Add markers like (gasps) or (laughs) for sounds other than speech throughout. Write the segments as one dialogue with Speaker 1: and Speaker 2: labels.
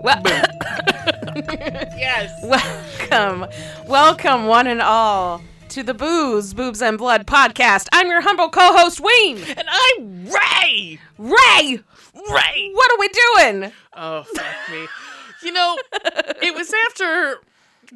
Speaker 1: Well,
Speaker 2: Yes.
Speaker 1: (laughs) welcome, welcome, one and all, to the Booze, Boobs, and Blood podcast. I'm your humble co-host, Wayne
Speaker 2: And I'm Ray.
Speaker 1: Ray.
Speaker 2: Ray.
Speaker 1: What are we doing?
Speaker 2: Oh, fuck me. You know, it was after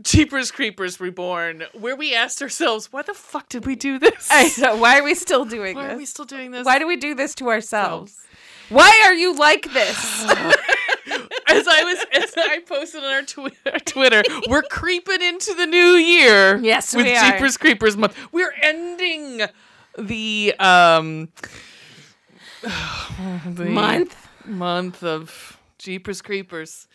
Speaker 2: Jeepers Creepers Reborn where we asked ourselves, why the fuck did we do this?
Speaker 1: (laughs) I know, why are we still doing
Speaker 2: why are we
Speaker 1: this?
Speaker 2: still doing this?
Speaker 1: Why do we do this to ourselves? Why are you like this? (gasps)
Speaker 2: (laughs) as I was, as I posted on our, twi- our Twitter, we're creeping into the new year.
Speaker 1: Yes,
Speaker 2: with
Speaker 1: we are.
Speaker 2: Jeepers Creepers month, we're ending the um (sighs) the
Speaker 1: Month?
Speaker 2: month of Jeepers Creepers.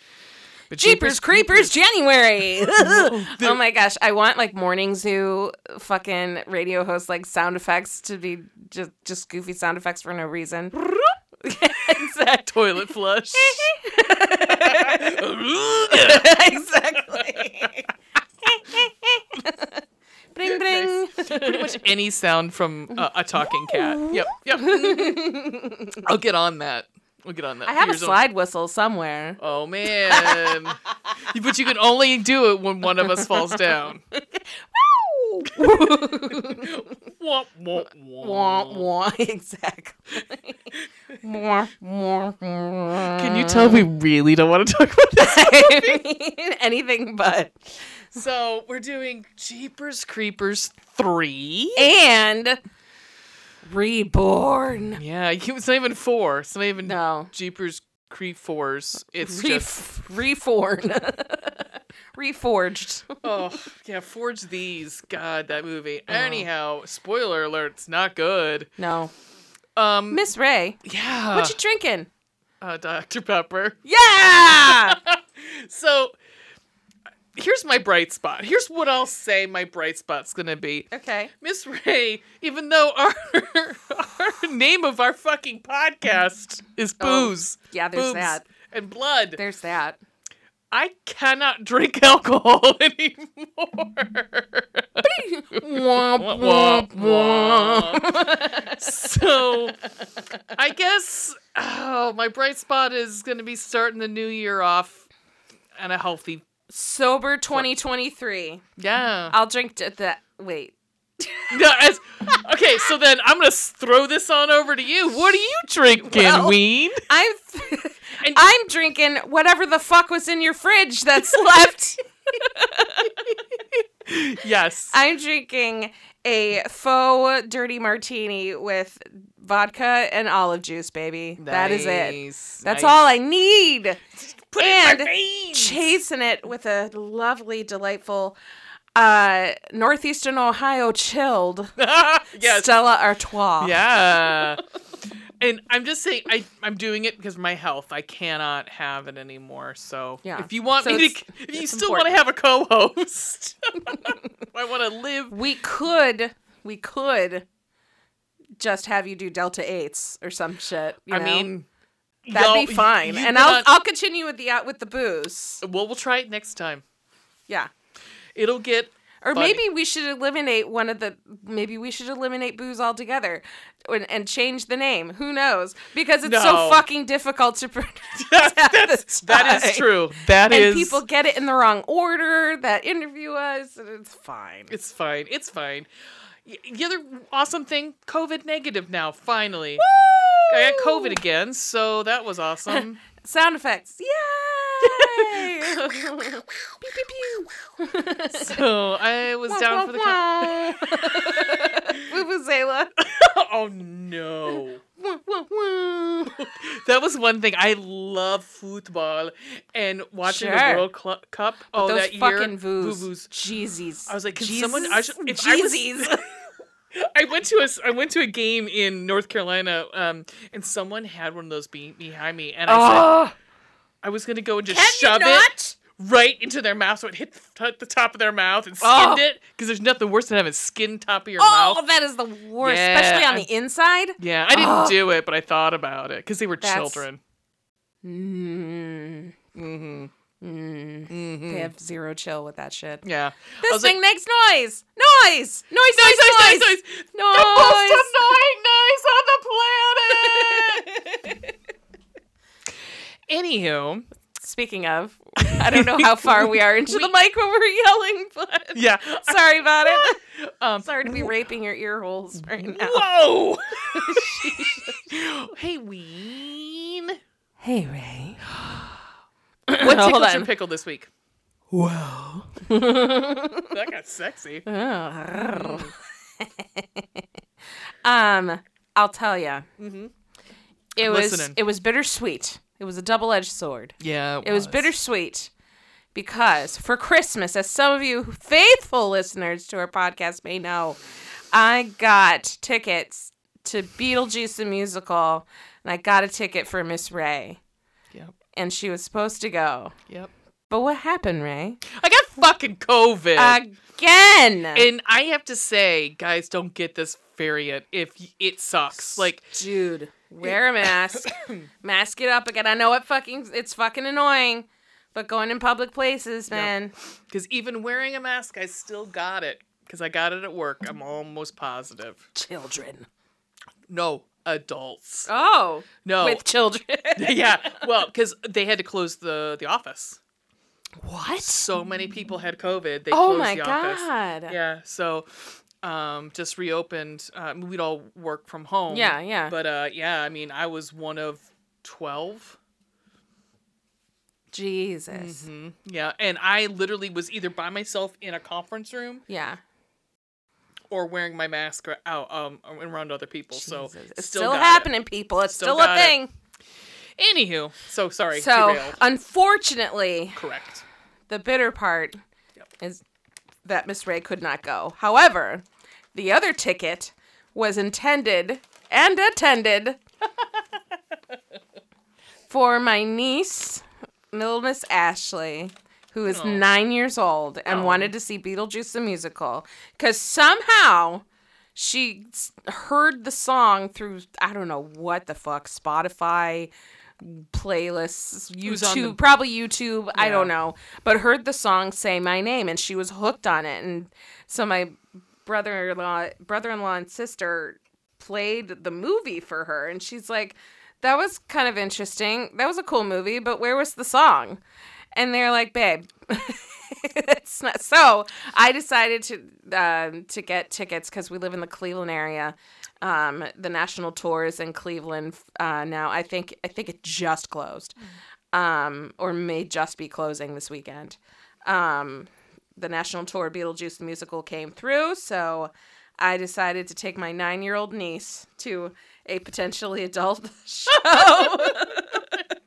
Speaker 2: But
Speaker 1: Jeepers Creepers (laughs) January. oh
Speaker 2: they're-
Speaker 1: my gosh, I want like morning zoo fucking radio host like sound effects to be just just goofy sound effects for no reason. (laughs) exactly. (laughs)
Speaker 2: toilet flush. (laughs)
Speaker 1: exactly. (laughs) bling bling.
Speaker 2: (laughs) Pretty much any sound from uh, a talking cat. Yep,
Speaker 1: (laughs)
Speaker 2: yep. I'll get on that. We'll get on that.
Speaker 1: I have a
Speaker 2: Here's
Speaker 1: slide whistle somewhere.
Speaker 2: Oh man! (laughs) but you can only do it when one of us falls down. (laughs) Womp, womp, womp.
Speaker 1: (laughs) wah, wah, (laughs) exactly. Wah, wah, wah. (laughs)
Speaker 2: Can you tell we really don't want to talk about this?
Speaker 1: I mean, anything but.
Speaker 2: so we're doing Jeepers Creepers three.
Speaker 1: And reborn.
Speaker 2: Yeah, you- it's not even four. It's not even
Speaker 1: No.
Speaker 2: Jeepers Creep fours. It's just
Speaker 1: Ref- reformed. (laughs) Reforged.
Speaker 2: oh yeah, forge these. God, that movie. Anyhow, spoiler alert. It's not good.
Speaker 1: No.
Speaker 2: Um,
Speaker 1: Miss Ray,
Speaker 2: yeah.
Speaker 1: what you drinking?
Speaker 2: uh, Dr Pepper.
Speaker 1: Yeah!
Speaker 2: So here's my bright spot. Here's what I'll say my bright spot's gonna be.
Speaker 1: (laughs) okay.
Speaker 2: Miss Ray, even though our, our name of our fucking podcast is
Speaker 1: Oh,
Speaker 2: booze,
Speaker 1: yeah, there's
Speaker 2: boobs,
Speaker 1: that.
Speaker 2: and blood,
Speaker 1: There's that.
Speaker 2: I cannot drink (laughs) alcohol anymore.
Speaker 1: Womp,
Speaker 2: Womp,
Speaker 1: womp,
Speaker 2: womp.
Speaker 1: womp.
Speaker 2: (laughs) so I guess oh, my bright spot is going to be starting the new year off and a healthy.
Speaker 1: Sober 2023.
Speaker 2: Yeah.
Speaker 1: I'll drink t- that. Wait.
Speaker 2: No, as- okay, so then I'm going to throw this on over to you. What are you drinking,
Speaker 1: Well- (laughs)
Speaker 2: Ween? (laughs)
Speaker 1: I'm
Speaker 2: And-
Speaker 1: I'm drinking whatever the fuck was in your fridge
Speaker 2: (laughs)
Speaker 1: that's left.
Speaker 2: Yes.
Speaker 1: I'm drinking a faux dirty martini with vodka and olive juice, baby. That is it.
Speaker 2: Nice,
Speaker 1: That's
Speaker 2: nice.
Speaker 1: all I need.
Speaker 2: Put
Speaker 1: and
Speaker 2: it in my veins.
Speaker 1: Chasing it with a lovely, delightful uh northeastern Ohio chilled
Speaker 2: (laughs) yes.
Speaker 1: Stella Artois.
Speaker 2: Yeah. and I'm just saying, I I'm doing it because of my health. I cannot have it anymore. So
Speaker 1: Yeah.
Speaker 2: if you want
Speaker 1: So
Speaker 2: me to,
Speaker 1: it's-
Speaker 2: if you
Speaker 1: it's
Speaker 2: still want to have a co-host, (laughs) I want to live.
Speaker 1: We could we could just have you do Delta eights or some shit. you
Speaker 2: I
Speaker 1: know?
Speaker 2: mean, y'all-
Speaker 1: that'd be
Speaker 2: you-
Speaker 1: fine.
Speaker 2: you
Speaker 1: And
Speaker 2: do
Speaker 1: I'll
Speaker 2: not-
Speaker 1: I'll continue with the out with the booze.
Speaker 2: well, we'll try it next time.
Speaker 1: Yeah.
Speaker 2: It'll
Speaker 1: (laughs)
Speaker 2: get.
Speaker 1: Or
Speaker 2: Funny.
Speaker 1: maybe we should eliminate one of the. Maybe we should eliminate booze altogether, and, and change the name. Who knows? Because it's
Speaker 2: No.
Speaker 1: so fucking difficult to (laughs)
Speaker 2: (laughs)
Speaker 1: pronounce. half the
Speaker 2: That is
Speaker 1: time.
Speaker 2: true. That
Speaker 1: And
Speaker 2: is.
Speaker 1: people get it in the wrong order. That interview us. And it's fine.
Speaker 2: It's fine. It's fine. Y- The other awesome thing, COVID negative now. Finally, I got COVID again, so that
Speaker 1: (laughs)
Speaker 2: was awesome. (laughs)
Speaker 1: Sound effects. Yay! Pew, pew, pew.
Speaker 2: so I was
Speaker 1: Wah,
Speaker 2: down
Speaker 1: wah,
Speaker 2: for the.
Speaker 1: (laughs)
Speaker 2: co-
Speaker 1: wah.
Speaker 2: (laughs)
Speaker 1: Vuvuzela.
Speaker 2: oh no.
Speaker 1: Wah, wah, wah.
Speaker 2: That was one thing. I love football and watching the
Speaker 1: Sure.
Speaker 2: World Clu- Cup. Oh,
Speaker 1: Those
Speaker 2: that year,
Speaker 1: fucking voos.
Speaker 2: voo-voos.
Speaker 1: Jeezies.
Speaker 2: I was like, can someone? I should,
Speaker 1: (laughs)
Speaker 2: if (laughs)
Speaker 1: Jeezies.
Speaker 2: I, was, I went to a s- I went to a game in North Carolina, um, and someone had one of those be- behind me, and I said,
Speaker 1: Oh,
Speaker 2: I was gonna go and just
Speaker 1: can
Speaker 2: shove
Speaker 1: you
Speaker 2: it.
Speaker 1: not?
Speaker 2: right into their mouth so it hit the, the top of their mouth and skinned
Speaker 1: Oh.
Speaker 2: it because there's nothing worse than having skin top of your
Speaker 1: Oh,
Speaker 2: mouth.
Speaker 1: that is the worst,
Speaker 2: Yeah.
Speaker 1: especially on the inside.
Speaker 2: Yeah, I didn't
Speaker 1: Oh.
Speaker 2: do it, but I thought about it because they were
Speaker 1: That's-
Speaker 2: children.
Speaker 1: Mm,
Speaker 2: Mm-hmm.
Speaker 1: mm.
Speaker 2: Mm-hmm.
Speaker 1: They have zero chill with that shit.
Speaker 2: Yeah. I
Speaker 1: This
Speaker 2: was like,
Speaker 1: thing makes noise. Noise. Noise. Noise.
Speaker 2: noise, noise,
Speaker 1: Noise.
Speaker 2: noise, noise. The most
Speaker 1: Noise.
Speaker 2: annoying noise on
Speaker 1: (laughs)
Speaker 2: the planet. Anywho,
Speaker 1: Speaking of, I don't know how far we are into the mic when we're yelling, but (laughs)
Speaker 2: yeah.
Speaker 1: sorry about it.
Speaker 2: Um,
Speaker 1: Sorry to be raping your ear holes right now.
Speaker 2: (laughs)
Speaker 1: oh.
Speaker 2: Whoa!
Speaker 1: (laughs)
Speaker 2: (laughs) hey, Ween.
Speaker 1: Hey, (gasps) Ray.
Speaker 2: What
Speaker 1: (coughs) Hold
Speaker 2: tickles your
Speaker 1: on.
Speaker 2: pickle this week?
Speaker 1: Wow.
Speaker 2: That got sexy.
Speaker 1: um, I'll tell you. It was
Speaker 2: listening.
Speaker 1: it was bittersweet. It was a double edged sword.
Speaker 2: Yeah,
Speaker 1: It was bittersweet because for Christmas, as some of you faithful listeners to our podcast may know, I got tickets to Beetlejuice the musical, and I got a ticket for Miss Ray,
Speaker 2: Yep,
Speaker 1: and she was supposed to go.
Speaker 2: yep.
Speaker 1: But what happened, Ray?
Speaker 2: I got fucking COVID,
Speaker 1: Again.
Speaker 2: and I have to say, guys, don't get this variant. If y- it sucks, like
Speaker 1: Dude, wear a (coughs) mask. mask it up again. I know it fucking it's fucking annoying, but going in public places, man.
Speaker 2: Because even wearing a mask, I still got it. Because I got it at work. I'm almost positive.
Speaker 1: Children.
Speaker 2: No, adults.
Speaker 1: Oh,
Speaker 2: No.
Speaker 1: with children.
Speaker 2: (laughs) yeah. Well, because they had to close the, the office.
Speaker 1: (laughs) what?
Speaker 2: So many people had COVID. They
Speaker 1: Oh
Speaker 2: closed
Speaker 1: my
Speaker 2: the
Speaker 1: (laughs)
Speaker 2: office.
Speaker 1: god.
Speaker 2: Yeah. So um, just reopened. Uh, we'd all work from home.
Speaker 1: Yeah, yeah.
Speaker 2: But uh, yeah, I mean, I was one of 12.
Speaker 1: Jesus.
Speaker 2: Mhm. Yeah. And I literally was either by myself in a conference room
Speaker 1: Yeah.
Speaker 2: or wearing my mask out um, around other people. So
Speaker 1: Jesus. It's
Speaker 2: still
Speaker 1: still,
Speaker 2: got it.
Speaker 1: happening, people. It's
Speaker 2: Still
Speaker 1: still, a
Speaker 2: got it.
Speaker 1: thing.
Speaker 2: Anywho, so sorry,
Speaker 1: So,
Speaker 2: derailed.
Speaker 1: unfortunately,
Speaker 2: Correct.
Speaker 1: the bitter part
Speaker 2: Yep.
Speaker 1: is that Miss Ray could not go. However, the other ticket was intended and
Speaker 2: (laughs)
Speaker 1: attended for my niece, little Miss Ashley, who
Speaker 2: Oh.
Speaker 1: is nine years old and wanted to see Beetlejuice the musical because somehow she s- heard the song through I don't know what the fuck Spotify playlists
Speaker 2: was on
Speaker 1: YouTube
Speaker 2: the-
Speaker 1: probably YouTube I don't
Speaker 2: Yeah.
Speaker 1: know but heard the song say my name and she was hooked on it and so my brother-in-law brother-in-law and sister played the movie for her and she's like that was kind of interesting that was a cool movie but where was the song and they're like babe (laughs) it's not so i decided to um, to get tickets because we live in the cleveland area um, the national tours in cleveland uh, now i think i think it just closed um, or may just be closing this weekend um, the national tour beetlejuice the musical came through so i decided to take my nine-year-old niece to a potentially adult (laughs) show (laughs)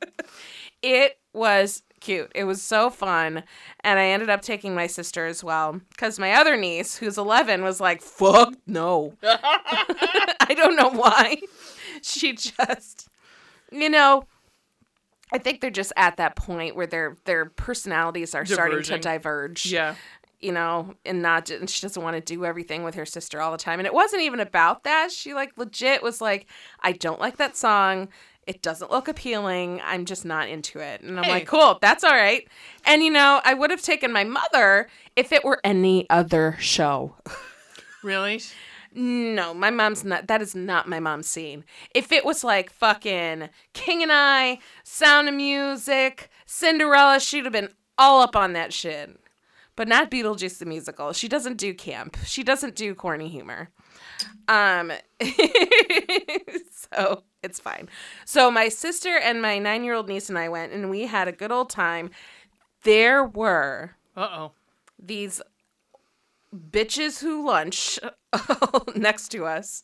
Speaker 1: it was cute. It was so fun. And I ended up taking my sister as well because my other niece, who's 11, was like, fuck no. (laughs) I don't know why. She just, you know. I think they're just at that point where their their personalities are starting
Speaker 2: Diverging.
Speaker 1: to diverge
Speaker 2: Yeah.
Speaker 1: you know, and not ju- and she doesn't want to do everything with her sister all the time. And it wasn't even about that. She like legit was like, I don't like that song. It doesn't look appealing. I'm just not into it. And I'm
Speaker 2: Hey.
Speaker 1: like, cool, that's all right. And you know, I would have taken my mother if it were any other show.
Speaker 2: Really?
Speaker 1: No, my mom's not. That is not my mom's scene. If it was like fucking King and I, Sound of Music, Cinderella, she'd have been all up on that shit. But not Beetlejuice the musical. She doesn't do camp. She doesn't do corny humor. Um, (laughs) so it's fine. So my sister and my nine-year-old niece and I went, and we had a good old time. There were
Speaker 2: Uh oh.
Speaker 1: these bitches who lunch (laughs) next to us.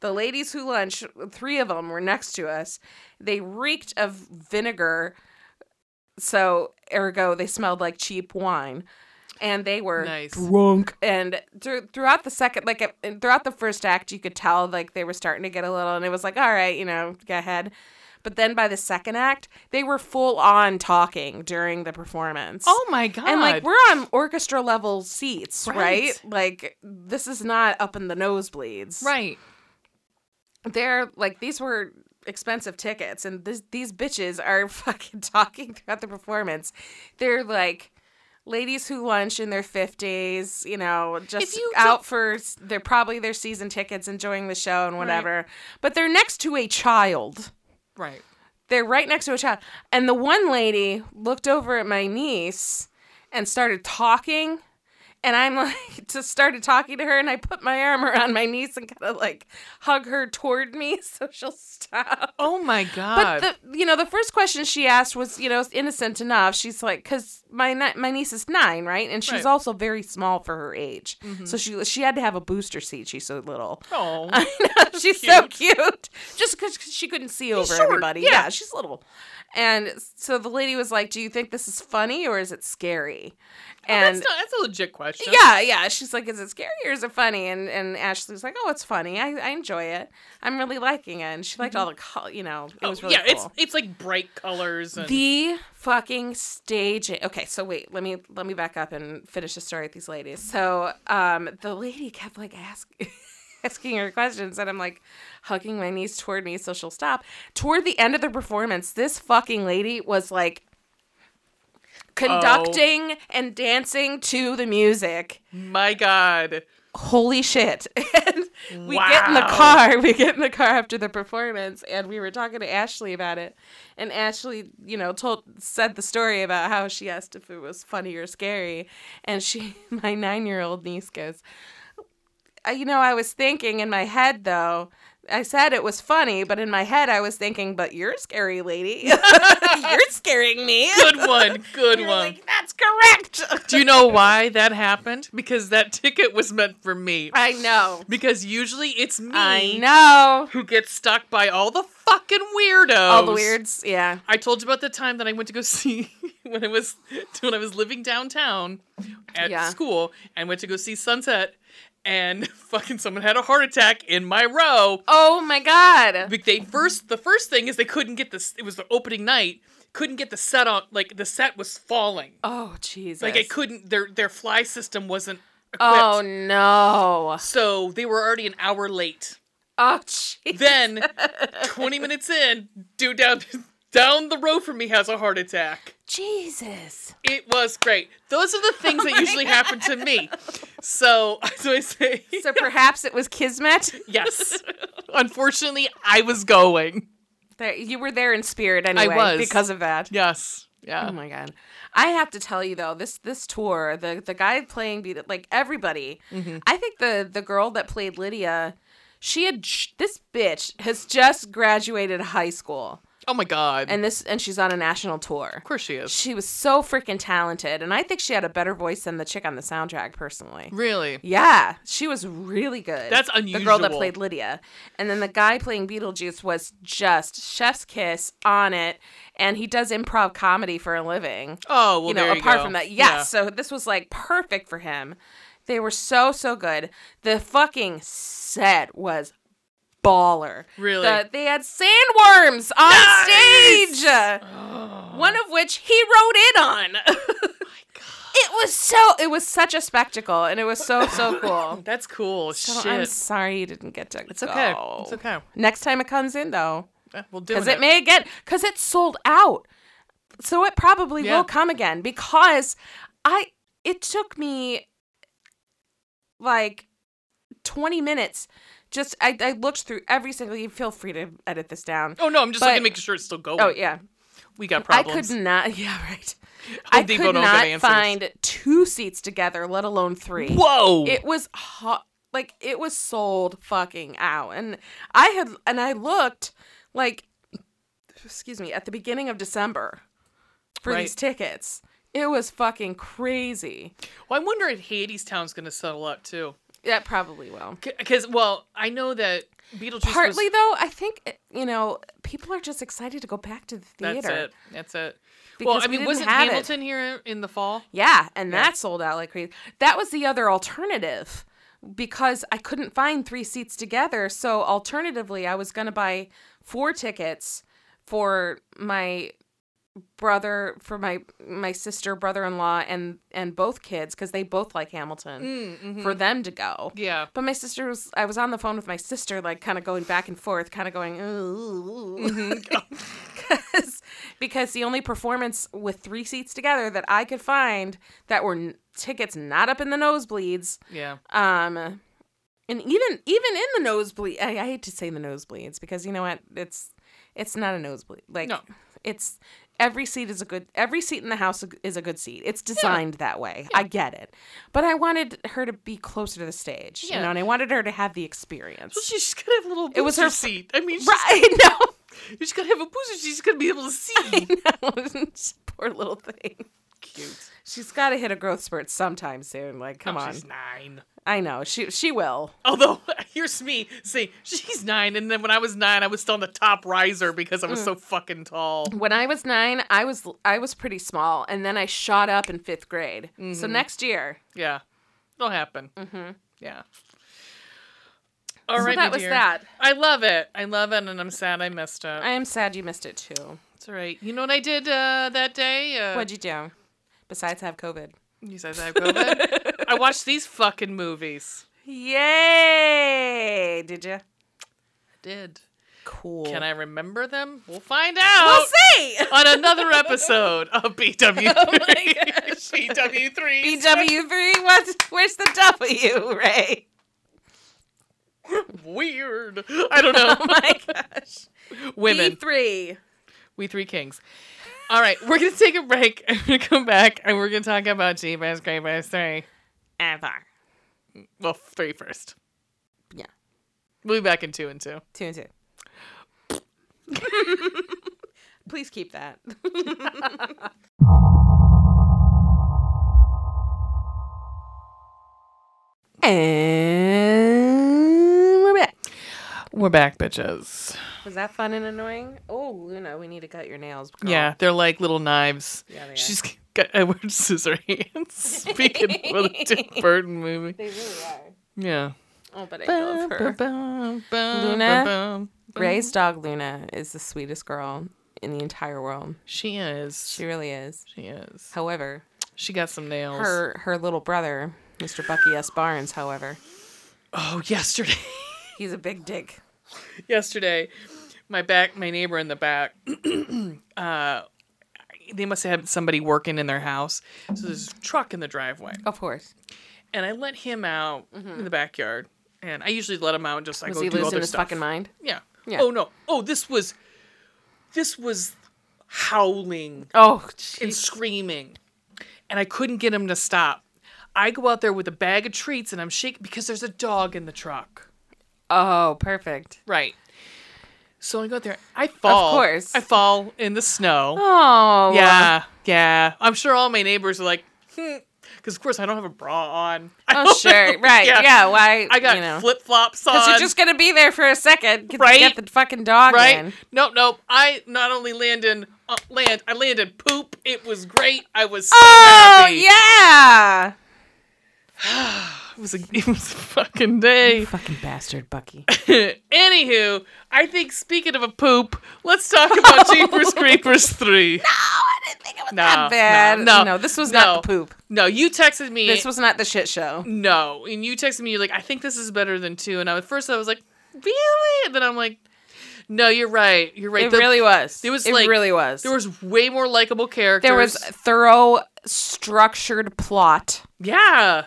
Speaker 1: The ladies who lunch, three of them were next to us. They reeked of vinegar, so ergo they smelled like cheap wine, and they were
Speaker 2: Nice.
Speaker 1: drunk. And thr- throughout the second, like uh, throughout the first act, you could tell like they were starting to get a little, and it was like, all right, you know, go ahead. But then by the second act, they were full on talking during the performance.
Speaker 2: Oh my god!
Speaker 1: And like we're on orchestra level seats, right.
Speaker 2: Right.
Speaker 1: Like this is not up in the nosebleeds.
Speaker 2: right.
Speaker 1: They're like these were expensive tickets and this these bitches are (laughs) fucking talking throughout the performance. They're like ladies who lunch in their 50s, you know, just
Speaker 2: you
Speaker 1: out for s- they're probably their season tickets enjoying the show and whatever. But they're next to a child
Speaker 2: Right.
Speaker 1: they're right next to a child. And the one lady looked over at my niece and started talking. And I'm (laughs) like, just started talking to her, and I put my arm around my niece and kind of like hug her toward me (laughs) so she'll stop.
Speaker 2: Oh my god.
Speaker 1: But (laughs) the, you know, the first question she asked was, you know, innocent enough. She's like, because my ni- my niece is nine, right, and she's
Speaker 2: Right. Mm-hmm.
Speaker 1: also very small for her age, so she she had to have a booster seat. She's so little.
Speaker 2: oh. (laughs)
Speaker 1: she's so cute. Just because she couldn't see over
Speaker 2: short,
Speaker 1: everybody.
Speaker 2: yeah.
Speaker 1: Yeah. she's little. And so the lady was like, "Do you think this is funny or is it scary?" And
Speaker 2: Oh, that's, not, that's a legit question.
Speaker 1: yeah, yeah, she's like, "Is it scary or is it funny?" And and Ashley was like, "Oh, it's funny. I, I enjoy it. I'm really liking it." And she liked all the col- you know, it
Speaker 2: Mm-hmm. Oh,
Speaker 1: was really
Speaker 2: yeah,
Speaker 1: cool.
Speaker 2: it's it's like bright colors and
Speaker 1: The fucking staging. Okay, so wait, let me let me back up and finish the story with these ladies. So, um, the lady kept like ask, (laughs) asking her questions, and I'm like hugging my niece toward me so she'll stop. Toward the end of the performance, this fucking lady was like conducting and dancing to the music
Speaker 2: my god.
Speaker 1: holy shit. (laughs) And we get in the
Speaker 2: Wow.
Speaker 1: car, (laughs) we get in the car after the performance and we were talking to Ashley about it. And Ashley, you know, told said the story about how she asked if it was funny or scary. And she (laughs) my 9-year-old niece goes, "Uh, "You know, I was thinking in my head though, I said it was funny, but in my head I was thinking, but you're scary lady. (laughs) you're scaring me." (laughs)
Speaker 2: Good one. Good
Speaker 1: You're
Speaker 2: one.
Speaker 1: like, That's correct. (laughs)
Speaker 2: Do you know why that happened? Because that ticket was meant for me.
Speaker 1: I know.
Speaker 2: Because usually it's me
Speaker 1: I know.
Speaker 2: who gets stuck by all the fucking weirdos.
Speaker 1: All the weirds, yeah.
Speaker 2: I told you about the time that I went to go (laughs) see when I was when I was living downtown at
Speaker 1: Yeah.
Speaker 2: school and went to go see Sunset and (laughs) fucking someone had a heart attack in my row.
Speaker 1: Oh my god.
Speaker 2: Like, they first the first thing is they couldn't get this it was the opening night, couldn't get the set on like the set was falling.
Speaker 1: Oh Jesus.
Speaker 2: Like I couldn't their their fly system wasn't equipped.
Speaker 1: Oh no.
Speaker 2: So they were already an hour late.
Speaker 1: Oh jeez.
Speaker 2: Then, (laughs) 20 minutes in, dude down down the road from me has a heart attack. (laughs)
Speaker 1: Jesus.
Speaker 2: It was great. Those (laughs) are the things that usually happen to me. So, (laughs) so I say
Speaker 1: So perhaps it was kismet.
Speaker 2: yes. (laughs) Unfortunately, I was going.
Speaker 1: That you were there in spirit anyway
Speaker 2: was.
Speaker 1: because of that.
Speaker 2: Yes.
Speaker 1: Oh
Speaker 2: Yeah.
Speaker 1: my god. I have to tell you though, this this tour, the the guy playing Be- like everybody.
Speaker 2: Mm-hmm.
Speaker 1: I think the the girl that played Lydia, she had j- this bitch has just graduated high school
Speaker 2: Oh my god. And
Speaker 1: and this and she's on a national tour.
Speaker 2: of course she is.
Speaker 1: She was so freaking talented and I think she had a better voice than the chick on the soundtrack personally.
Speaker 2: Really?
Speaker 1: Yeah, she was really good.
Speaker 2: That's
Speaker 1: The girl that
Speaker 2: unusual.
Speaker 1: played Lydia. And then the guy playing Beetlejuice was just chef's kiss on it. And he does improv comedy for a living.
Speaker 2: Oh, well
Speaker 1: you know,
Speaker 2: there
Speaker 1: apart
Speaker 2: go.
Speaker 1: from that. Yes.
Speaker 2: (gasps) Yeah.
Speaker 1: So this was like perfect for him. They were so, so good. The fucking set was baller.
Speaker 2: Really?
Speaker 1: The- they had sandworms on
Speaker 2: Nice!
Speaker 1: stage. One of which he wrote in on. (laughs) It was so. It was such a spectacle, and it was so
Speaker 2: (laughs)
Speaker 1: so (gasps) cool.
Speaker 2: That's cool.
Speaker 1: So
Speaker 2: Shit.
Speaker 1: I'm sorry you didn't get to.
Speaker 2: it's okay.
Speaker 1: go.
Speaker 2: It's okay.
Speaker 1: Next time it comes in though,
Speaker 2: Yeah, We'll do
Speaker 1: because it may again, because it's sold out, so it probably
Speaker 2: Yeah.
Speaker 1: will come again. Because I, it took me like 20 minutes. Just I, I looked through every single. You feel free to edit this down.
Speaker 2: Oh no, I'm just
Speaker 1: But-
Speaker 2: looking making sure it's still going.
Speaker 1: Oh yeah,
Speaker 2: We got
Speaker 1: I
Speaker 2: problems.
Speaker 1: could not. (laughs) Yeah, right. I
Speaker 2: Depot
Speaker 1: could
Speaker 2: don't get
Speaker 1: not
Speaker 2: answers.
Speaker 1: find two seats together, let alone three.
Speaker 2: Whoa.
Speaker 1: It was hot. Like it was sold fucking out, and I had and I looked like, excuse me, at the beginning of December for
Speaker 2: Right.
Speaker 1: these tickets. It was fucking crazy.
Speaker 2: Well, I wonder if Hades Town's going to settle up too.
Speaker 1: That probably will.
Speaker 2: Because, well, I know that Beetlejuice. was-
Speaker 1: Partly though, I think eh, you know people are just excited to go back to the theater.
Speaker 2: that's it. That's it. well,
Speaker 1: Because
Speaker 2: I
Speaker 1: we
Speaker 2: mean,
Speaker 1: didn't
Speaker 2: wasn't
Speaker 1: have it.
Speaker 2: Hamilton here in the fall?
Speaker 1: Yeah, and that sold out like crazy. That was the other alternative because I couldn't find three seats together. So alternatively, I was going to buy four tickets for my brother for my my sister brother-in-law and and both kids because they both like hamilton for them to go
Speaker 2: Yeah.
Speaker 1: but my sister was i was on the phone with my sister like kind of going back and forth kind of going ooh, ooh, ooh. (laughs) 'Cause- because the only performance with three seats together that i could find that were n- tickets not up in the nosebleeds
Speaker 2: Yeah.
Speaker 1: um, and even even in the nosebleed, I, I hate to say the nosebleeds because you know what? It's it's not a nosebleed. Like
Speaker 2: No.
Speaker 1: it's every seat is a good every seat in the house is a good seat. It's designed that way. I get it, but I wanted her to be closer to the stage, you
Speaker 2: Yeah.
Speaker 1: know, and I wanted her to have the experience.
Speaker 2: She's just gonna have a little booster
Speaker 1: It was her fir-
Speaker 2: seat. I mean, she's,
Speaker 1: right? No. (laughs)
Speaker 2: she's gonna have a booster. She's gonna be able to see.
Speaker 1: (laughs) No. Poor little thing.
Speaker 2: Cute.
Speaker 1: She's got to hit a growth spurt sometime soon. Like, come
Speaker 2: Oh,
Speaker 1: on.
Speaker 2: She's nine.
Speaker 1: I know she she will.
Speaker 2: Although (laughs) here's me saying she's nine, and then when I was nine, I was still on the top riser because I was
Speaker 1: Mm.
Speaker 2: so fucking tall.
Speaker 1: when I was nine, I was I was pretty small, and then I shot up in fifth grade. So next year,
Speaker 2: Yeah, it'll happen. Mm-hmm. Yeah. All right,
Speaker 1: that
Speaker 2: my
Speaker 1: was
Speaker 2: dear.
Speaker 1: that.
Speaker 2: I love it. I love it, and I'm sad I missed it.
Speaker 1: I am sad you missed it too.
Speaker 2: That's all right. You know what I did uh, that day? Uh,
Speaker 1: What'd you do besides have COVID?
Speaker 2: you said I have COVID.
Speaker 1: (laughs)
Speaker 2: I watched these fucking movies.
Speaker 1: Yay! Did you?
Speaker 2: I did.
Speaker 1: Cool.
Speaker 2: Can I Oh remember them? We'll find out.
Speaker 1: We'll see.
Speaker 2: on another episode
Speaker 1: (laughs)
Speaker 2: of BW3.
Speaker 1: Oh
Speaker 2: (laughs)
Speaker 1: (laughs) my gosh.
Speaker 2: BW3.
Speaker 1: (laughs) BW three. What? Where's the W, Ray? (laughs)
Speaker 2: Weird. I don't
Speaker 1: (laughs)
Speaker 2: know.
Speaker 1: Oh My gosh.
Speaker 2: Women.
Speaker 1: B three.
Speaker 2: we three kings. All right, we're gonna take a break. (laughs) I'm gonna come back and we're gonna talk about G Bass Grey Bass Three.
Speaker 1: Ever.
Speaker 2: Well, three first.
Speaker 1: Yeah.
Speaker 2: We'll be back in two and two.
Speaker 1: Two and two. (laughs) Please keep that. (laughs) and we're back.
Speaker 2: We're back, bitches.
Speaker 1: Was that fun and annoying? Oh, Luna, we need to cut your nails. girl.
Speaker 2: Yeah, they're like little knives.
Speaker 1: Yeah, they are.
Speaker 2: She's (laughs) got uh, Edward Scissorhands. (laughs) Speaking of the
Speaker 1: (laughs)
Speaker 2: Tim Burton movie.
Speaker 1: They really are.
Speaker 2: Yeah.
Speaker 1: Oh, but I love her. Luna?
Speaker 2: Luna.
Speaker 1: Ray's dog Luna is the sweetest girl in the entire world.
Speaker 2: She is.
Speaker 1: She really is.
Speaker 2: She is.
Speaker 1: However,
Speaker 2: She got some nails.
Speaker 1: her her little brother, Mr. Bucky S. Barnes, however,
Speaker 2: Oh, yesterday.
Speaker 1: he's a big dick.
Speaker 2: yesterday, my back, my neighbor in the back, (clears throat) uh, they must have had somebody working in their house. So there's a truck in the driveway.
Speaker 1: Of course.
Speaker 2: And I let him out in the backyard. And I usually let him out and just like
Speaker 1: Mm-hmm. Was
Speaker 2: go
Speaker 1: he
Speaker 2: do
Speaker 1: losing
Speaker 2: other
Speaker 1: his
Speaker 2: stuff.
Speaker 1: fucking mind?
Speaker 2: Yeah.
Speaker 1: Yeah.
Speaker 2: Oh no. Oh, this was, this was howling
Speaker 1: Oh,
Speaker 2: and screaming. And I couldn't get him to stop. I go out there with a bag of treats and I'm shaking because there's a dog in the truck.
Speaker 1: oh, perfect.
Speaker 2: Right. So I go out there. I fall.
Speaker 1: course.
Speaker 2: I fall in the snow.
Speaker 1: Oh,
Speaker 2: Yeah. Yeah. I'm sure all my neighbors are like, hmm. Because, of course, I don't have a bra on. (laughs)
Speaker 1: (laughs)
Speaker 2: I
Speaker 1: Oh,
Speaker 2: don't
Speaker 1: sure.
Speaker 2: have-
Speaker 1: Right. Yeah. why?
Speaker 2: I got
Speaker 1: you know.
Speaker 2: flip flops on.
Speaker 1: Because you're just gonna be there for a second. Get,
Speaker 2: Right?
Speaker 1: Get the fucking dog
Speaker 2: right?
Speaker 1: in.
Speaker 2: Nope, nope. I not only landed, uh, land, I landed poop. It was great. I was so
Speaker 1: Oh
Speaker 2: happy.
Speaker 1: yeah.
Speaker 2: It was a, it was a fucking day. (laughs)
Speaker 1: Fucking bastard, (laughs) Bucky.
Speaker 2: Anywho, I think speaking of a poop, let's talk
Speaker 1: (laughs)
Speaker 2: about Jeepers Creepers 3.
Speaker 1: I didn't think it was
Speaker 2: No,
Speaker 1: that bad.
Speaker 2: no, no,
Speaker 1: this was
Speaker 2: no.
Speaker 1: not the poop.
Speaker 2: No, you texted me.
Speaker 1: This was not the shit show.
Speaker 2: no, and you texted me. You're like, I think this is better than two. And I, at first, I was like, really? And then I'm like, no, you're right. You're right.
Speaker 1: It
Speaker 2: The-
Speaker 1: really was.
Speaker 2: there was,
Speaker 1: it
Speaker 2: like-
Speaker 1: really was.
Speaker 2: There was way more likable characters.
Speaker 1: There was thorough, structured plot.
Speaker 2: yeah,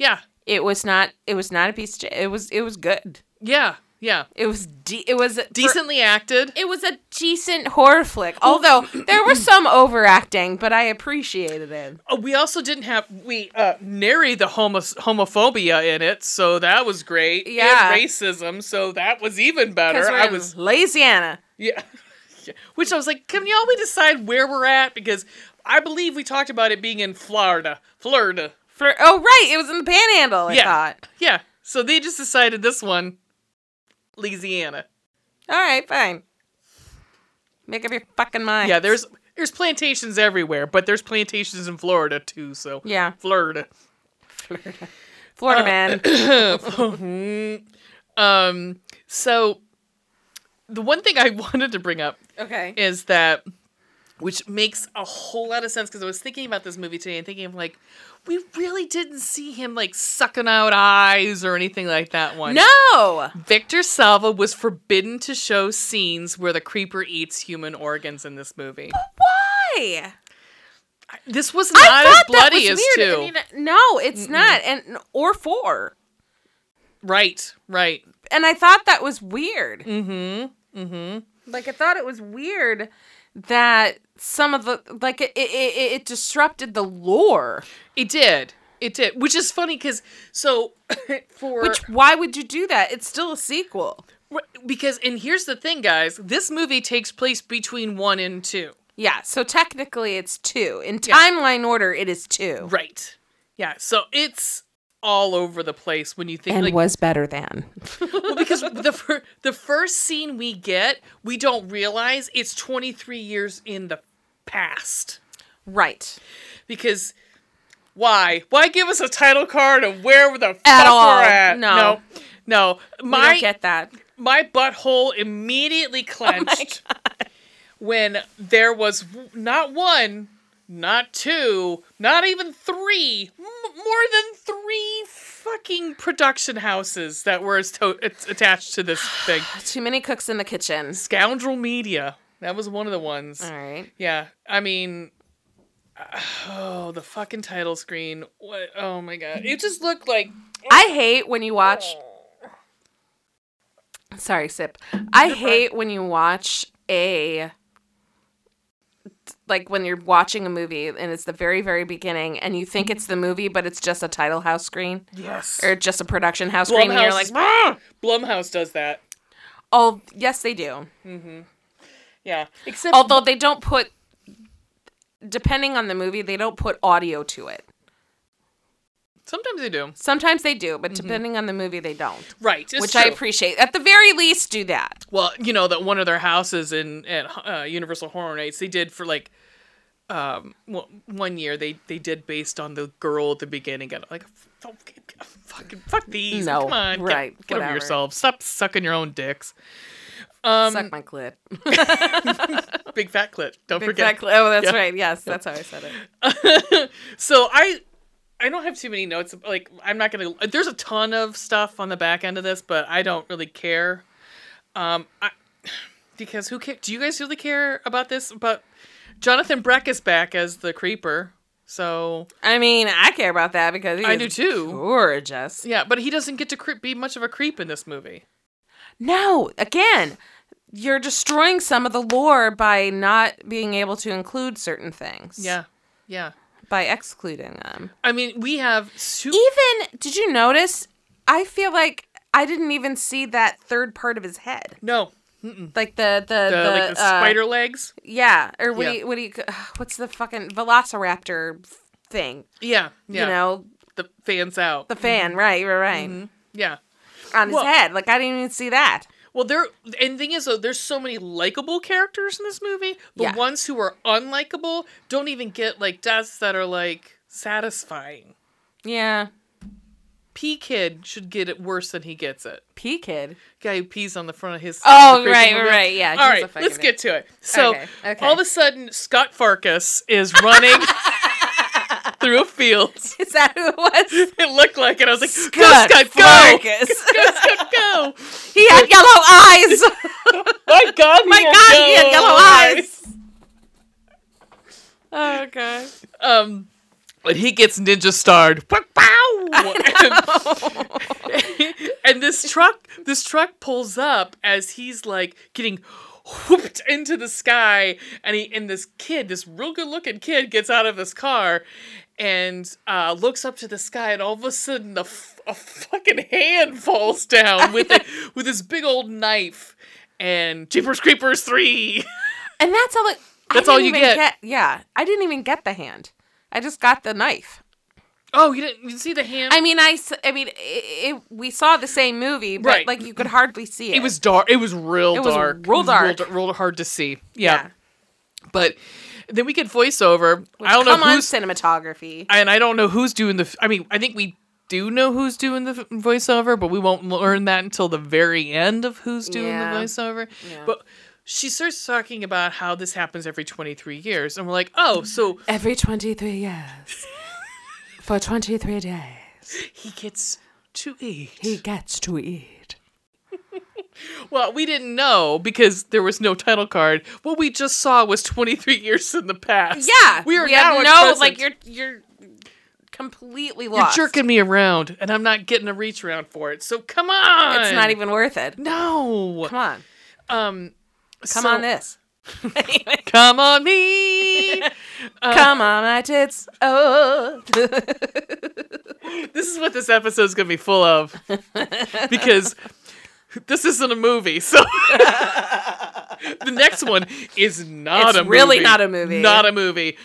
Speaker 2: yeah,
Speaker 1: It was not. It was not a piece. Of, shit. it was. It was good.
Speaker 2: yeah, yeah.
Speaker 1: It was. De- it was for-
Speaker 2: Decently acted.
Speaker 1: it was a decent horror flick.
Speaker 2: (clears throat)
Speaker 1: Although there was some overacting, but I appreciated it.
Speaker 2: Oh, we also didn't have we uh nary the homo- homophobia in it, so that was great. And
Speaker 1: Yeah.
Speaker 2: racism, so that was even better.
Speaker 1: Because we're
Speaker 2: I
Speaker 1: in
Speaker 2: was
Speaker 1: Louisiana.
Speaker 2: Yeah. (laughs) Yeah. Which I was like, can y'all we decide where we're at? Because I believe we talked about it being in Florida. Florida.
Speaker 1: For oh right, it was in the Panhandle. I
Speaker 2: Yeah.
Speaker 1: thought.
Speaker 2: Yeah. So they just decided this one, Louisiana.
Speaker 1: All right, fine. Make up your fucking mind.
Speaker 2: Yeah, there's there's plantations everywhere, but there's plantations in Florida too, so
Speaker 1: yeah.
Speaker 2: Florida. Uh,
Speaker 1: Florida
Speaker 2: (clears throat)
Speaker 1: man.
Speaker 2: Um so the one thing I (laughs) wanted to bring up
Speaker 1: Okay.
Speaker 2: is that which makes a whole lot of sense because I was thinking about this movie today and thinking of like we really didn't see him like sucking out eyes or anything like that one.
Speaker 1: No.
Speaker 2: Victor Salva was forbidden to show scenes where the creeper eats human organs in this movie.
Speaker 1: Why?
Speaker 2: This was not as bloody as
Speaker 1: weird.
Speaker 2: two.
Speaker 1: I mean, no, it's not, and or four.
Speaker 2: right, right.
Speaker 1: And I thought that was weird. Mm-hmm. Mm-hmm. Like I thought it was weird that some of the like it it, it, it disrupted the lore.
Speaker 2: It did. It did. Which is funny because so (coughs) for
Speaker 1: Which why would you do that? It's still a sequel.
Speaker 2: because and here's the thing, guys. This movie takes place between one and two.
Speaker 1: Yeah. So technically, it's two in timeline order. It is two.
Speaker 2: Right. Yeah. So it's all over the place when you think
Speaker 1: And
Speaker 2: like
Speaker 1: was better than.
Speaker 2: well, because the fir- the first scene we get, we don't realize it's 23 years in the past.
Speaker 1: Right.
Speaker 2: Because why? Why give us a title card of where the fuck
Speaker 1: all.
Speaker 2: we're at?
Speaker 1: No.
Speaker 2: No. No.
Speaker 1: I
Speaker 2: My
Speaker 1: get Oh that.
Speaker 2: my butthole
Speaker 1: (laughs)
Speaker 2: immediately clenched when there was w- not one, not two, not even three, m- more than three fucking production houses that were as to- it's attached
Speaker 1: (sighs)
Speaker 2: to this thing.
Speaker 1: Too many cooks in the kitchen.
Speaker 2: Scoundrel Media. That was one of the ones.
Speaker 1: All right.
Speaker 2: Yeah, I mean, (sighs) oh, the fucking title screen. What? Oh my god, it just looked like
Speaker 1: I hate when you watch. Sorry, sip. I hate when you watch a. Like when you're watching a movie and it's the very, very beginning and you think it's the movie, but it's just a title house screen
Speaker 2: yes.
Speaker 1: or just a production house screen. And you're like,
Speaker 2: Blumhouse-
Speaker 1: "Ah!"
Speaker 2: Blumhouse does that.
Speaker 1: oh, yes, they do.
Speaker 2: Yeah, except
Speaker 1: Although they don't put, depending on the movie, they don't put audio to it.
Speaker 2: sometimes they do.
Speaker 1: Sometimes they do, but depending on the movie, they don't.
Speaker 2: Right, Mm-hmm. it's
Speaker 1: which I
Speaker 2: true.
Speaker 1: appreciate. At the very least, do that.
Speaker 2: well, you know that one of their houses in at uh, Universal Horror Nights they did for like um one- one year they they did based on the girl at the beginning and like fuck, fucking fuck these
Speaker 1: No,
Speaker 2: come on get-
Speaker 1: right,
Speaker 2: get, over
Speaker 1: whatever.
Speaker 2: yourselves stop sucking your own dicks Um,
Speaker 1: Suck my clit.
Speaker 2: big fat clit don't
Speaker 1: Big
Speaker 2: forget
Speaker 1: fat clit. Oh, that's
Speaker 2: Yeah.
Speaker 1: right. Yes, that's how I said it.
Speaker 2: so I I don't have too many notes. Like I'm not gonna. There's a ton of stuff on the back end of this, but I don't really care. Um, I because who care? Do you guys really care about this? But Jonathan Breck is back as the creeper. So
Speaker 1: I mean, I care about that because
Speaker 2: I
Speaker 1: he's
Speaker 2: do too.
Speaker 1: Gorgeous.
Speaker 2: Yeah, but he doesn't get to creep, be much of a creep in this movie.
Speaker 1: No, again, you're destroying some of the lore by not being able to include certain things.
Speaker 2: Yeah, yeah.
Speaker 1: by excluding them.
Speaker 2: I mean, we have super.
Speaker 1: Even did you notice? I feel like I didn't even see that third part of his head,
Speaker 2: no,
Speaker 1: like the the,
Speaker 2: Mm. the,
Speaker 1: the,
Speaker 2: like the
Speaker 1: uh,
Speaker 2: spider legs.
Speaker 1: Yeah, or what?
Speaker 2: Yeah.
Speaker 1: Do you, what do you? What's the fucking Velociraptor thing?
Speaker 2: Yeah, yeah.
Speaker 1: You know,
Speaker 2: the fans out.
Speaker 1: the fan, right, right, right,
Speaker 2: yeah.
Speaker 1: on his
Speaker 2: Mm-hmm. Well-
Speaker 1: head. Like I didn't even see that.
Speaker 2: Well, there and thing is though, there's so many likable characters in this movie. The
Speaker 1: Yeah.
Speaker 2: ones who are unlikable don't even get like deaths that are like satisfying.
Speaker 1: Yeah,
Speaker 2: P Kid should get it worse than he gets it.
Speaker 1: P kid.
Speaker 2: Guy who pees on the front of his.
Speaker 1: Oh,
Speaker 2: the creepy
Speaker 1: right,
Speaker 2: movie.
Speaker 1: right, yeah, he's
Speaker 2: All
Speaker 1: a
Speaker 2: right,
Speaker 1: fucking
Speaker 2: let's get to it. So
Speaker 1: Okay, okay.
Speaker 2: all of a sudden, Scott Farkas is
Speaker 1: (laughs)
Speaker 2: running through a field. (laughs)
Speaker 1: Is that who it was?
Speaker 2: It looked like, and I was like,
Speaker 1: Good
Speaker 2: "Go, Scott, go,
Speaker 1: Farkas.
Speaker 2: go, Scott, go!"
Speaker 1: (laughs) he had yellow (laughs) eyes. Oh
Speaker 2: My God,
Speaker 1: My God, he had yellow eyes. (laughs) Oh god.
Speaker 2: Um, but he gets ninja starred. Pow, (laughs) pow! and, this truck, this truck pulls up as he's like getting whooped into the sky, and he and this kid, this real good looking kid, gets out of his car and uh, looks up to the sky, and all of a sudden a, f- a fucking hand falls down with (laughs) a, with this big old knife. And Jeepers Creepers three.
Speaker 1: And that's all. It, I
Speaker 2: That's all
Speaker 1: didn't
Speaker 2: you
Speaker 1: even
Speaker 2: get.
Speaker 1: Yeah, I didn't even get the hand. I just got the knife.
Speaker 2: Oh, you didn't, you didn't see the hand?
Speaker 1: I mean, I, s- I mean, it, it, we saw the same movie, but
Speaker 2: Right.
Speaker 1: like you could hardly see it.
Speaker 2: It was dark. It was real
Speaker 1: It was
Speaker 2: dark.
Speaker 1: real dark.
Speaker 2: Real, real hard to see. Yeah. But then we get voiceover. I don't
Speaker 1: Come
Speaker 2: know
Speaker 1: on,
Speaker 2: who's
Speaker 1: cinematography.
Speaker 2: and I don't know who's doing the. f- I mean, I think we do know who's doing the f- voiceover, but we won't learn that until the very end of who's doing
Speaker 1: Yeah.
Speaker 2: the voiceover.
Speaker 1: Yeah.
Speaker 2: But she starts talking about how this happens every 23 years. And we're like, oh, so
Speaker 1: Every 23 (laughs) years, for 23 days,
Speaker 2: he gets to eat.
Speaker 1: gets to eat.
Speaker 2: Well, we didn't know because there was no title card. What we just saw was 23 (laughs) years in the past.
Speaker 1: Yeah,
Speaker 2: We are
Speaker 1: had
Speaker 2: now in
Speaker 1: no
Speaker 2: present.
Speaker 1: like you're you're completely
Speaker 2: You're
Speaker 1: lost.
Speaker 2: jerking me around, and I'm not getting a reach around for it. So come on.
Speaker 1: It's not even worth it.
Speaker 2: No.
Speaker 1: Come on,
Speaker 2: Um,
Speaker 1: come
Speaker 2: so-
Speaker 1: on this.
Speaker 2: (laughs) Come on me. (laughs) uh,
Speaker 1: come on my tits. Oh,
Speaker 2: this is what this episode's gonna be full
Speaker 1: (laughs)
Speaker 2: of because this isn't a movie so (laughs) the next one is not
Speaker 1: It's
Speaker 2: a
Speaker 1: really
Speaker 2: movie.
Speaker 1: not a movie.
Speaker 2: not a movie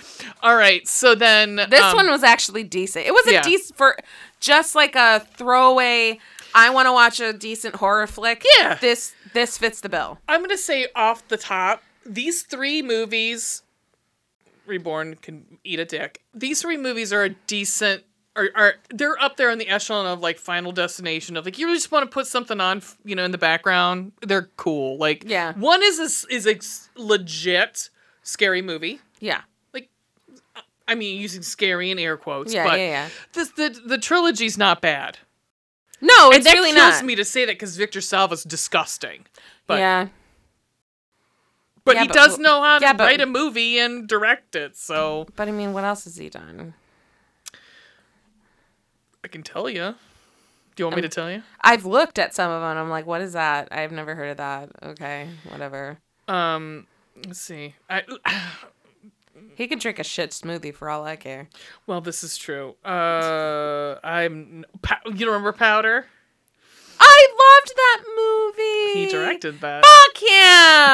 Speaker 2: all right so then
Speaker 1: this
Speaker 2: um,
Speaker 1: one was actually decent. It was a
Speaker 2: yeah.
Speaker 1: decent for just like a throwaway. I want to watch a decent horror flick.
Speaker 2: Yeah.
Speaker 1: this this fits the bill.
Speaker 2: i'm gonna say off the top these three movies reborn can eat a dick these three movies are a decent are, are they're up there in the echelon of like final destination of like you just want to put something on f- you know in the background they're cool like
Speaker 1: Yeah.
Speaker 2: one is a, s- is a s- legit scary movie
Speaker 1: Yeah,
Speaker 2: like i mean using scary in air quotes
Speaker 1: yeah,
Speaker 2: but
Speaker 1: yeah, yeah.
Speaker 2: This, the the trilogy's not bad
Speaker 1: No,
Speaker 2: and
Speaker 1: it's
Speaker 2: that
Speaker 1: really
Speaker 2: kills
Speaker 1: not.
Speaker 2: me to say that because victor salva's disgusting but
Speaker 1: yeah,
Speaker 2: but
Speaker 1: Yeah,
Speaker 2: he
Speaker 1: but
Speaker 2: does
Speaker 1: w-
Speaker 2: know how to
Speaker 1: yeah, but-
Speaker 2: write a movie and direct it so
Speaker 1: but I mean, what else has he done?
Speaker 2: i can tell you do you want me
Speaker 1: Um,
Speaker 2: to tell you
Speaker 1: I've looked at some of them. I'm like, what is that? I've never heard of that. Okay, whatever.
Speaker 2: um let's see i (clears throat)
Speaker 1: He can drink a shit smoothie for all I care.
Speaker 2: well this is true uh i'm pow- you remember powder
Speaker 1: I loved that movie.
Speaker 2: he directed that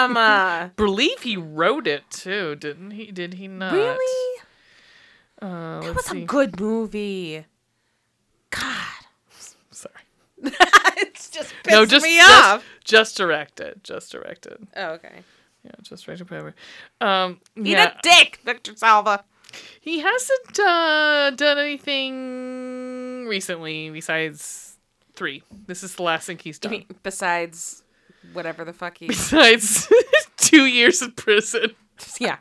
Speaker 1: Fuck
Speaker 2: (laughs)
Speaker 1: him.
Speaker 2: believe he wrote it too didn't he did he not
Speaker 1: really?
Speaker 2: uh,
Speaker 1: That
Speaker 2: let's
Speaker 1: was
Speaker 2: see.
Speaker 1: a good movie. (laughs) God,
Speaker 2: sorry
Speaker 1: it's just pissed
Speaker 2: no, just
Speaker 1: me
Speaker 2: just,
Speaker 1: off.
Speaker 2: just direct it. Just direct it.
Speaker 1: Oh, okay.
Speaker 2: Yeah, just direct it. Probably. Um,
Speaker 1: Eat
Speaker 2: yeah,
Speaker 1: a dick, Victor Salva.
Speaker 2: he hasn't uh, done anything recently besides three. This is the last thing he's done.
Speaker 1: Besides, whatever the fuck (laughs) he.
Speaker 2: (laughs) Besides (laughs) two years in prison,
Speaker 1: yeah,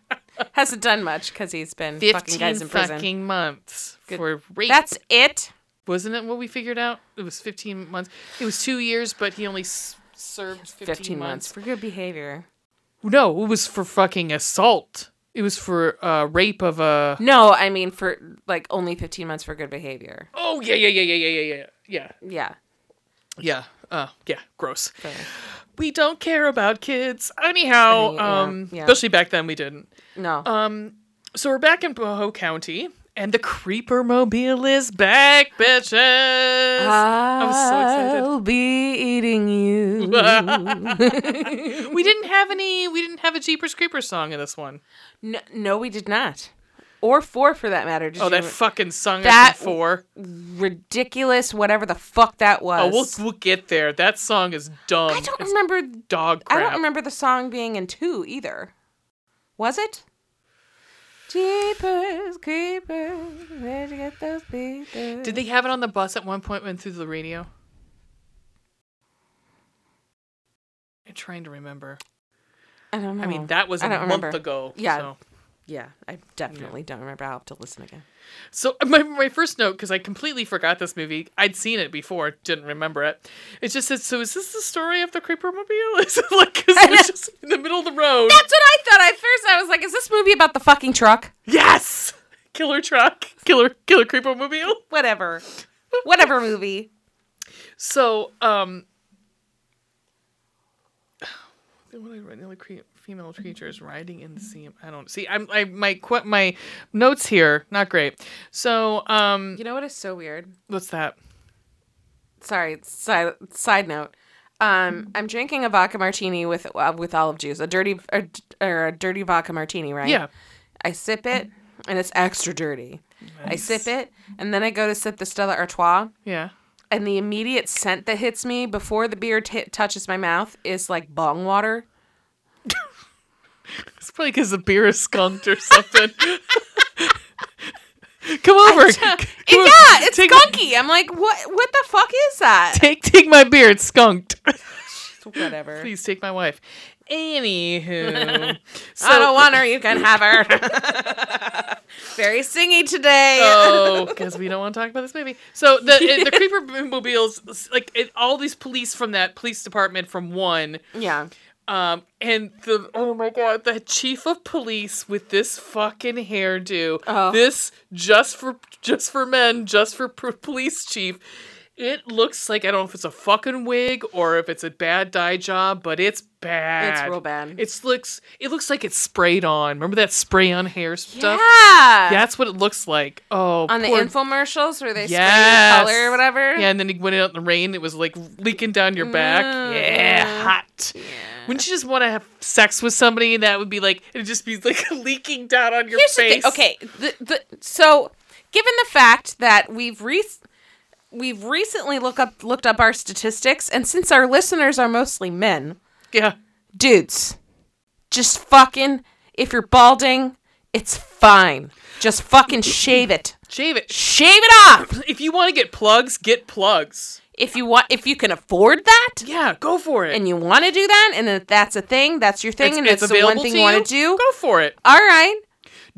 Speaker 1: hasn't done much because he's been fucking guys in prison.
Speaker 2: fucking months
Speaker 1: Good.
Speaker 2: for rape.
Speaker 1: That's it.
Speaker 2: wasn't it what we figured out. It was fifteen months. It was two years, but he only s- served fifteen,
Speaker 1: 15
Speaker 2: months.
Speaker 1: months for good behavior.
Speaker 2: No, it was for fucking assault. It was for uh, rape of a.
Speaker 1: No, I mean for like only 15 months for good behavior.
Speaker 2: Oh yeah, yeah, yeah, yeah, yeah, yeah, yeah, yeah,
Speaker 1: Yeah.
Speaker 2: yeah. Uh, yeah, gross.
Speaker 1: fair.
Speaker 2: We don't care about kids, anyhow.
Speaker 1: Any- yeah,
Speaker 2: um,
Speaker 1: yeah.
Speaker 2: especially back then, we didn't.
Speaker 1: No.
Speaker 2: Um, so we're back in Boho County, and the Creeper Mobile is back, bitches.
Speaker 1: Uh.
Speaker 2: I
Speaker 1: I'll be eating you.
Speaker 2: was so excited. we didn't have any. We didn't have a Jeepers Creepers song in this one.
Speaker 1: no, no, we did not. Or four for that matter. Did
Speaker 2: Oh,
Speaker 1: you
Speaker 2: that fucking song
Speaker 1: That-
Speaker 2: that four.
Speaker 1: ridiculous, whatever the fuck that was.
Speaker 2: Oh, we'll we'll get there. That song is dumb.
Speaker 1: I don't
Speaker 2: It's
Speaker 1: remember.
Speaker 2: dog
Speaker 1: I
Speaker 2: crap.
Speaker 1: don't remember the song being in two either. Was it? Jeepers, creepers, where'd you get those people?
Speaker 2: Did they have it on the bus at one point when through the radio? I'm trying to remember.
Speaker 1: I don't know.
Speaker 2: I mean, that was
Speaker 1: Oh, I
Speaker 2: a
Speaker 1: don't
Speaker 2: month
Speaker 1: remember.
Speaker 2: ago.
Speaker 1: Yeah.
Speaker 2: So,
Speaker 1: yeah, I definitely don't remember. I'll have to listen again.
Speaker 2: so (laughs) my, my first note, because I completely forgot this movie. I'd seen it before, didn't remember it. It just says, so is this the story of the Creeper Mobile? (laughs) Is it like, because it was just in the middle of the road.
Speaker 1: That's what I thought at first. I was like, is this movie about the fucking truck?
Speaker 2: Yes! Killer truck. Killer, killer Creeper Mobile.
Speaker 1: Whatever. Whatever movie.
Speaker 2: So, um, (sighs) what did I write? Nearly cre- female creatures riding in the sea. I don't see. I'm. I my qu- my notes here not great. So, um,
Speaker 1: You know what is so weird?
Speaker 2: what's that?
Speaker 1: Sorry, side, side note. Um, I'm drinking a vodka martini with uh, with olive juice, a dirty or, or a dirty vodka martini, right?
Speaker 2: Yeah.
Speaker 1: I sip it, and it's extra dirty. I sip it, and then I go to sip the Stella Artois,
Speaker 2: Yeah.
Speaker 1: and the immediate scent that hits me before the beer t- touches my mouth is like bong (laughs) water.
Speaker 2: It's probably because the beer is skunked or something. (laughs) Come over. C- come over.
Speaker 1: yeah, it's
Speaker 2: take
Speaker 1: gunky. I'm like, what? What the fuck is that?
Speaker 2: Take take my beer. It's skunked.
Speaker 1: Whatever.
Speaker 2: Please take my wife.
Speaker 1: (laughs)
Speaker 2: Anywho, so,
Speaker 1: I don't want her. You can have her. (laughs) Very singy today.
Speaker 2: (laughs) Oh, because we don't want to talk about this movie. So the
Speaker 1: (laughs)
Speaker 2: it- the creeper mobiles, like it, all these police from that police department from one,
Speaker 1: yeah.
Speaker 2: um, and the oh my god, the chief of police with this fucking hairdo,
Speaker 1: Oh.
Speaker 2: this just for just for men, just for pr- police chief. It looks like I don't know if it's a fucking wig or if it's a bad dye job, but it's bad.
Speaker 1: It's real bad.
Speaker 2: It's looks it looks like it's sprayed on. Remember that spray on hair stuff?
Speaker 1: Yeah.
Speaker 2: That's what it looks like. Oh,
Speaker 1: On the
Speaker 2: poor-
Speaker 1: infomercials where they
Speaker 2: Yes.
Speaker 1: spray the color or whatever.
Speaker 2: Yeah, and then he went out in the rain. It was like leaking down your back.
Speaker 1: Mm.
Speaker 2: Yeah, hot. Wouldn't you just want to have sex with somebody? and That would be like it'd just be like (laughs) leaking down on your
Speaker 1: Here's the thing.
Speaker 2: face.
Speaker 1: Okay. The, the, so, given the fact that we've re- we've recently look up looked up our statistics, and since our listeners are mostly men,
Speaker 2: Yeah.
Speaker 1: dudes, just fucking. If you're balding, it's fine. Just fucking shave it.
Speaker 2: Shave it.
Speaker 1: Shave it off.
Speaker 2: If you want to get plugs, get plugs.
Speaker 1: If you want, if you can afford that,
Speaker 2: Yeah, go for it.
Speaker 1: and you want to do that, and if that's a thing, that's your thing, and it's, the one
Speaker 2: available
Speaker 1: thing
Speaker 2: to
Speaker 1: you want to do.
Speaker 2: Go for it.
Speaker 1: All right,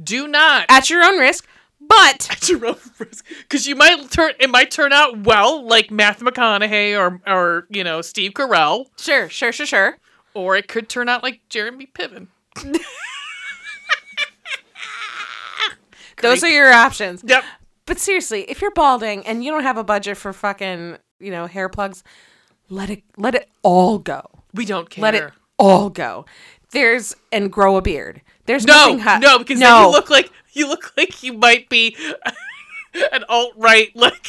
Speaker 2: Do not (laughs)
Speaker 1: at your own risk. But
Speaker 2: at your own risk because you might turn it might turn out well, like Matthew McConaughey or or you know Steve Carell,
Speaker 1: sure, sure, sure, sure.
Speaker 2: or it could turn out like Jeremy Piven.
Speaker 1: Those are your options.
Speaker 2: Yep.
Speaker 1: But seriously, if you're balding and you don't have a budget for fucking, you know, hair plugs, let it let it all go.
Speaker 2: We don't care.
Speaker 1: Let it all go. There's and grow a beard. There's (laughs)
Speaker 2: No,
Speaker 1: nothing hot.
Speaker 2: no, because then you look like you look like you might be (laughs) an alt right. Like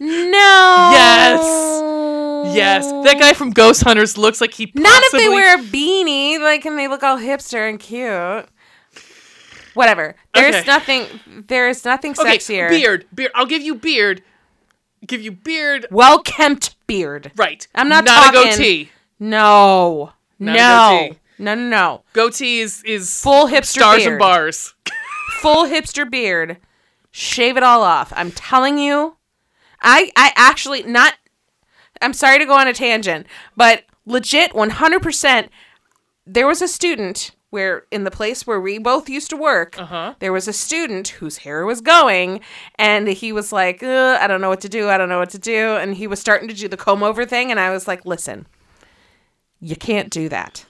Speaker 1: no.
Speaker 2: Yes. yes, that guy from Ghost Hunters looks like he. Possibly,
Speaker 1: Not if they wear a beanie, like, and they look all hipster and cute. Whatever. There's
Speaker 2: Okay.
Speaker 1: nothing. There is nothing
Speaker 2: okay,
Speaker 1: sexier.
Speaker 2: beard, beard. I'll give you beard. Give you beard.
Speaker 1: Well kept beard.
Speaker 2: Right.
Speaker 1: I'm not
Speaker 2: not
Speaker 1: talking-
Speaker 2: a goatee.
Speaker 1: No.
Speaker 2: a
Speaker 1: no.
Speaker 2: goatee.
Speaker 1: No. No. No.
Speaker 2: Goatee is is
Speaker 1: Full hipster
Speaker 2: stars
Speaker 1: beard.
Speaker 2: and bars.
Speaker 1: full hipster beard, shave it all off. I'm telling you, I I actually not. I'm sorry to go on a tangent, but legit, 100%. There was a student where in the place where we both used to work,
Speaker 2: Uh-huh.
Speaker 1: there was a student whose hair was going, and he was like, "Ugh, I don't know what to do. I don't know what to do, and he was starting to do the comb over thing, and I was like, listen, you can't do that.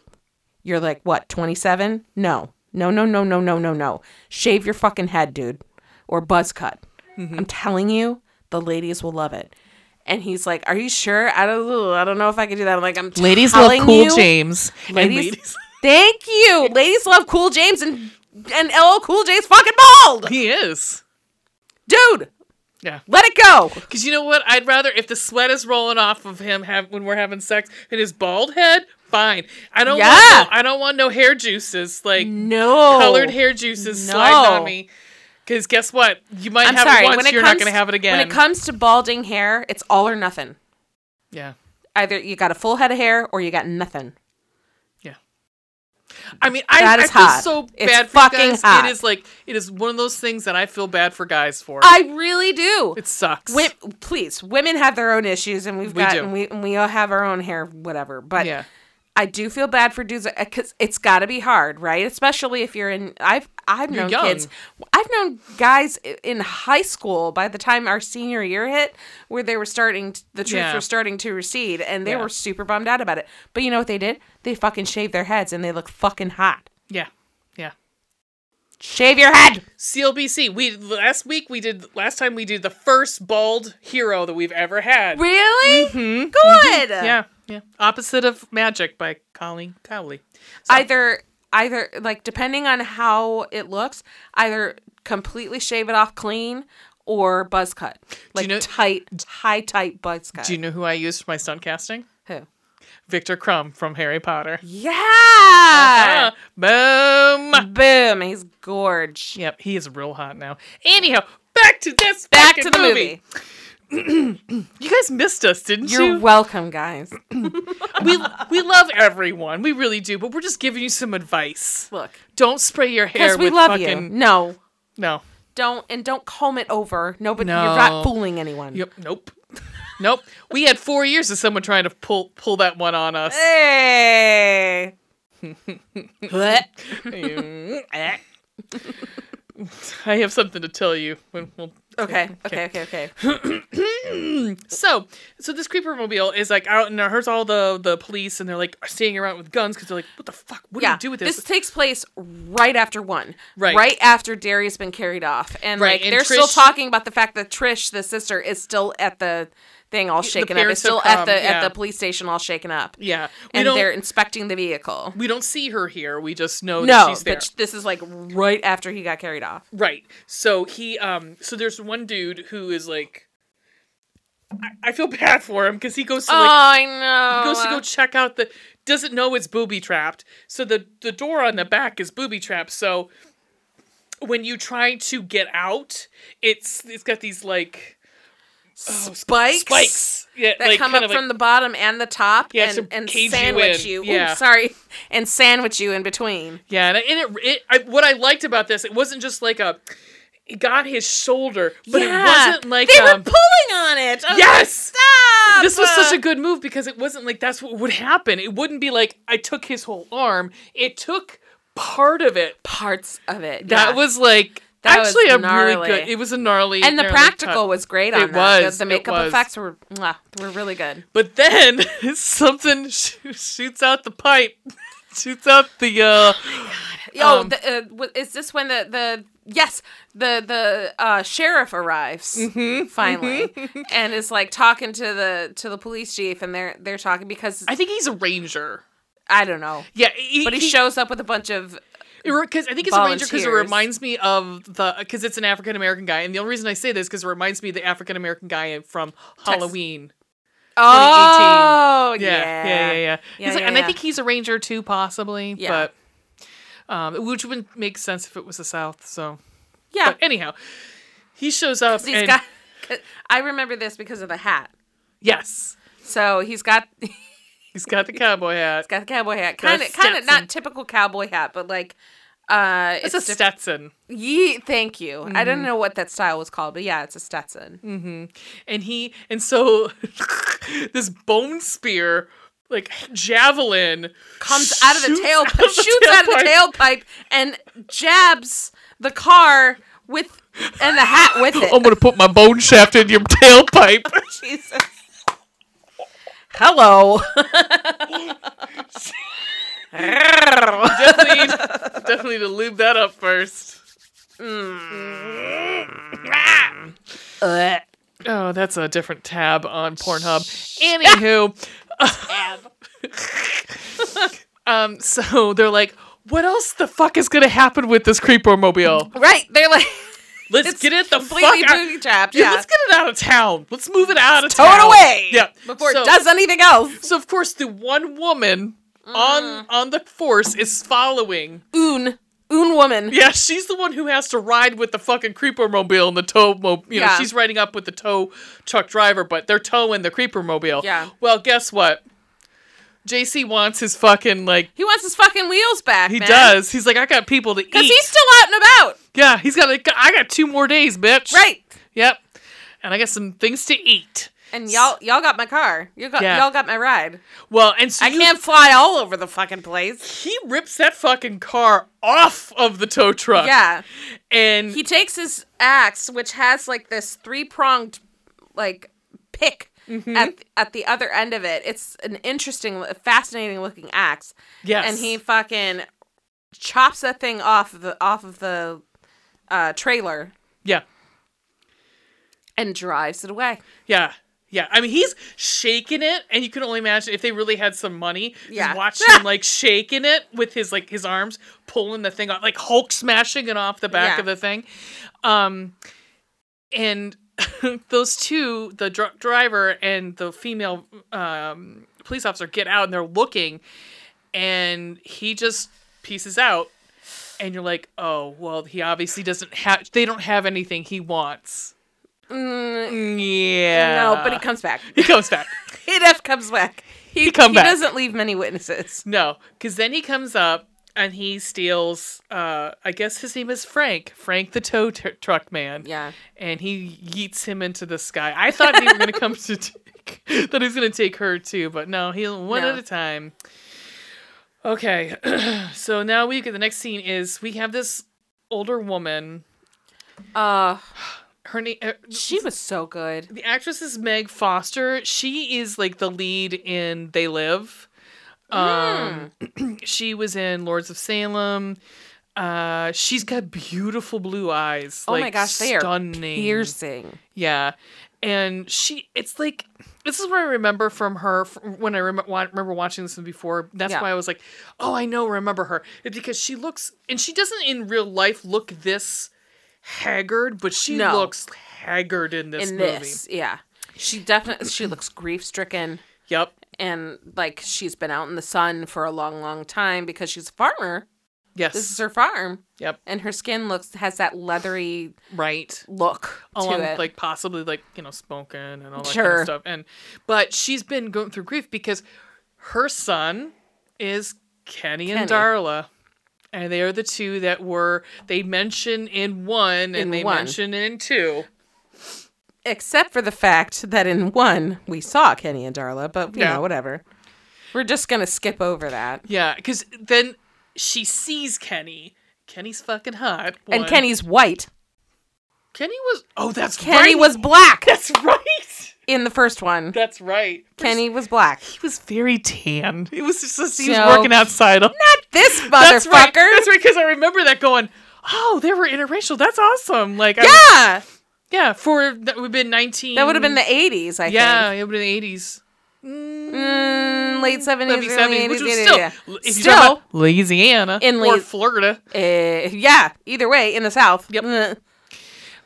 Speaker 1: You're like, what, 27? No. No, no, no, no, no, no, no. Shave your fucking head, dude. Or buzz cut. I'm telling you, the ladies will love it. And he's like, Are you sure? I don't know. I don't know if I could do that. I'm like, I'm telling you,
Speaker 2: James.
Speaker 1: Ladies,
Speaker 2: (laughs)
Speaker 1: Thank you. Ladies love Cool James and and LL Cool J's fucking bald.
Speaker 2: he is.
Speaker 1: Dude,
Speaker 2: Yeah.
Speaker 1: let it go.
Speaker 2: Because you know what? I'd rather if the sweat is rolling off of him have, when we're having sex and his bald head, fine. I don't
Speaker 1: Yeah.
Speaker 2: want no, I don't want no hair juices like
Speaker 1: No.
Speaker 2: colored hair juices sliding on
Speaker 1: no.
Speaker 2: me. Because guess what? You might
Speaker 1: I'm
Speaker 2: have
Speaker 1: sorry.
Speaker 2: it once,
Speaker 1: when it
Speaker 2: you're
Speaker 1: comes,
Speaker 2: not going to have it again.
Speaker 1: When it comes to balding hair, it's all or nothing.
Speaker 2: yeah,
Speaker 1: Either you got a full head of hair or you got nothing.
Speaker 2: yeah. I mean, I,
Speaker 1: That is
Speaker 2: I feel
Speaker 1: hot.
Speaker 2: so
Speaker 1: It's
Speaker 2: bad for
Speaker 1: fucking
Speaker 2: guys.
Speaker 1: hot.
Speaker 2: It is like it is one of those things that I feel bad for guys for.
Speaker 1: I really do.
Speaker 2: it sucks.
Speaker 1: Wim- please, women have their own issues, and we've
Speaker 2: We
Speaker 1: got
Speaker 2: do.
Speaker 1: and we and we all have our own hair, whatever. But
Speaker 2: yeah,
Speaker 1: I do feel bad for dudes because it's got to be hard, right? Especially if you're in. I've I've known
Speaker 2: young.
Speaker 1: kids. I've known guys i- in high school by the time our senior year hit, where they were starting t- the truth
Speaker 2: Yeah.
Speaker 1: were starting to recede, and they
Speaker 2: Yeah.
Speaker 1: were super bummed out about it. But you know what they did? They fucking shaved their heads, and they look fucking hot.
Speaker 2: yeah, yeah.
Speaker 1: Shave your head.
Speaker 2: Mm-hmm. CLBC. We last week we did last time we did the first bald hero that we've ever had.
Speaker 1: Really? Good.
Speaker 2: Mm-hmm. Yeah, yeah. Opposite of Magic by Colleen Cowley.
Speaker 1: either either like depending on how it looks, either completely shave it off clean or buzz cut, like
Speaker 2: know-
Speaker 1: tight, high tight buzz cut.
Speaker 2: Do you Uh-huh. know who I used for my stunt casting?
Speaker 1: Who?
Speaker 2: Victor Crumb from Harry Potter.
Speaker 1: Yeah.
Speaker 2: Ah, boom.
Speaker 1: Boom. He's gorge.
Speaker 2: Yep, he is real hot now. Anyhow, back to this.
Speaker 1: Back
Speaker 2: fucking
Speaker 1: to the movie.
Speaker 2: You guys missed us, didn't
Speaker 1: You're
Speaker 2: you?
Speaker 1: welcome, guys.
Speaker 2: we we love everyone. We really do, but we're just giving you some advice.
Speaker 1: Look,
Speaker 2: Don't spray your hair
Speaker 1: because we
Speaker 2: with
Speaker 1: love you.
Speaker 2: fucking
Speaker 1: No,
Speaker 2: no.
Speaker 1: don't and don't comb it over. Nobody, you're not
Speaker 2: No.
Speaker 1: fooling anyone.
Speaker 2: Yep. Nope. (laughs) nope. We had four years of someone trying to pull pull that one on us. (laughs)
Speaker 1: Hey. Eh.
Speaker 2: I have something to tell you. When we'll
Speaker 1: Okay, okay, okay, okay.
Speaker 2: so so this creeper mobile is like out and it hurts all the the police and they're like standing around with guns because they're like, what the fuck? What do you do with this?
Speaker 1: takes place right after one,
Speaker 2: Right.
Speaker 1: right after Derry's been carried off, and
Speaker 2: Right,
Speaker 1: like
Speaker 2: and
Speaker 1: they're still
Speaker 2: Trish-
Speaker 1: talking about the fact that Trish, the sister, is still at the thing all shaken up, is
Speaker 2: parents have
Speaker 1: still at
Speaker 2: come,
Speaker 1: the
Speaker 2: yeah.
Speaker 1: at the police station all shaken up,
Speaker 2: yeah, we
Speaker 1: and
Speaker 2: don't
Speaker 1: they're inspecting the vehicle.
Speaker 2: we don't see her here. We just know that
Speaker 1: No,
Speaker 2: she's there.
Speaker 1: but this is like right after he got carried off.
Speaker 2: Right. So he um so there's one dude who is like I, I feel (laughs) bad for him because he goes to
Speaker 1: oh,
Speaker 2: like
Speaker 1: I know.
Speaker 2: he goes to go check out the doesn't know it's booby trapped. So the the door on the back is booby trapped. So when you try to get out, it's it's got these like oh,
Speaker 1: spikes.
Speaker 2: spikes yeah,
Speaker 1: that
Speaker 2: like,
Speaker 1: come up
Speaker 2: kind of like-
Speaker 1: from the bottom and the top
Speaker 2: Yeah,
Speaker 1: and,
Speaker 2: to
Speaker 1: and
Speaker 2: cage you
Speaker 1: sandwich
Speaker 2: in.
Speaker 1: you. Ooh,
Speaker 2: Yeah.
Speaker 1: sorry. (laughs) And sandwich you in between.
Speaker 2: Yeah, and, I- and it, it I, what I liked about this, it wasn't just like a it got his shoulder, but it wasn't like
Speaker 1: they
Speaker 2: um,
Speaker 1: were pulling on it. I was
Speaker 2: yes.
Speaker 1: like, Stop!
Speaker 2: this was such a good move because it wasn't like that's what would happen. It wouldn't be like I took his whole arm. It took part of it.
Speaker 1: parts of it.
Speaker 2: That
Speaker 1: yeah.
Speaker 2: was like
Speaker 1: That was
Speaker 2: actually a really
Speaker 1: gnarly.
Speaker 2: good. It was a gnarly
Speaker 1: and the
Speaker 2: gnarly
Speaker 1: practical
Speaker 2: cut.
Speaker 1: was great
Speaker 2: It
Speaker 1: on that. The-
Speaker 2: was,
Speaker 1: The,
Speaker 2: it
Speaker 1: makeup
Speaker 2: was. Um,
Speaker 1: effects were mwah, were really good.
Speaker 2: But then (laughs) something sh- shoots out the pipe. (laughs) shoots out the uh
Speaker 1: Yo,
Speaker 2: Um,
Speaker 1: the, uh, w- is this when the the yes the the uh, sheriff arrives
Speaker 2: Mm-hmm,
Speaker 1: finally and is like talking to the to the police chief and they're they're talking because
Speaker 2: I think he's a ranger.
Speaker 1: I don't know
Speaker 2: Yeah,
Speaker 1: but he shows up with a bunch of
Speaker 2: because I think it's a ranger because it
Speaker 1: Volunteers.
Speaker 2: reminds me of the because it's an African American guy, and the only reason I say this because it reminds me of the African American guy from Halloween.
Speaker 1: oh
Speaker 2: yeah, yeah, yeah, yeah.
Speaker 1: Yeah,
Speaker 2: He's like-
Speaker 1: yeah,
Speaker 2: and
Speaker 1: yeah.
Speaker 2: I think he's a ranger too, possibly.
Speaker 1: Yeah.
Speaker 2: But um, which wouldn't make sense if it was the South. So,
Speaker 1: yeah.
Speaker 2: but anyhow, he shows up.
Speaker 1: he's
Speaker 2: and-
Speaker 1: got. (laughs) I remember this because of the hat.
Speaker 2: yes,
Speaker 1: So he's got he's
Speaker 2: he's
Speaker 1: (laughs)
Speaker 2: got the cowboy hat.
Speaker 1: got the cowboy hat,
Speaker 2: Got a
Speaker 1: kind of kind of
Speaker 2: Stetson.
Speaker 1: not typical cowboy hat, but like uh,
Speaker 2: It's a
Speaker 1: diff-
Speaker 2: Stetson, Mm.
Speaker 1: Ye- thank you. I don't know what that style was called, but yeah, it's a Stetson.
Speaker 2: and he and so (laughs) this bone spear. Like javelin
Speaker 1: Comes out of the
Speaker 2: shoots
Speaker 1: tailpipe,
Speaker 2: out of the
Speaker 1: shoots out of the
Speaker 2: tailpipe.
Speaker 1: tailpipe, and jabs the car with and the hat with
Speaker 2: (laughs)
Speaker 1: it.
Speaker 2: I'm gonna put Oh my bone shaft in your tailpipe.
Speaker 1: Jesus. (laughs) Hello.
Speaker 2: (laughs) definitely, need- definitely need to lube that up first. Oh, that's a different tab on Pornhub. Anywho, um, so they're like, what else the fuck is gonna happen with this creeper mobile?
Speaker 1: Right. They're like
Speaker 2: Let's
Speaker 1: It's
Speaker 2: get it the fuck
Speaker 1: completely
Speaker 2: out.
Speaker 1: booby trapped.
Speaker 2: Yeah,
Speaker 1: Yeah.
Speaker 2: let's get it out of town. Let's move it out of
Speaker 1: Throw it
Speaker 2: town.
Speaker 1: away.
Speaker 2: Yeah,
Speaker 1: Before
Speaker 2: So-
Speaker 1: it does anything else.
Speaker 2: So of course, the one woman
Speaker 1: Mm.
Speaker 2: on on the force is following.
Speaker 1: Oon. Oon woman.
Speaker 2: Yeah, she's the one who has to ride with the fucking creeper mobile and the tow. Mo- you know,
Speaker 1: Yeah.
Speaker 2: she's riding up with the tow truck driver, but they're towing the creeper mobile.
Speaker 1: Yeah.
Speaker 2: Well, guess what? JC wants his fucking like.
Speaker 1: He wants his fucking wheels back.
Speaker 2: He does. He's like, I got people to eat.
Speaker 1: Because he's still out and about.
Speaker 2: yeah, he's got. Like, I got two more days, bitch.
Speaker 1: Right.
Speaker 2: Yep. And I got some things to eat.
Speaker 1: And y'all y'all got my car. You got
Speaker 2: Yeah.
Speaker 1: y'all got my ride.
Speaker 2: Well, and so
Speaker 1: I
Speaker 2: you-
Speaker 1: can't fly all over the fucking place.
Speaker 2: he rips that fucking car off of the tow truck.
Speaker 1: Yeah.
Speaker 2: And
Speaker 1: He takes his axe, which has like this three pronged like pick at at the other end of it. It's an interesting fascinating looking axe.
Speaker 2: yes.
Speaker 1: and he fucking chops that thing off the off of the uh, trailer
Speaker 2: Yeah.
Speaker 1: and drives it away.
Speaker 2: Yeah. Yeah. I mean, he's shaking it, and you can only imagine if they really had some money.
Speaker 1: Yeah. (laughs)
Speaker 2: Just watch him like shaking it with his like his arms, pulling the thing off, like Hulk smashing it off the back
Speaker 1: Yeah.
Speaker 2: of the thing. Um, and (laughs) those two, the dr- driver and the female um, police officer, get out and they're looking, and he just pieces out. And you're like, oh, well, he obviously doesn't have, they don't have anything he wants. yeah.
Speaker 1: Mm, No, but he comes back. (laughs)
Speaker 2: He comes back.
Speaker 1: He def comes back. He,
Speaker 2: come
Speaker 1: he
Speaker 2: back.
Speaker 1: doesn't leave many witnesses.
Speaker 2: No, because then he comes up and he steals. Uh, I guess his name is Frank. Frank the tow tr- truck man.
Speaker 1: Yeah.
Speaker 2: And he yeets him into the sky. I thought they were gonna
Speaker 1: (laughs)
Speaker 2: come to take. That he's gonna take her too, but no, he one
Speaker 1: No.
Speaker 2: at a time. Okay. (clears throat) so now we get the next scene is we have this older woman.
Speaker 1: Uh,
Speaker 2: Her name
Speaker 1: she was so good.
Speaker 2: the actress is Meg Foster. She is like the lead in They Live. Um,
Speaker 1: Hmm.
Speaker 2: (clears throat) she was in Lords of Salem. Uh, she's got beautiful blue eyes.
Speaker 1: Oh my
Speaker 2: like,
Speaker 1: gosh, they are
Speaker 2: stunning.
Speaker 1: Piercing.
Speaker 2: Yeah, and she. It's like this is what I remember from her from when I rem- wa- remember watching this one before. That's
Speaker 1: Yeah.
Speaker 2: why I was like, oh, I know, remember her. It's because she looks, and she doesn't in real life look this haggard, but she
Speaker 1: No.
Speaker 2: looks haggard in this
Speaker 1: in
Speaker 2: movie.
Speaker 1: this, yeah. She definitely she looks grief stricken
Speaker 2: Yep.
Speaker 1: and like she's been out in the sun for a long, long time because she's a farmer.
Speaker 2: Yes.
Speaker 1: This is her farm,
Speaker 2: Yep.
Speaker 1: and her skin looks has that leathery
Speaker 2: Right.
Speaker 1: look
Speaker 2: Along
Speaker 1: to
Speaker 2: with
Speaker 1: it.
Speaker 2: like possibly like you know smoking and all that kind
Speaker 1: Sure.
Speaker 2: of stuff. And but she's been going through grief because her son is Kenny, and
Speaker 1: Kenny.
Speaker 2: Darla. And they are the two that were they mention in one and
Speaker 1: In
Speaker 2: they
Speaker 1: one.
Speaker 2: mention in two.
Speaker 1: Except for the fact that in one we saw Kenny and Darla, but you
Speaker 2: Yeah.
Speaker 1: know whatever. We're just gonna skip over that.
Speaker 2: Yeah, because then she sees Kenny. Kenny's fucking hot.
Speaker 1: And
Speaker 2: one.
Speaker 1: Kenny's white.
Speaker 2: Kenny was oh that's
Speaker 1: Kenny
Speaker 2: right.
Speaker 1: was black
Speaker 2: (laughs) that's right.
Speaker 1: in the first one.
Speaker 2: That's right.
Speaker 1: Kenny was black.
Speaker 2: he was very tan. It was just he
Speaker 1: So-
Speaker 2: was working outside. all-
Speaker 1: Not this motherfucker.
Speaker 2: (laughs) That's right. That's right. Because I remember that going. Oh, they were interracial. That's awesome. Like, yeah,
Speaker 1: Yeah,
Speaker 2: yeah. For that would have been nineteen.
Speaker 1: that would have been the '80s, I
Speaker 2: Mm. yeah.
Speaker 1: think.
Speaker 2: It would have been the eighties. Mm,
Speaker 1: Mm, late '70s,
Speaker 2: seventies,
Speaker 1: early
Speaker 2: seventies,
Speaker 1: '80s.
Speaker 2: which was
Speaker 1: yeah,
Speaker 2: still,
Speaker 1: yeah, yeah.
Speaker 2: if you
Speaker 1: Still,
Speaker 2: talk about Louisiana
Speaker 1: In
Speaker 2: or
Speaker 1: Lee-
Speaker 2: Florida,
Speaker 1: uh, yeah. Either way, in the South.
Speaker 2: Yep.
Speaker 1: Mm.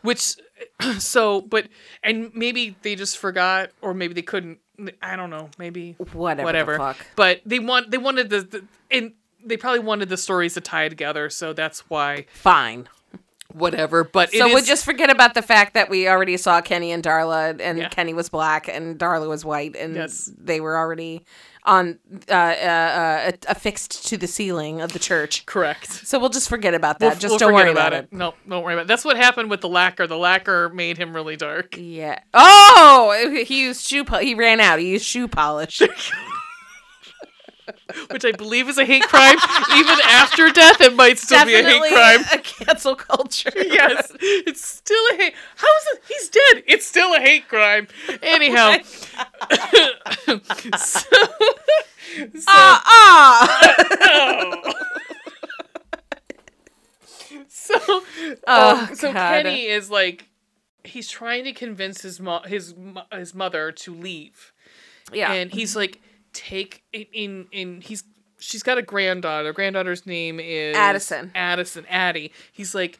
Speaker 2: which (clears throat) so, but and maybe they just forgot, or maybe they couldn't. I don't know. Maybe
Speaker 1: Whatever.
Speaker 2: whatever.
Speaker 1: The fuck.
Speaker 2: But they want they wanted the, the and they probably wanted the stories to tie together, so that's why
Speaker 1: Fine.
Speaker 2: whatever. But it
Speaker 1: So we'll
Speaker 2: is-
Speaker 1: just forget about the fact that we already saw Kenny and Darla, and
Speaker 2: Yeah.
Speaker 1: Kenny was black and Darla was white, and
Speaker 2: Yes.
Speaker 1: they were already on uh, uh, uh, affixed to the ceiling of the church.
Speaker 2: correct.
Speaker 1: So we'll just forget about
Speaker 2: We'll
Speaker 1: that.
Speaker 2: f-
Speaker 1: just
Speaker 2: we'll
Speaker 1: don't
Speaker 2: forget
Speaker 1: worry about, it.
Speaker 2: No, don't worry about it. That's what happened with the lacquer. The lacquer made him
Speaker 1: (laughs)
Speaker 2: really dark.
Speaker 1: Yeah. Oh, he used shoe. Po- he ran out. He used shoe
Speaker 2: (laughs)
Speaker 1: polish.
Speaker 2: Which I believe is a hate crime. Even after death, it might still be a hate
Speaker 1: (laughs)
Speaker 2: crime.
Speaker 1: a cancel culture.
Speaker 2: Yes, it's still a hate. How is it? He's dead. It's still a hate crime.
Speaker 1: (laughs)
Speaker 2: Anyhow, (laughs) so, so-
Speaker 1: Ah, (laughs) ah.
Speaker 2: so,
Speaker 1: Oh,
Speaker 2: um, so
Speaker 1: God.
Speaker 2: Kenny is like, he's trying to convince his mo- his mo- his mother to leave.
Speaker 1: yeah.
Speaker 2: and he's like take in, in in he's she's got a granddaughter granddaughter's name is
Speaker 1: Addison.
Speaker 2: addison addie he's like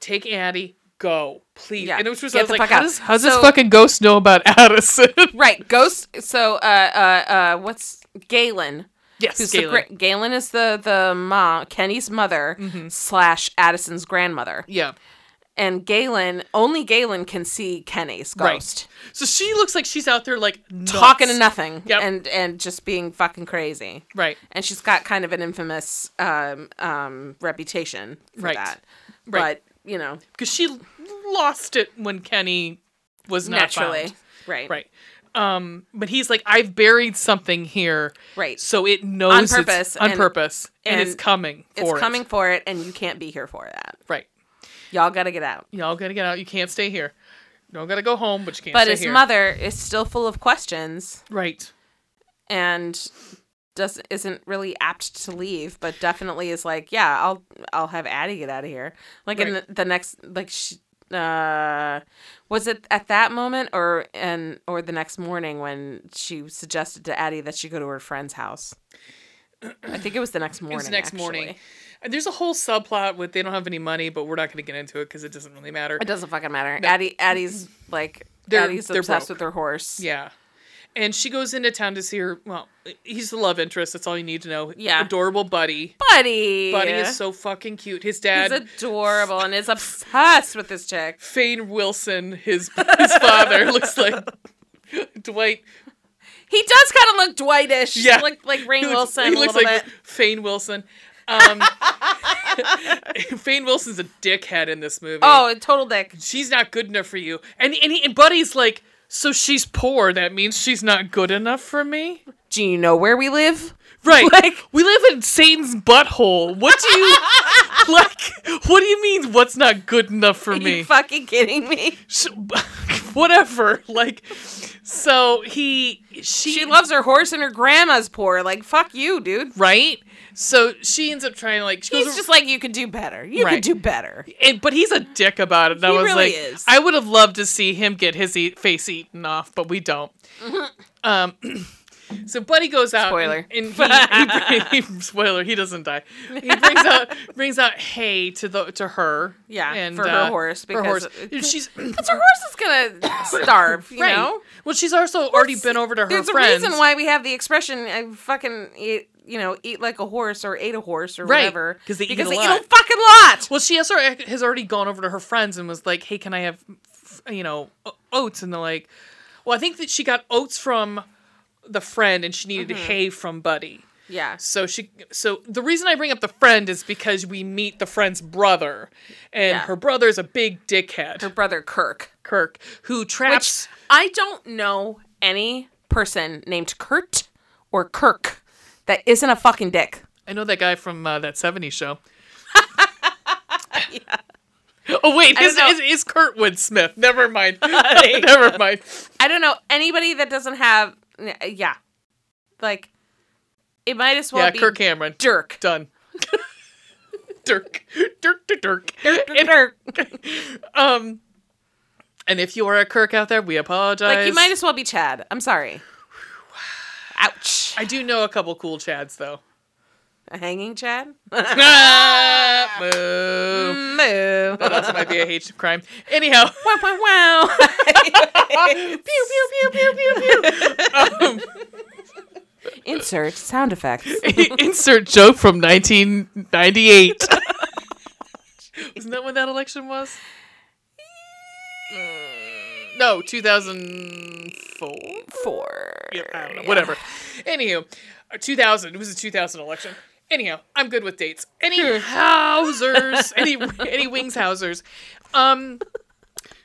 Speaker 2: take addie go please
Speaker 1: Yeah,
Speaker 2: and it was just
Speaker 1: get
Speaker 2: I was
Speaker 1: the
Speaker 2: like
Speaker 1: fuck
Speaker 2: how
Speaker 1: out.
Speaker 2: does, how does this
Speaker 1: So-
Speaker 2: fucking ghost know about (laughs) addison
Speaker 1: right. Ghost. So, uh, uh, uh, what's Galen?
Speaker 2: yes
Speaker 1: Who's
Speaker 2: Galen.
Speaker 1: the gra- Galen is the the mom Kenny's mother
Speaker 2: Mm-hmm.
Speaker 1: slash Addison's grandmother,
Speaker 2: yeah
Speaker 1: and Galen only Galen can see Kenny's
Speaker 2: Right.
Speaker 1: ghost
Speaker 2: so she looks like she's out there like
Speaker 1: talking to
Speaker 2: nuts.
Speaker 1: nothing
Speaker 2: Yep.
Speaker 1: and and just being fucking crazy.
Speaker 2: right
Speaker 1: and she's got kind of an infamous um, um, reputation for
Speaker 2: Right.
Speaker 1: that.
Speaker 2: Right.
Speaker 1: But you know,
Speaker 2: because she lost it when kenny was not
Speaker 1: naturally,
Speaker 2: found.
Speaker 1: right,
Speaker 2: right um but he's like i've buried something here
Speaker 1: Right.
Speaker 2: so it knows it's-
Speaker 1: purpose,
Speaker 2: on
Speaker 1: and-
Speaker 2: purpose and,
Speaker 1: and
Speaker 2: it's coming
Speaker 1: It's
Speaker 2: for it.
Speaker 1: coming for it, and you can't be here for that.
Speaker 2: right
Speaker 1: Y'all got to get out.
Speaker 2: y'all gotta get out you can't stay here you don't gotta go home but you can't
Speaker 1: But
Speaker 2: stay
Speaker 1: his
Speaker 2: here
Speaker 1: mother is still full of questions
Speaker 2: right
Speaker 1: and does not isn't really apt to leave, but definitely is like, yeah, I'll I'll have Addie get out of here. Like in the,
Speaker 2: Right.
Speaker 1: the next, like she. Uh, was it at that moment or and or the next morning when she suggested to Addie that she go to her friend's house? I think it was the next morning.
Speaker 2: it was the next morning
Speaker 1: actually.
Speaker 2: and there's a whole subplot with they don't have any money but we're not gonna get into it because it doesn't really matter
Speaker 1: It doesn't fucking matter. Addie Addie's like
Speaker 2: They're-
Speaker 1: Addie's
Speaker 2: they're
Speaker 1: obsessed
Speaker 2: broke.
Speaker 1: with her horse.
Speaker 2: yeah and she goes into town to see her well he's the love interest that's all you need to know
Speaker 1: Yeah.
Speaker 2: adorable buddy
Speaker 1: Buddy.
Speaker 2: buddy is so fucking cute his
Speaker 1: He's
Speaker 2: dad
Speaker 1: adorable and is obsessed with this chick.
Speaker 2: Fane Wilson, his his father, (laughs)
Speaker 1: (laughs)
Speaker 2: looks like Dwight.
Speaker 1: He does kind of look Dwightish.
Speaker 2: Yeah.
Speaker 1: Like like Rain
Speaker 2: he looks-
Speaker 1: Wilson
Speaker 2: he
Speaker 1: a
Speaker 2: looks
Speaker 1: little
Speaker 2: like
Speaker 1: bit.
Speaker 2: Fane Wilson. Um, (laughs) Fane Wilson's a dickhead in this movie.
Speaker 1: Oh, a total dick.
Speaker 2: she's not good enough for you. And and, he, and Buddy's like, so she's poor. That means she's not good enough for me.
Speaker 1: do you know where we live?
Speaker 2: Right.
Speaker 1: (laughs) Like-
Speaker 2: we live in Satan's butthole. What
Speaker 1: (laughs)
Speaker 2: do you like? What do you mean? What's not good enough for
Speaker 1: Are you
Speaker 2: me?
Speaker 1: fucking kidding me?
Speaker 2: Sh- (laughs) Whatever. Like, so he she, (laughs)
Speaker 1: She loves her horse and her grandma's poor. Like, fuck you, dude.
Speaker 2: right. So she ends up trying to like she goes.
Speaker 1: He's just like, you could do better. You
Speaker 2: Right.
Speaker 1: could do better.
Speaker 2: and- but he's a dick about it. And I
Speaker 1: He
Speaker 2: was
Speaker 1: really
Speaker 2: like,
Speaker 1: is.
Speaker 2: I would have loved to see him get his e- face eaten off, but we don't.
Speaker 1: (laughs)
Speaker 2: Um, (clears throat) so Buddy goes out.
Speaker 1: Spoiler.
Speaker 2: And, and he,
Speaker 1: (laughs)
Speaker 2: he, bring- spoiler. He doesn't die. He brings out brings out hay to the to her.
Speaker 1: Yeah,
Speaker 2: and,
Speaker 1: for her
Speaker 2: uh,
Speaker 1: horse,
Speaker 2: Her horse.
Speaker 1: because-
Speaker 2: And she's
Speaker 1: Because her horse is gonna starve, you
Speaker 2: (coughs) right.
Speaker 1: know?
Speaker 2: Well, she's also already been over to her
Speaker 1: There's
Speaker 2: friends.
Speaker 1: a reason why we have the expression "I fucking eat, you know eat like a horse or ate a horse or
Speaker 2: Right,
Speaker 1: whatever"
Speaker 2: 'cause they eat
Speaker 1: because
Speaker 2: a
Speaker 1: they eat
Speaker 2: lot.
Speaker 1: a fucking lot.
Speaker 2: Well, she has, already- has already gone over to her friends and was like, "Hey, can I have, f- you know, o- oats?" And they're like, "Well, I think that she got oats from the friend, and she needed
Speaker 1: Mm-hmm.
Speaker 2: hay from Buddy."
Speaker 1: Yeah,
Speaker 2: So she, so the reason I bring up the friend is because we meet the friend's brother, and
Speaker 1: Yeah.
Speaker 2: her brother is a big dickhead,
Speaker 1: her brother Kirk,
Speaker 2: Kirk, who
Speaker 1: which
Speaker 2: traps.
Speaker 1: I don't know any person named Kurt or Kirk that isn't a fucking dick.
Speaker 2: I know that guy from uh, that
Speaker 1: (laughs)
Speaker 2: '70s show. Oh wait,
Speaker 1: don't
Speaker 2: is,
Speaker 1: know.
Speaker 2: is, is Kurtwood Smith?
Speaker 1: (laughs)
Speaker 2: Never mind.
Speaker 1: Hey.
Speaker 2: (laughs) Never mind.
Speaker 1: I don't know anybody that doesn't have n- yeah, like it might as well
Speaker 2: yeah,
Speaker 1: be
Speaker 2: Kirk Cameron.
Speaker 1: Dirk.
Speaker 2: Done. (laughs) Dirk. Dirk to Dirk.
Speaker 1: Dirk.
Speaker 2: Um and if you are a Kirk out there, we apologize.
Speaker 1: Like you might as well be Chad. I'm sorry. Ouch.
Speaker 2: I do know a couple cool Chads though.
Speaker 1: A hanging Chad.
Speaker 2: (laughs) Ah, boo.
Speaker 1: Moo. (laughs)
Speaker 2: That also might be a hate crime. Anyhow,
Speaker 1: wow, wow, wow.
Speaker 2: (laughs)
Speaker 1: (laughs)
Speaker 2: pew pew pew pew pew pew. Um,
Speaker 1: Insert sound effects.
Speaker 2: (laughs) insert joke from (laughs) 1998. Isn't that when that election was? Mm, No, 2004.
Speaker 1: Four.
Speaker 2: Yeah, I don't know. Whatever. Anywho, uh, 2000. It was a 2000 election. Anyhow, I'm good with dates. Any (laughs) Housers, any any Wings Housers. Um,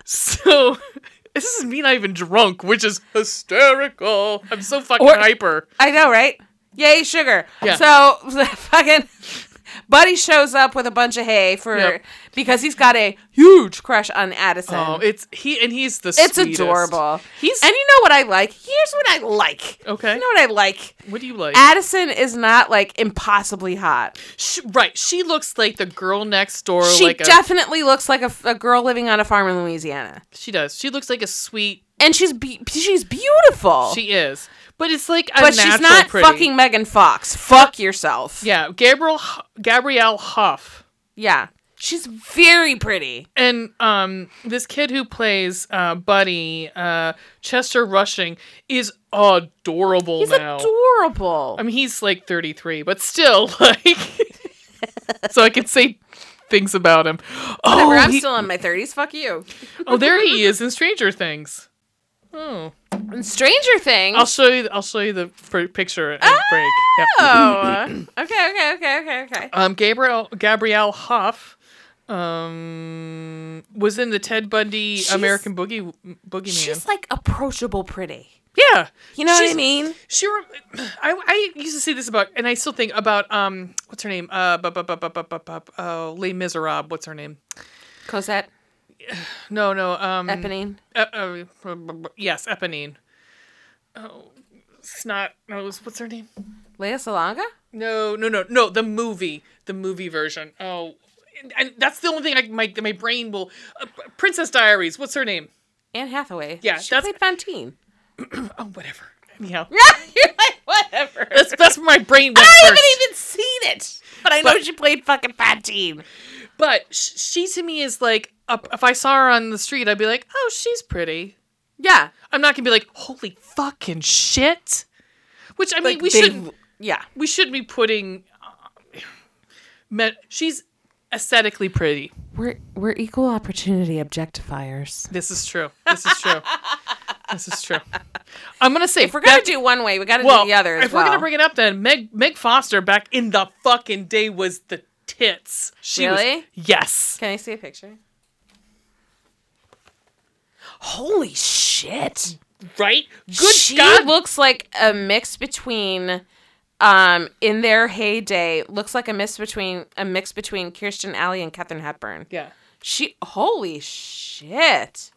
Speaker 2: so (laughs) this is me not even drunk, which is hysterical. I'm so fucking
Speaker 1: Or-
Speaker 2: hyper.
Speaker 1: I know, right? Yay, sugar.
Speaker 2: Yeah.
Speaker 1: So (laughs) fucking Buddy shows up with a bunch of hay for
Speaker 2: Yep.
Speaker 1: because he's got a huge crush on Addison.
Speaker 2: Oh, it's he and he's the
Speaker 1: it's
Speaker 2: sweetest.
Speaker 1: adorable.
Speaker 2: He's
Speaker 1: and you know what I like? Here's what I like.
Speaker 2: okay.
Speaker 1: You know what I like?
Speaker 2: what do you like?
Speaker 1: Addison is not like impossibly hot.
Speaker 2: Sh right, she looks like the girl next door.
Speaker 1: she
Speaker 2: like
Speaker 1: definitely looks like a, a girl living on a farm in Louisiana,
Speaker 2: a, she does. She looks like a sweet.
Speaker 1: and she's be- she's beautiful.
Speaker 2: She is, but it's like a
Speaker 1: but she's
Speaker 2: natural
Speaker 1: not
Speaker 2: pretty.
Speaker 1: fucking Megan Fox. Fuck yourself.
Speaker 2: Yeah, Gabriel H- Gabrielle Huff
Speaker 1: Yeah. She's very pretty.
Speaker 2: and um this kid who plays uh Buddy uh Chester Rushing is adorable
Speaker 1: He's
Speaker 2: now.
Speaker 1: adorable.
Speaker 2: I mean, he's like 33, but still
Speaker 1: (laughs)
Speaker 2: (laughs) like. so I can say things about him. Oh,
Speaker 1: Whatever, I'm
Speaker 2: he-
Speaker 1: still in my 30s. Fuck you.
Speaker 2: Oh, there he is in Stranger Things. Oh,
Speaker 1: And Stranger Things.
Speaker 2: I'll show you. I'll show you the fir- picture at break. Yeah.
Speaker 1: (clears throat) oh. okay, okay, okay, okay, okay.
Speaker 2: Um, Gabriel Gabrielle Hoff, um, was in the Ted Bundy
Speaker 1: She's-
Speaker 2: American Boogie Boogeyman.
Speaker 1: She's like approachable pretty.
Speaker 2: yeah,
Speaker 1: You know what I
Speaker 2: She's-
Speaker 1: mean?
Speaker 2: She, rem- I, I used to say this about, and I still think about um, what's her name? Uh, bu- bu- bu- bu- bu- bu- bu- oh, Les Miserables. What's her name?
Speaker 1: Cosette,
Speaker 2: No, no. Um,
Speaker 1: Eponine.
Speaker 2: Uh, uh, bu- bu- bu- yes, Eponine. Oh, snot. No, it was- what's her name?
Speaker 1: Leia Salonga?
Speaker 2: No, no, no, no. The movie, the movie version. Oh, and, and that's the only thing I, my my brain will. Uh, Princess Diaries. What's her name?
Speaker 1: Anne Hathaway.
Speaker 2: Yeah,
Speaker 1: she
Speaker 2: that's-
Speaker 1: played
Speaker 2: (laughs)
Speaker 1: Fantine.
Speaker 2: Oh, whatever.
Speaker 1: (laughs)
Speaker 2: Anyhow,
Speaker 1: You're like, whatever.
Speaker 2: that's that's where my brain
Speaker 1: (laughs)
Speaker 2: went
Speaker 1: I
Speaker 2: first.
Speaker 1: haven't even seen it. But I know
Speaker 2: But-
Speaker 1: she played fucking Fantine.
Speaker 2: But sh- she to me is like, uh, if I saw her on the street, I'd be like, oh, she's pretty.
Speaker 1: Yeah.
Speaker 2: I'm not gonna be like, holy fucking shit. Which I mean, we
Speaker 1: they-
Speaker 2: shouldn't.
Speaker 1: Yeah.
Speaker 2: We shouldn't be putting. Uh, me- she's aesthetically pretty.
Speaker 1: We're, we're equal opportunity objectifiers.
Speaker 2: This is true. This is true. this is true. I'm gonna say
Speaker 1: If we're gonna
Speaker 2: that-
Speaker 1: do one way, we gotta
Speaker 2: well,
Speaker 1: do the other as
Speaker 2: if
Speaker 1: well.
Speaker 2: we're gonna bring it up, then Meg Meg Foster back in the fucking day was the tits. She was-
Speaker 1: Really?
Speaker 2: yes.
Speaker 1: Can I see a picture? Holy shit!
Speaker 2: right? Good
Speaker 1: she
Speaker 2: God,
Speaker 1: looks like a mix between um in their heyday looks like a mix between a mix between Kirsten Alley and Katherine Hepburn.
Speaker 2: yeah.
Speaker 1: She holy shit.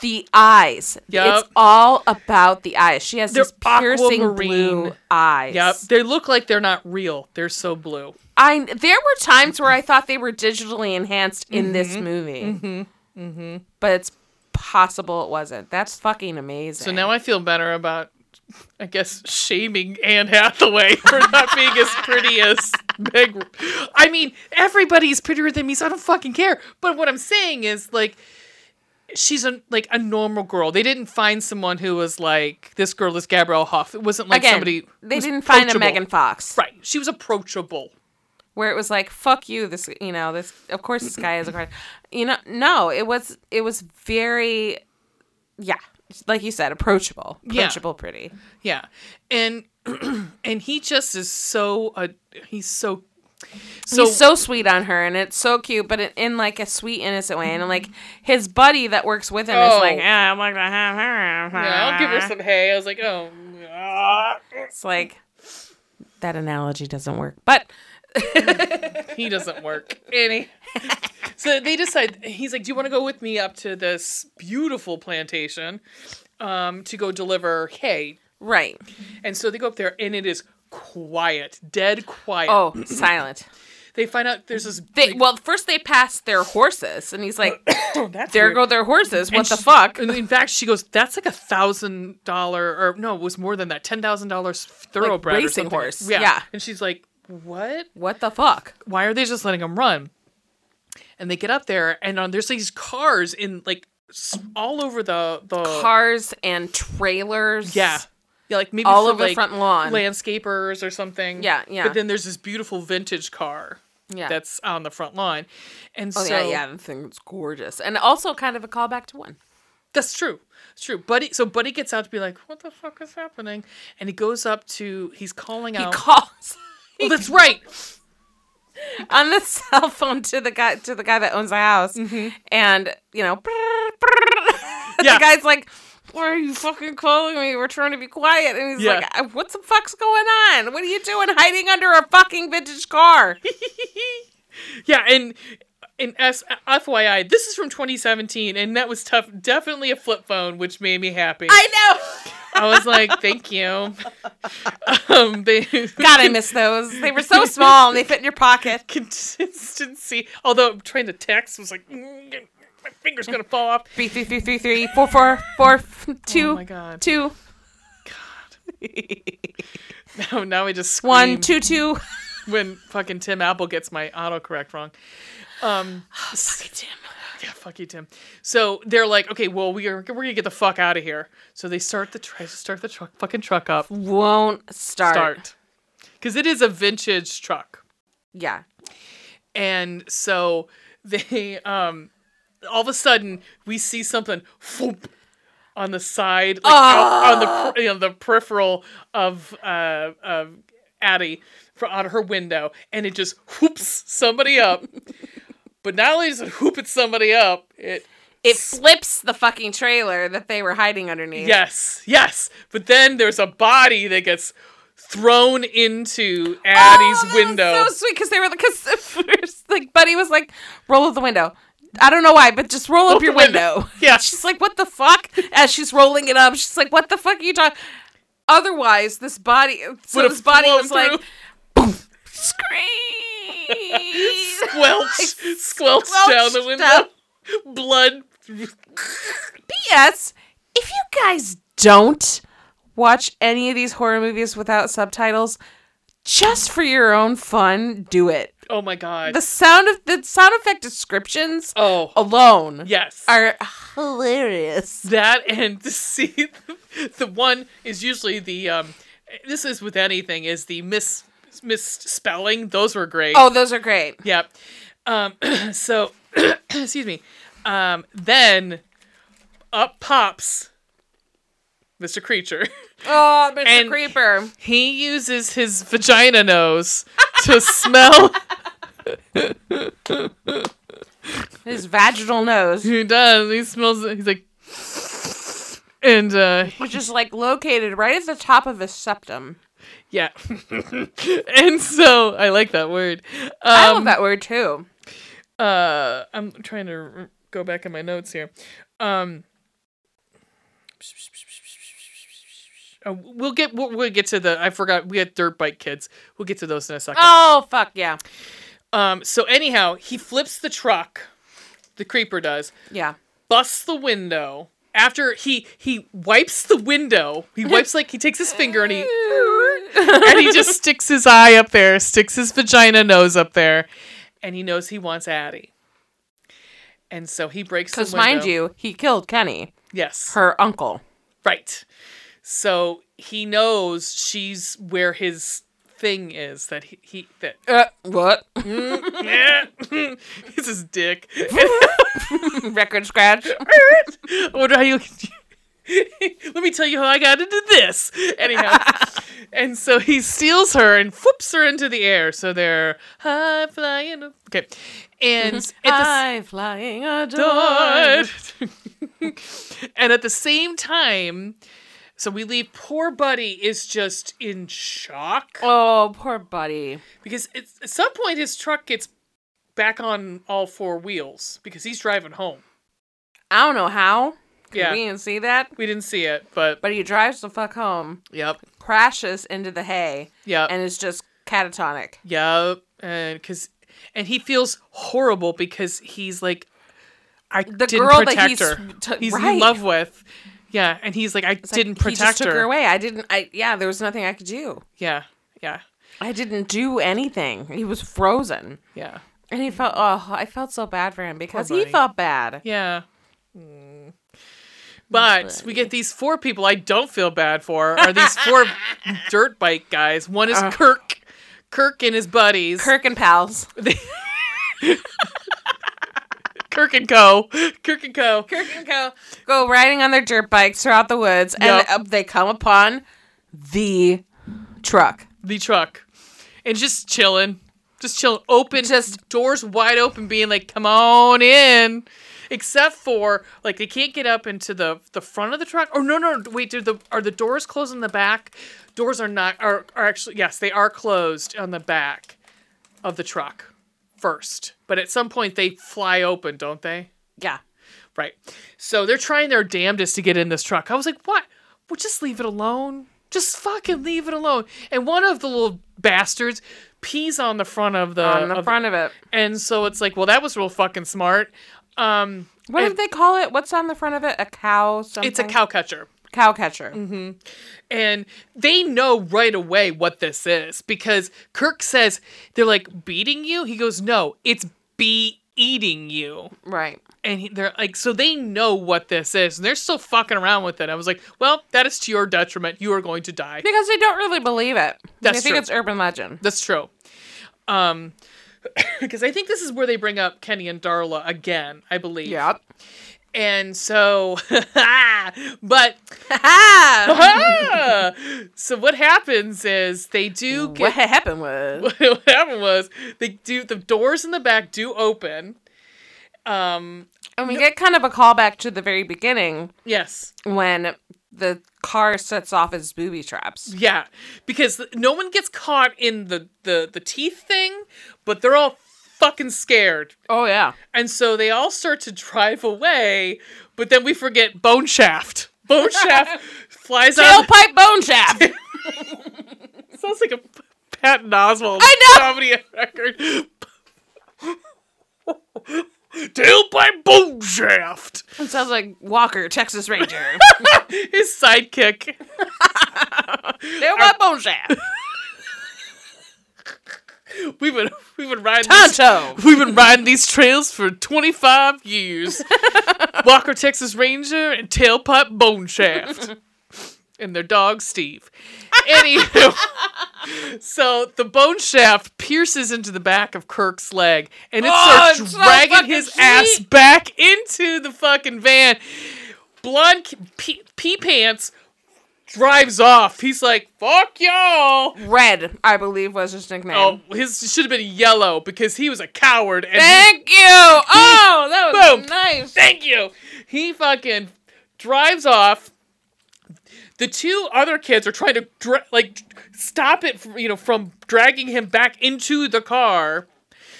Speaker 1: The eyes.
Speaker 2: Yup.
Speaker 1: It's all about the eyes. She has
Speaker 2: They're
Speaker 1: these piercing
Speaker 2: aquamarine.
Speaker 1: blue eyes.
Speaker 2: Yep, they look like they're not real. They're so blue.
Speaker 1: I there were times where I
Speaker 2: Mm-hmm.
Speaker 1: thought they were digitally enhanced in this movie.
Speaker 2: Mm-hmm.
Speaker 1: But it's possible it wasn't. That's fucking amazing.
Speaker 2: So now I feel better about, I guess, shaming Anne Hathaway (laughs) for not being as pretty as Meg. I mean, everybody's prettier than me, so I don't fucking care. But what I'm saying is, like, she's a like a normal girl. They didn't find someone who was like this girl is Gabrielle Hoff. It wasn't like
Speaker 1: Again,
Speaker 2: somebody
Speaker 1: they
Speaker 2: who's
Speaker 1: didn't find a
Speaker 2: approachable.
Speaker 1: Megan Fox.
Speaker 2: Right, she was approachable.
Speaker 1: where it was like fuck you this you know this of course this guy is a card you know no it was it was very yeah like you said approachable
Speaker 2: Yeah.
Speaker 1: approachable pretty
Speaker 2: Yeah, and (clears throat) and he just is so uh, he's so so
Speaker 1: he's so sweet on her and it's so cute but in, in like a sweet innocent way and like his buddy that works with him
Speaker 2: Mm-hmm. Oh.
Speaker 1: is like yeah i'm not gonna have her
Speaker 2: Yeah, I'll give
Speaker 1: Ah.
Speaker 2: her some hay. I was like, oh. ah.
Speaker 1: it's like that analogy doesn't work but
Speaker 2: he doesn't work any so they decide he's like do you want to go with me up to this beautiful plantation um, to go deliver hay
Speaker 1: right
Speaker 2: and so they go up there and it is quiet dead quiet
Speaker 1: oh silent
Speaker 2: they find out there's this
Speaker 1: they
Speaker 2: big-
Speaker 1: well first they pass their horses and he's (coughs) like
Speaker 2: oh, that's
Speaker 1: there
Speaker 2: weird.
Speaker 1: go their horses what
Speaker 2: And
Speaker 1: the
Speaker 2: she-
Speaker 1: fuck
Speaker 2: and in fact she goes that's like a thousand dollar or no it was more than that ten thousand dollars thoroughbred or
Speaker 1: racing
Speaker 2: something.
Speaker 1: horse, yeah.
Speaker 2: and she's like what
Speaker 1: what the fuck
Speaker 2: why are they just letting them run? And they get up there, and um, there's these cars in like s- all over the the
Speaker 1: Oh. cars and trailers.
Speaker 2: Yeah, yeah, like maybe
Speaker 1: All
Speaker 2: for,
Speaker 1: over the
Speaker 2: like,
Speaker 1: front lawn.
Speaker 2: landscapers or something.
Speaker 1: Yeah, yeah.
Speaker 2: But then there's this beautiful vintage car.
Speaker 1: Yeah.
Speaker 2: that's on the front lawn, and
Speaker 1: Oh
Speaker 2: so
Speaker 1: yeah, yeah, the thing's gorgeous, and also kind of a callback to one.
Speaker 2: That's true. It's true. Buddy, so Buddy gets out to be like, "What the fuck is happening?" And he goes up to he's calling
Speaker 1: He (laughs)
Speaker 2: out.
Speaker 1: calls
Speaker 2: oh, that's right.
Speaker 1: on the (laughs) cell phone to the guy to the guy that owns the house, and you know,
Speaker 2: Mm-hmm.
Speaker 1: (laughs)
Speaker 2: Yeah.
Speaker 1: the guy's like. Why are you fucking calling me? We're trying to be quiet. And he's
Speaker 2: Yeah.
Speaker 1: like, "Uh, What the fuck's going on? What are you doing hiding under a fucking vintage car?
Speaker 2: Yeah, and and uh, S- FYI, this is from 2017, and that was tough. Definitely a flip phone, which made me happy. (laughs) I,
Speaker 1: I know.
Speaker 2: was like,
Speaker 1: (laughs)
Speaker 2: thank you. Um, (laughs) they
Speaker 1: God, I miss those. They were so small and they fit in your pocket.
Speaker 2: consistency. Although I'm trying to text, was like, "Mm, my finger's gonna fall off.
Speaker 1: Three, three, three, three, three, four, four, four, f- two,
Speaker 2: Oh my god. (laughs)
Speaker 1: two,
Speaker 2: Now, now I just scream
Speaker 1: one, two, two.
Speaker 2: when fucking Tim Apple gets my autocorrect wrong. Um,
Speaker 1: Oh
Speaker 2: yeah, fuck you, Tim. So they're like, okay, well, we are we're gonna get the fuck out of here. So they start the try to start the truck, fucking truck up.
Speaker 1: Won't start.
Speaker 2: start because it is a vintage truck
Speaker 1: Yeah.
Speaker 2: and so (laughs) they um all of a sudden we see something whoop, on the side like
Speaker 1: Ah!
Speaker 2: out, on the per- you know, the peripheral of uh of Addie from out of her window and it just whoops somebody up (laughs) but not only does it whoop it somebody up it
Speaker 1: It flips the fucking trailer that they were hiding underneath.
Speaker 2: yes yes but then there's a body that gets thrown into Addie's
Speaker 1: oh, that was
Speaker 2: window
Speaker 1: so sweet because they were (laughs) because at first like Buddy was like, roll up the window. I don't know why, but just roll up
Speaker 2: the
Speaker 1: your
Speaker 2: window.
Speaker 1: window.
Speaker 2: (laughs)
Speaker 1: (laughs)
Speaker 2: Yeah.
Speaker 1: She's like, what the fuck? As she's rolling it up, she's like, what the fuck are you talking? Otherwise, this body. So
Speaker 2: Would've
Speaker 1: this body
Speaker 2: flown
Speaker 1: was like,
Speaker 2: through.
Speaker 1: boom,
Speaker 2: (laughs)
Speaker 1: scream. (laughs)
Speaker 2: squelch, squelch down the
Speaker 1: squelched
Speaker 2: window.
Speaker 1: up.
Speaker 2: Blood.
Speaker 1: P.S. If you guys don't watch any of these horror movies without subtitles, just for your own fun, do it.
Speaker 2: Oh my god.
Speaker 1: The sound of the sound effect descriptions
Speaker 2: oh
Speaker 1: alone
Speaker 2: yes.
Speaker 1: are hilarious.
Speaker 2: that and the see (laughs) the one is usually the um. This is with anything is the mis misspelling. Those were great.
Speaker 1: Oh, those are great.
Speaker 2: Yep. Um. (clears throat) So, excuse me. Um. Then up pops Mr. Creature. (laughs)
Speaker 1: Oh, Mr.
Speaker 2: And-
Speaker 1: Creeper.
Speaker 2: He uses his vagina nose
Speaker 1: (laughs)
Speaker 2: to smell.
Speaker 1: His vaginal nose.
Speaker 2: He does. He smells. He's like, and uh,
Speaker 1: which is like located right at the top of his septum.
Speaker 2: yeah, (laughs) and so I like that word. Um,
Speaker 1: I love that word too.
Speaker 2: uh i'm trying to r- go back in my notes here um uh, we'll get we'll, we'll get to the i forgot we had dirt bike kids we'll get to those in a second
Speaker 1: Oh fuck yeah,
Speaker 2: um so anyhow he flips the truck the creeper does
Speaker 1: (laughs) yeah.
Speaker 2: busts the window after he he wipes the window he wipes like he takes his finger and he and he just sticks his eye up there, sticks his vagina nose up there, and he knows he wants Addie. And so he breaks the
Speaker 1: Because
Speaker 2: window.
Speaker 1: mind you, he killed Kenny,
Speaker 2: yes,
Speaker 1: her uncle.
Speaker 2: right. So he knows she's where his thing is that he, he that
Speaker 1: Uh, what? (laughs)
Speaker 2: (laughs) it's his dick.
Speaker 1: Record scratch.
Speaker 2: I wonder how you. (laughs) Let me tell you how I got into this. Anyhow, and so he steals her and whoops her into the air. So they're high flying. up- Okay, and at
Speaker 1: High flying
Speaker 2: the
Speaker 1: adored.
Speaker 2: (laughs) and at the same time, so we leave. Poor Buddy is just in shock
Speaker 1: Oh, poor buddy.
Speaker 2: because it's, at some point his truck gets back on all four wheels because he's driving home.
Speaker 1: I don't know how. 'cause
Speaker 2: Yeah.
Speaker 1: We didn't see that.
Speaker 2: We didn't see it, but
Speaker 1: But he drives the fuck home,
Speaker 2: yep,
Speaker 1: crashes into the hay,
Speaker 2: yep.
Speaker 1: and is just catatonic.
Speaker 2: Yep, and because and he feels horrible because he's like, I
Speaker 1: The
Speaker 2: didn't
Speaker 1: girl that
Speaker 2: protect
Speaker 1: he's
Speaker 2: her.
Speaker 1: t-
Speaker 2: he's
Speaker 1: right.
Speaker 2: in love with. Yeah, and he's like, I
Speaker 1: It's like,
Speaker 2: didn't
Speaker 1: He
Speaker 2: protect
Speaker 1: just took
Speaker 2: her.
Speaker 1: her away. I didn't. I yeah. There was nothing I could do.
Speaker 2: Yeah, yeah,
Speaker 1: I didn't do anything. He was frozen,
Speaker 2: yeah,
Speaker 1: and he felt. Oh, I felt so bad for him because he
Speaker 2: buddy.
Speaker 1: felt bad.
Speaker 2: yeah.
Speaker 1: Mm.
Speaker 2: But we get these four people I don't feel bad for are these
Speaker 1: (laughs)
Speaker 2: four dirt bike guys. One is Kirk, Kirk and his buddies,
Speaker 1: Uh. Kirk and (laughs) pals.
Speaker 2: Kirk and Co, Kirk and Co.
Speaker 1: Kirk and Co. go riding on their dirt bikes throughout the woods, and
Speaker 2: Yup.
Speaker 1: uh, they come upon the truck.
Speaker 2: the truck and just chilling just chilling open just doors wide open being like come on in except for like they can't get up into the the front of the truck oh no no wait do the are the doors closed on the back doors are not are, are actually yes they are closed on the back of the truck first but at some point they fly open don't they
Speaker 1: Yeah.
Speaker 2: Right. So they're trying their damnedest to get in this truck. I was like, what? Well, just leave it alone. Just fucking leave it alone. And one of the little bastards pees on the front of the,
Speaker 1: on the
Speaker 2: of-
Speaker 1: front of it.
Speaker 2: and so it's like, well, that was real fucking smart. Um,
Speaker 1: What did they call it? What's on the front of it? A cow something? Mm-hmm.
Speaker 2: it's a cow catcher.
Speaker 1: cow catcher.
Speaker 2: And they know right away what this is because Kirk says, they're like, beating you? He goes, no, it's be eating you.
Speaker 1: Right.
Speaker 2: and he, they're like, so they know what this is, and they're still fucking around with it. I was like, well, that is to your detriment. You are going to die.
Speaker 1: Because they don't really believe it.
Speaker 2: That's
Speaker 1: I think
Speaker 2: true.
Speaker 1: it's urban legend.
Speaker 2: That's true. Um, (coughs) because I think this is where they bring up Kenny and Darla again, I believe.
Speaker 1: (laughs) Yep.
Speaker 2: And so, (laughs) but (laughs)
Speaker 1: what
Speaker 2: so what happens is they do get
Speaker 1: ha- happened was
Speaker 2: (laughs) what happened was they do the doors in the back do open. Um,
Speaker 1: (laughs) and we get kind of a callback to the very beginning
Speaker 2: yes.
Speaker 1: when the car sets off its booby traps.
Speaker 2: Yeah, because th- no one gets caught in the the the teeth thing, but they're all fucking scared,
Speaker 1: Oh yeah.
Speaker 2: and so they all start to drive away. But then we forget Bone Shaft.
Speaker 1: (laughs)
Speaker 2: Bone Shaft flies out.
Speaker 1: Tailpipe bone (laughs) shaft.
Speaker 2: Sounds like a P- Patton Oswald
Speaker 1: I know!
Speaker 2: comedy record. (laughs) Tailpipe Bone Shaft.
Speaker 1: it sounds like Walker, Texas (laughs) Ranger.
Speaker 2: His sidekick.
Speaker 1: Tailpipe bone (laughs) shaft.
Speaker 2: We've been we've been riding. this-
Speaker 1: Tonto.
Speaker 2: We've been riding these trails for 25 years.
Speaker 1: (laughs)
Speaker 2: Walker, Texas Ranger, and Tailpipe Bone Shaft. And their dog, Steve. Anywho, so the bone shaft pierces into the back of Kirk's leg and it
Speaker 1: Oh,
Speaker 2: starts
Speaker 1: it's so
Speaker 2: dragging
Speaker 1: fucking
Speaker 2: his
Speaker 1: sweet.
Speaker 2: ass back into the fucking van. Blonde ki- pee, pee Pants drives off. He's like, fuck y'all.
Speaker 1: Red, I believe, was his nickname.
Speaker 2: Oh, his should have been yellow because he was a coward and he
Speaker 1: Thank (laughs) you. Oh, that was
Speaker 2: Boom.
Speaker 1: (laughs) nice.
Speaker 2: Thank you. He fucking drives off the two other kids are trying to dra- like stop it from, you know from dragging him back into the car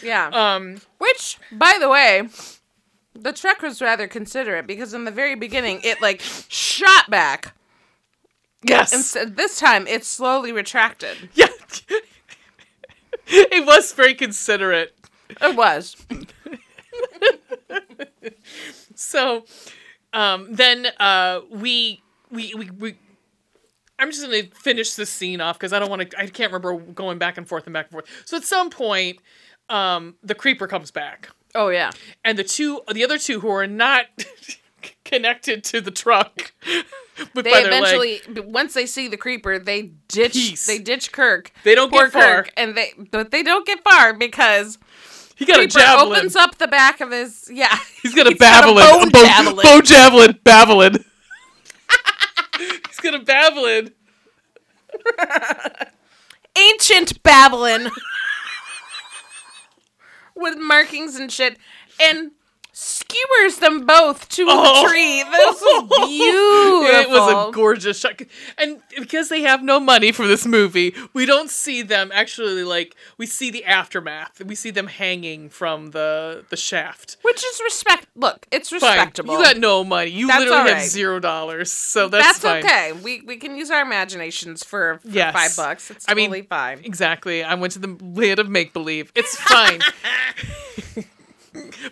Speaker 1: Yeah.
Speaker 2: um
Speaker 1: Which, by the way, the truck was rather considerate because in the very beginning it like shot back.
Speaker 2: yes
Speaker 1: And so this time it slowly retracted.
Speaker 2: (laughs) yeah it was very considerate
Speaker 1: It was.
Speaker 2: so um then uh we we we, we I'm just gonna finish this scene off because I don't want to. I can't remember going back and forth and back and forth. So at some point, um, the creeper comes back.
Speaker 1: Oh yeah.
Speaker 2: and the two the other two who are not (laughs) connected to the truck (laughs) but
Speaker 1: They
Speaker 2: by their leg,
Speaker 1: eventually b once they see the creeper, they ditch
Speaker 2: Peace.
Speaker 1: they ditch Kirk.
Speaker 2: They don't
Speaker 1: Poor
Speaker 2: get far.
Speaker 1: Kirk, and they but they don't get far because
Speaker 2: he got a
Speaker 1: creeper
Speaker 2: javelin
Speaker 1: opens up the back of his yeah. (laughs)
Speaker 2: he's got a
Speaker 1: got a
Speaker 2: bavelin
Speaker 1: bone
Speaker 2: a (laughs) bo-
Speaker 1: javelin.
Speaker 2: bow javelin bavelin he's got a bavelin
Speaker 1: ancient Babylon with markings and shit and skewers them both to
Speaker 2: Oh.
Speaker 1: a tree. This
Speaker 2: (laughs)
Speaker 1: was beautiful.
Speaker 2: it was a gorgeous shot and because they have no money for this movie we don't see them actually like we see the aftermath we see them hanging from the the shaft
Speaker 1: Which is respect. Look, it's
Speaker 2: Fine.
Speaker 1: respectable.
Speaker 2: You got no money. You
Speaker 1: That's
Speaker 2: literally
Speaker 1: alright.
Speaker 2: have zero dollars, so
Speaker 1: that's
Speaker 2: that's, fine.
Speaker 1: okay. We we can use our imaginations for, for
Speaker 2: Yes.
Speaker 1: five bucks. It's
Speaker 2: I mean,
Speaker 1: totally fine.
Speaker 2: Exactly. I went to the land of make believe. It's
Speaker 1: (laughs)
Speaker 2: fine.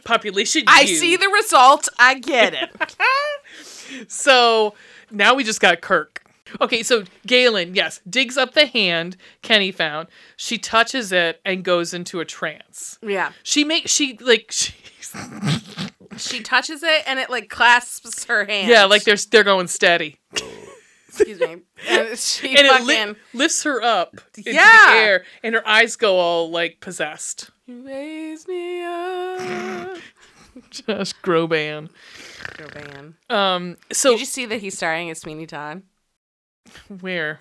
Speaker 2: Population.
Speaker 1: I
Speaker 2: you.
Speaker 1: see the result. I get
Speaker 2: (laughs)
Speaker 1: it.
Speaker 2: So now we just got Kirk. Okay, so Galen, yes, digs up the hand Kenny found. She touches it and goes into a trance.
Speaker 1: yeah.
Speaker 2: She makes she like (laughs) she
Speaker 1: She touches it and it like clasps her hand.
Speaker 2: yeah like they're they're going steady
Speaker 1: excuse me.
Speaker 2: (laughs)
Speaker 1: And she
Speaker 2: and it
Speaker 1: fucking
Speaker 2: li- lifts her up into
Speaker 1: Yeah.
Speaker 2: the air and her eyes go all like possessed.
Speaker 1: You raise me
Speaker 2: (laughs)
Speaker 1: up.
Speaker 2: Josh Groban.
Speaker 1: Your van.
Speaker 2: Um. So
Speaker 1: Did you see that he's starring as Sweeney Todd
Speaker 2: where?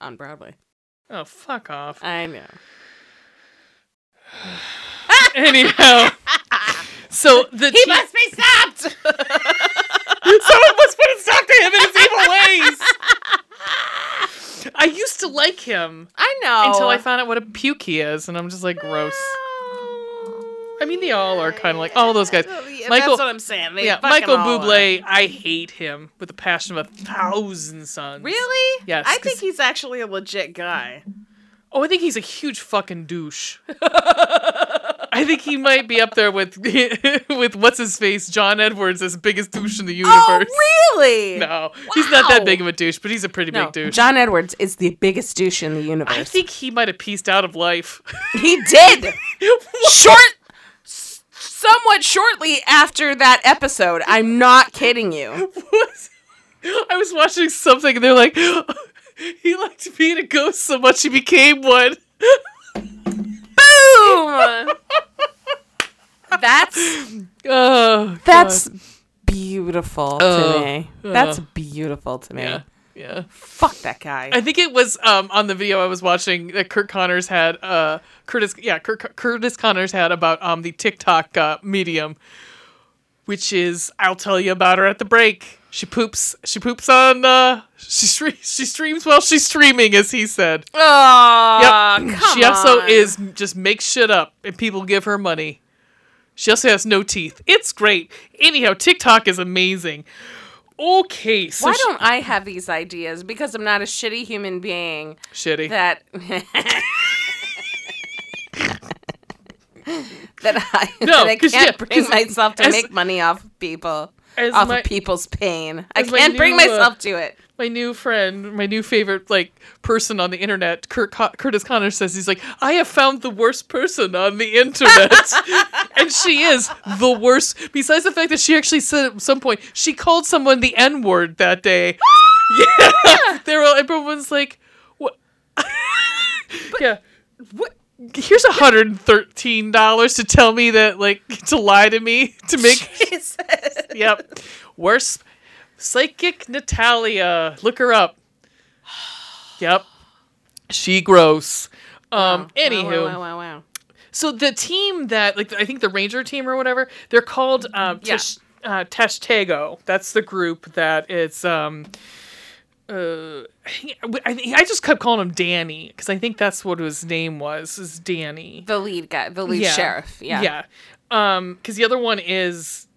Speaker 1: on Broadway?
Speaker 2: Oh, fuck off. (laughs)
Speaker 1: I know.
Speaker 2: Anyhow, so the
Speaker 1: He
Speaker 2: tea-
Speaker 1: must be (laughs) stopped.
Speaker 2: someone must put a stop to him in his evil ways. I used to like him
Speaker 1: I know.
Speaker 2: until I found out what a puke he is, and I'm just like gross. I mean, they all are kind of like all those guys.
Speaker 1: Yeah,
Speaker 2: Michael-
Speaker 1: That's what I'm saying. They
Speaker 2: Yeah,
Speaker 1: fucking
Speaker 2: Michael
Speaker 1: all
Speaker 2: Bublé. I hate him with the passion of a thousand suns.
Speaker 1: are. Really?
Speaker 2: Yes,
Speaker 1: I
Speaker 2: 'cause-
Speaker 1: think he's actually a legit guy.
Speaker 2: Oh, I think he's a huge fucking douche. (laughs) I think he might be up there with (laughs) with what's his face, John Edwards, as biggest douche in the (laughs) universe.
Speaker 1: Oh, really?
Speaker 2: No, he's not
Speaker 1: Wow.
Speaker 2: that big of a douche, but he's a pretty
Speaker 1: No,
Speaker 2: big douche.
Speaker 1: John Edwards is the biggest douche in the universe.
Speaker 2: I think he might have pieced out of life. (laughs)
Speaker 1: he did. Short. s- Somewhat shortly after that episode, I'm not kidding you.
Speaker 2: was- I was watching something and they're like, he liked being a ghost so much he became one. (laughs)
Speaker 1: Boom! (laughs) That's
Speaker 2: Oh,
Speaker 1: that's beautiful to
Speaker 2: Oh,
Speaker 1: me. That's
Speaker 2: oh.
Speaker 1: beautiful to me.
Speaker 2: God. yeah, yeah.
Speaker 1: Fuck that guy.
Speaker 2: I think it was um, on the video I was watching that Kurt Connors had uh, Curtis yeah Kurt, Curtis Connors had about um, the TikTok uh, medium, which is I'll tell you about her at the break. She poops. She poops on. Uh, she stre- she streams while she's streaming, as he said.
Speaker 1: oh, come
Speaker 2: she also
Speaker 1: on.
Speaker 2: is just makes shit up, and people give her money. She also has no teeth. It's great. Anyhow, TikTok is amazing. Okay, so
Speaker 1: Why
Speaker 2: she-
Speaker 1: don't I have these ideas? Because I'm not a shitty human being
Speaker 2: shitty.
Speaker 1: that (laughs) that I
Speaker 2: No,
Speaker 1: that I
Speaker 2: 'cause
Speaker 1: can't
Speaker 2: yeah,
Speaker 1: bring
Speaker 2: 'cause
Speaker 1: myself to
Speaker 2: as-
Speaker 1: make money off of people.
Speaker 2: As
Speaker 1: Off
Speaker 2: my-
Speaker 1: of people's pain. I
Speaker 2: as my
Speaker 1: can't bring
Speaker 2: new, uh,
Speaker 1: myself to it. (laughs)
Speaker 2: my new friend, my new favorite like person on the internet, Kurt Co- Curtis Connor says he's like, I have found the worst person on the internet, (laughs) and she is the worst. Besides the fact that she actually said at some point she called someone the N word that day. (laughs) yeah, they're all everyone's like, what? (laughs) yeah. What? Here's hundred and thirteen dollars to tell me that, like, to lie to me to make yep. Worst psychic Natalia. Look her up. Yep. She gross. Um anywho.
Speaker 1: Wow, wow, wow, wow.
Speaker 2: So the team that like I think the Ranger team or whatever, they're called um
Speaker 1: Mm-hmm. Yeah.
Speaker 2: Tesh, uh, Tashtego. That's the group that it's um uh, he- I, think- I just kept calling him Danny because I think that's what his name was. Is Danny?
Speaker 1: The lead guy, the lead
Speaker 2: Yeah.
Speaker 1: sheriff. Yeah.
Speaker 2: Yeah. Um, because the other one is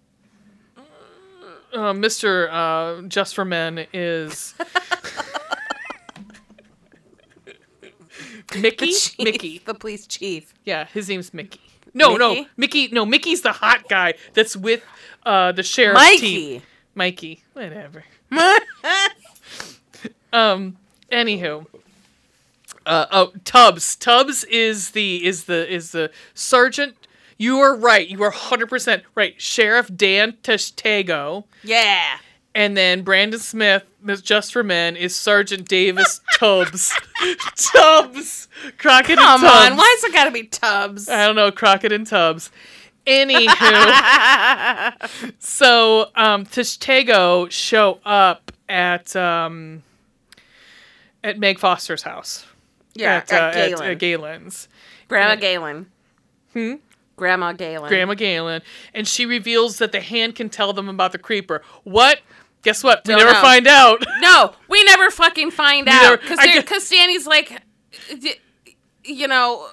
Speaker 2: uh, Mr. Uh, Just for Men is
Speaker 1: (laughs)
Speaker 2: Mickey.
Speaker 1: Chief,
Speaker 2: Mickey.
Speaker 1: The police chief.
Speaker 2: Yeah, his name's Mickey. No, no,
Speaker 1: Mickey?
Speaker 2: Mickey. No, Mickey's the hot guy that's with uh, the sheriff's team.
Speaker 1: Mikey.
Speaker 2: Mikey, whatever. (laughs) um. Anywho. Uh oh, Tubbs. Tubbs is the is the is the sergeant. You are right. You are hundred percent right. Sheriff Dan Testego,
Speaker 1: Yeah.
Speaker 2: and then Brandon Smith, Miss Just for Men, is
Speaker 1: (laughs)
Speaker 2: Sergeant Davis Tubbs. (laughs) Tubbs, Crockett.
Speaker 1: Come
Speaker 2: and Tubbs.
Speaker 1: on. Why's it gotta be Tubbs?
Speaker 2: I don't know, Crockett and Tubbs.
Speaker 1: (laughs)
Speaker 2: Anywho, so um, Tishtego show up at um, at Meg Foster's house.
Speaker 1: yeah.
Speaker 2: at, uh, at,
Speaker 1: Galen. Uh-huh.
Speaker 2: uh, Galen's.
Speaker 1: Grandma Galen. Hmm. Grandma Galen.
Speaker 2: Grandma Galen, and she reveals that the hand can tell them about the creeper. What? Guess what? We
Speaker 1: Don't
Speaker 2: never
Speaker 1: know. (laughs)
Speaker 2: find out.
Speaker 1: No, we never fucking find
Speaker 2: never-
Speaker 1: out because
Speaker 2: I ju-
Speaker 1: because Danny's like, "D- you know,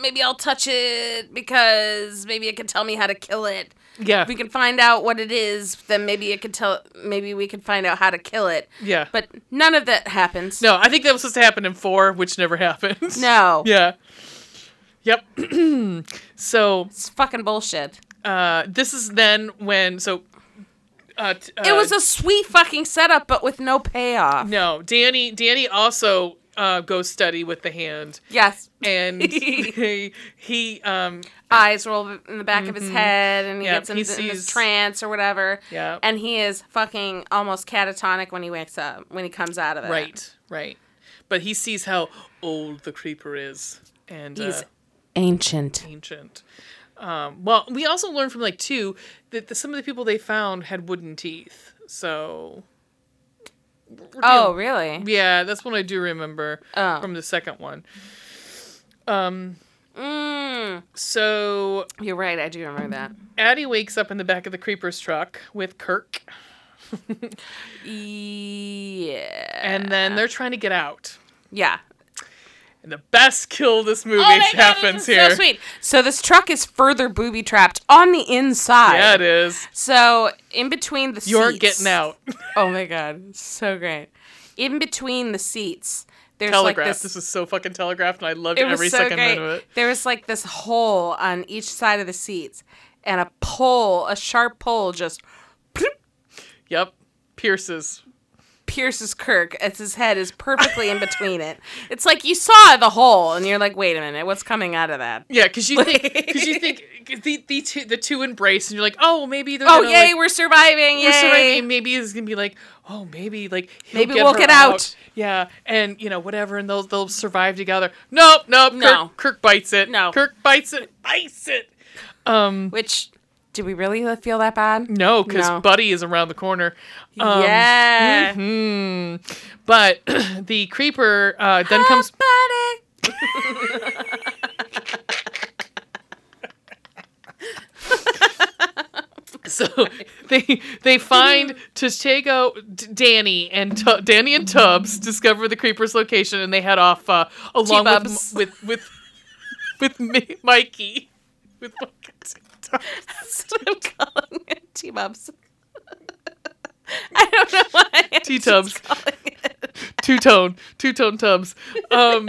Speaker 1: maybe I'll touch it because maybe it can tell me how to kill it.
Speaker 2: yeah,
Speaker 1: If we can find out what it is, then maybe it could tell. Maybe we can find out how to kill it.
Speaker 2: yeah.
Speaker 1: But none of that happens.
Speaker 2: no, I think that was supposed to happen in four, which never (laughs) happened.
Speaker 1: no,
Speaker 2: Yeah. Yep. (clears throat) so
Speaker 1: it's fucking bullshit.
Speaker 2: uh, this is then when so uh, t-
Speaker 1: It
Speaker 2: uh,
Speaker 1: was a sweet fucking setup, but with no payoff.
Speaker 2: no Danny Danny also uh, goes study with the hand
Speaker 1: Yes, (laughs)
Speaker 2: and he, he um
Speaker 1: eyes roll in the back of his head, and he
Speaker 2: Yeah,
Speaker 1: gets in,
Speaker 2: Mm-hmm. he
Speaker 1: in
Speaker 2: sees-
Speaker 1: his trance or whatever.
Speaker 2: yeah
Speaker 1: and he is fucking almost catatonic when he wakes up when he comes out of it.
Speaker 2: right right but he sees how old the creeper is and
Speaker 1: He's
Speaker 2: uh,
Speaker 1: ancient.
Speaker 2: ancient. Um, well, we also learned from like two that the, some of the people they found had wooden teeth. So
Speaker 1: Oh, really?
Speaker 2: yeah, that's what I do remember
Speaker 1: Oh.
Speaker 2: from the second one. Um,
Speaker 1: Mm,
Speaker 2: so
Speaker 1: you're right. I do remember that.
Speaker 2: Addie wakes up in the back of the creeper's truck with Kirk,
Speaker 1: Yeah.
Speaker 2: and then they're trying to get out.
Speaker 1: Yeah.
Speaker 2: And the best kill this movie happens
Speaker 1: Oh this is
Speaker 2: here.
Speaker 1: So sweet. So this truck is further booby trapped on the inside.
Speaker 2: Yeah, it is.
Speaker 1: So in between the
Speaker 2: You're
Speaker 1: seats.
Speaker 2: getting out.
Speaker 1: Oh my god, so great. In between the seats, there's like
Speaker 2: telegraph.
Speaker 1: this.
Speaker 2: this was so fucking telegraphed, and I loved
Speaker 1: it was
Speaker 2: every
Speaker 1: so
Speaker 2: second
Speaker 1: great.
Speaker 2: minute of it.
Speaker 1: There was like this hole on each side of the seats, and a pole, a sharp pole, just ploop,
Speaker 2: Yep, pierces.
Speaker 1: pierces Kirk as his head is perfectly in between
Speaker 2: (laughs)
Speaker 1: it. It's like you saw the hole, and you're like, wait a minute, what's coming out of that?
Speaker 2: Yeah, because you think because you think
Speaker 1: (laughs)
Speaker 2: 'cause the, the two the two embrace and you're like, oh, well, maybe they're
Speaker 1: Oh
Speaker 2: gonna,
Speaker 1: yay,
Speaker 2: like,
Speaker 1: we're surviving! Yay!
Speaker 2: we're surviving. Maybe it's gonna be like, oh, maybe like he'll
Speaker 1: Maybe we'll
Speaker 2: her
Speaker 1: get out.
Speaker 2: Yeah, and you know whatever, and they'll they'll survive together. Nope, nope.
Speaker 1: No.
Speaker 2: Kirk, Kirk bites it.
Speaker 1: No.
Speaker 2: Kirk bites it. Bites it. Um,
Speaker 1: Which do we really feel that bad?
Speaker 2: no, because
Speaker 1: No.
Speaker 2: Buddy is around the corner. Um,
Speaker 1: yeah.
Speaker 2: hmm. But (clears throat) the creeper uh, then comes. (laughs)
Speaker 1: Buddy.
Speaker 2: So they they
Speaker 1: (laughs)
Speaker 2: find Tishego, D- Danny, and Tu Danny and Tubbs discover the creeper's location, and they head off uh, along
Speaker 1: T-Bubs.
Speaker 2: with, with with (laughs) with Mi- Mikey. With Mikey.
Speaker 1: (laughs) That's what I'm calling it. T Bubs. (laughs) I don't know why. I'm
Speaker 2: T
Speaker 1: just
Speaker 2: Tubbs,
Speaker 1: calling it.
Speaker 2: (laughs) two tone, two tone Tubbs. Um,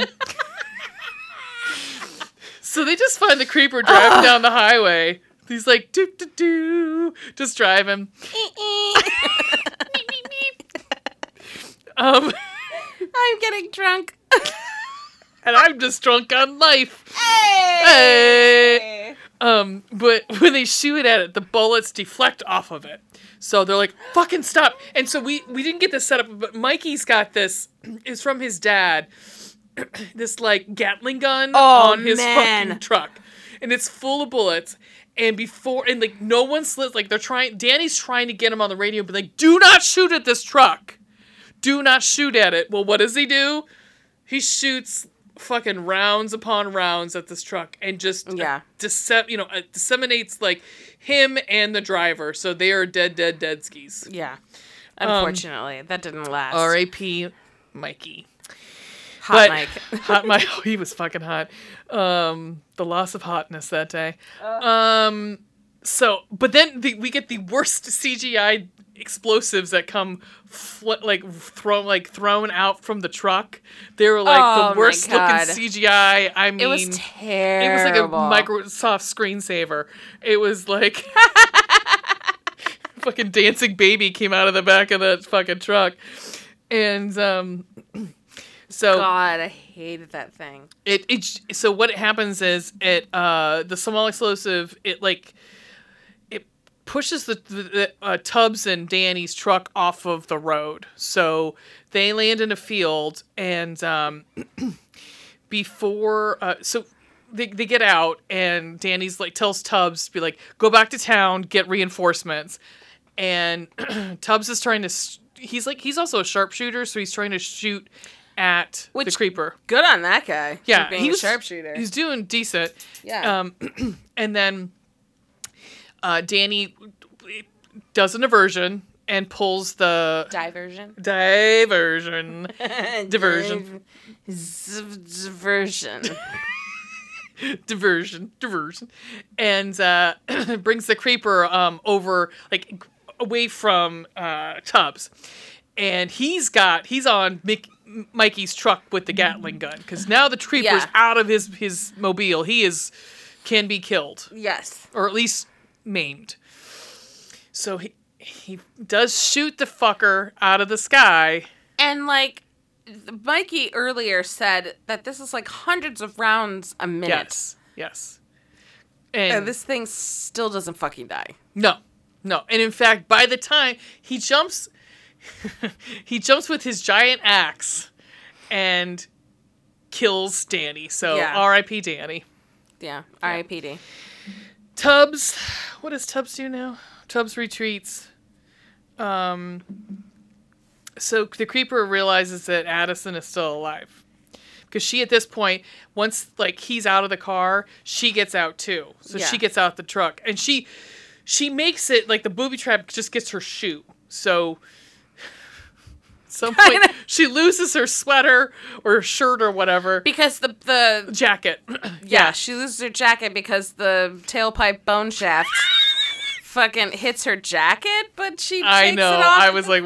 Speaker 2: so they just find the creeper driving down the highway. He's like doo doo doo, just driving. Um,
Speaker 1: (laughs) I'm getting drunk. (laughs)
Speaker 2: and I'm just drunk on life.
Speaker 1: hey!
Speaker 2: Hey. Um, but (laughs) when they shoot at it, the bullets deflect off of it. So they're like, "Fucking stop!" And so we we didn't get this set up, but Mikey's got this. (clears throat) It's from his dad. (clears throat) this like Gatling gun
Speaker 1: Oh,
Speaker 2: on his
Speaker 1: man.
Speaker 2: fucking truck, and it's full of bullets. And before and like no one slits. Like they're trying. Danny's trying to get him on the radio, but like, "Do not shoot at this truck. Do not shoot at it." Well, what does he do? He shoots fucking rounds upon rounds at this truck and just
Speaker 1: Yeah.
Speaker 2: disse- you know, uh, disseminates like him and the driver, so they are dead, dead, dead skis.
Speaker 1: Yeah.
Speaker 2: Um,
Speaker 1: Unfortunately, that didn't last.
Speaker 2: R.A.P. Mikey.
Speaker 1: Hot
Speaker 2: But-
Speaker 1: mic.
Speaker 2: (laughs) hot Mike. Oh, he was fucking hot. Um, the loss of hotness that day. Um, so, but then the, we get the worst CGI explosives that come fl- like thrown like thrown out from the truck. They were like
Speaker 1: Oh, my
Speaker 2: the worst looking
Speaker 1: God.
Speaker 2: CGI. I mean,
Speaker 1: It was
Speaker 2: it was like a
Speaker 1: terrible.
Speaker 2: Microsoft screensaver. It was like (laughs) fucking dancing baby came out of the back of that fucking truck, and um, (clears throat) so
Speaker 1: God, I hated that thing.
Speaker 2: it it so what happens is it uh the small explosive it like it pushes the, the, the uh, Tubbs and Danny's truck off of the road. So they land in a field and um (clears throat) before uh so they, they get out and Danny's like tells Tubbs to be like go back to town get reinforcements and (clears throat) Tubbs is trying to s he's like he's also a sharpshooter so he's trying to shoot at the
Speaker 1: Which-
Speaker 2: creeper.
Speaker 1: Good on that guy. for
Speaker 2: Yeah,
Speaker 1: being
Speaker 2: he was
Speaker 1: a sharpshooter.
Speaker 2: He's doing decent.
Speaker 1: yeah.
Speaker 2: Um, (clears throat) and then uh, Danny does an aversion and pulls the
Speaker 1: diversion. (laughs)
Speaker 2: diversion. (laughs) Diversion.
Speaker 1: Z- diversion.
Speaker 2: diversion, diversion, and uh, (clears throat) brings the creeper um, over like g- away from uh, Tubbs, and he's got he's on Mick, M- Mikey's truck with the Gatling gun because now the creeper's
Speaker 1: Yeah.
Speaker 2: out of his his mobile. He is can be killed
Speaker 1: yes.
Speaker 2: or at least maimed. So he he does shoot the fucker out of the sky.
Speaker 1: And like Mikey earlier said that this is like hundreds of rounds a minute.
Speaker 2: Yes, yes, and,
Speaker 1: And this thing still doesn't fucking die.
Speaker 2: No, no. And in fact, by the time he jumps, (laughs) he jumps with his giant axe and kills Danny. So
Speaker 1: Yeah.
Speaker 2: R.I.P. Danny.
Speaker 1: Yeah. R.I.P.D.
Speaker 2: Tubbs, what does Tubbs do now? Tubbs retreats. Um. So the creeper realizes that Addison is still alive. Because she, at this point, once like he's out of the car, she gets out too. So
Speaker 1: Yeah.
Speaker 2: she gets out the truck, and she she makes it like the booby trap just gets her shoe. So at
Speaker 1: (laughs)
Speaker 2: some point she loses her sweater or shirt or whatever
Speaker 1: Because the the
Speaker 2: jacket. (clears throat)
Speaker 1: yeah, she loses her jacket because the tailpipe bone (laughs) shaft fucking hits her jacket, but she takes
Speaker 2: I know.
Speaker 1: it off
Speaker 2: I was like,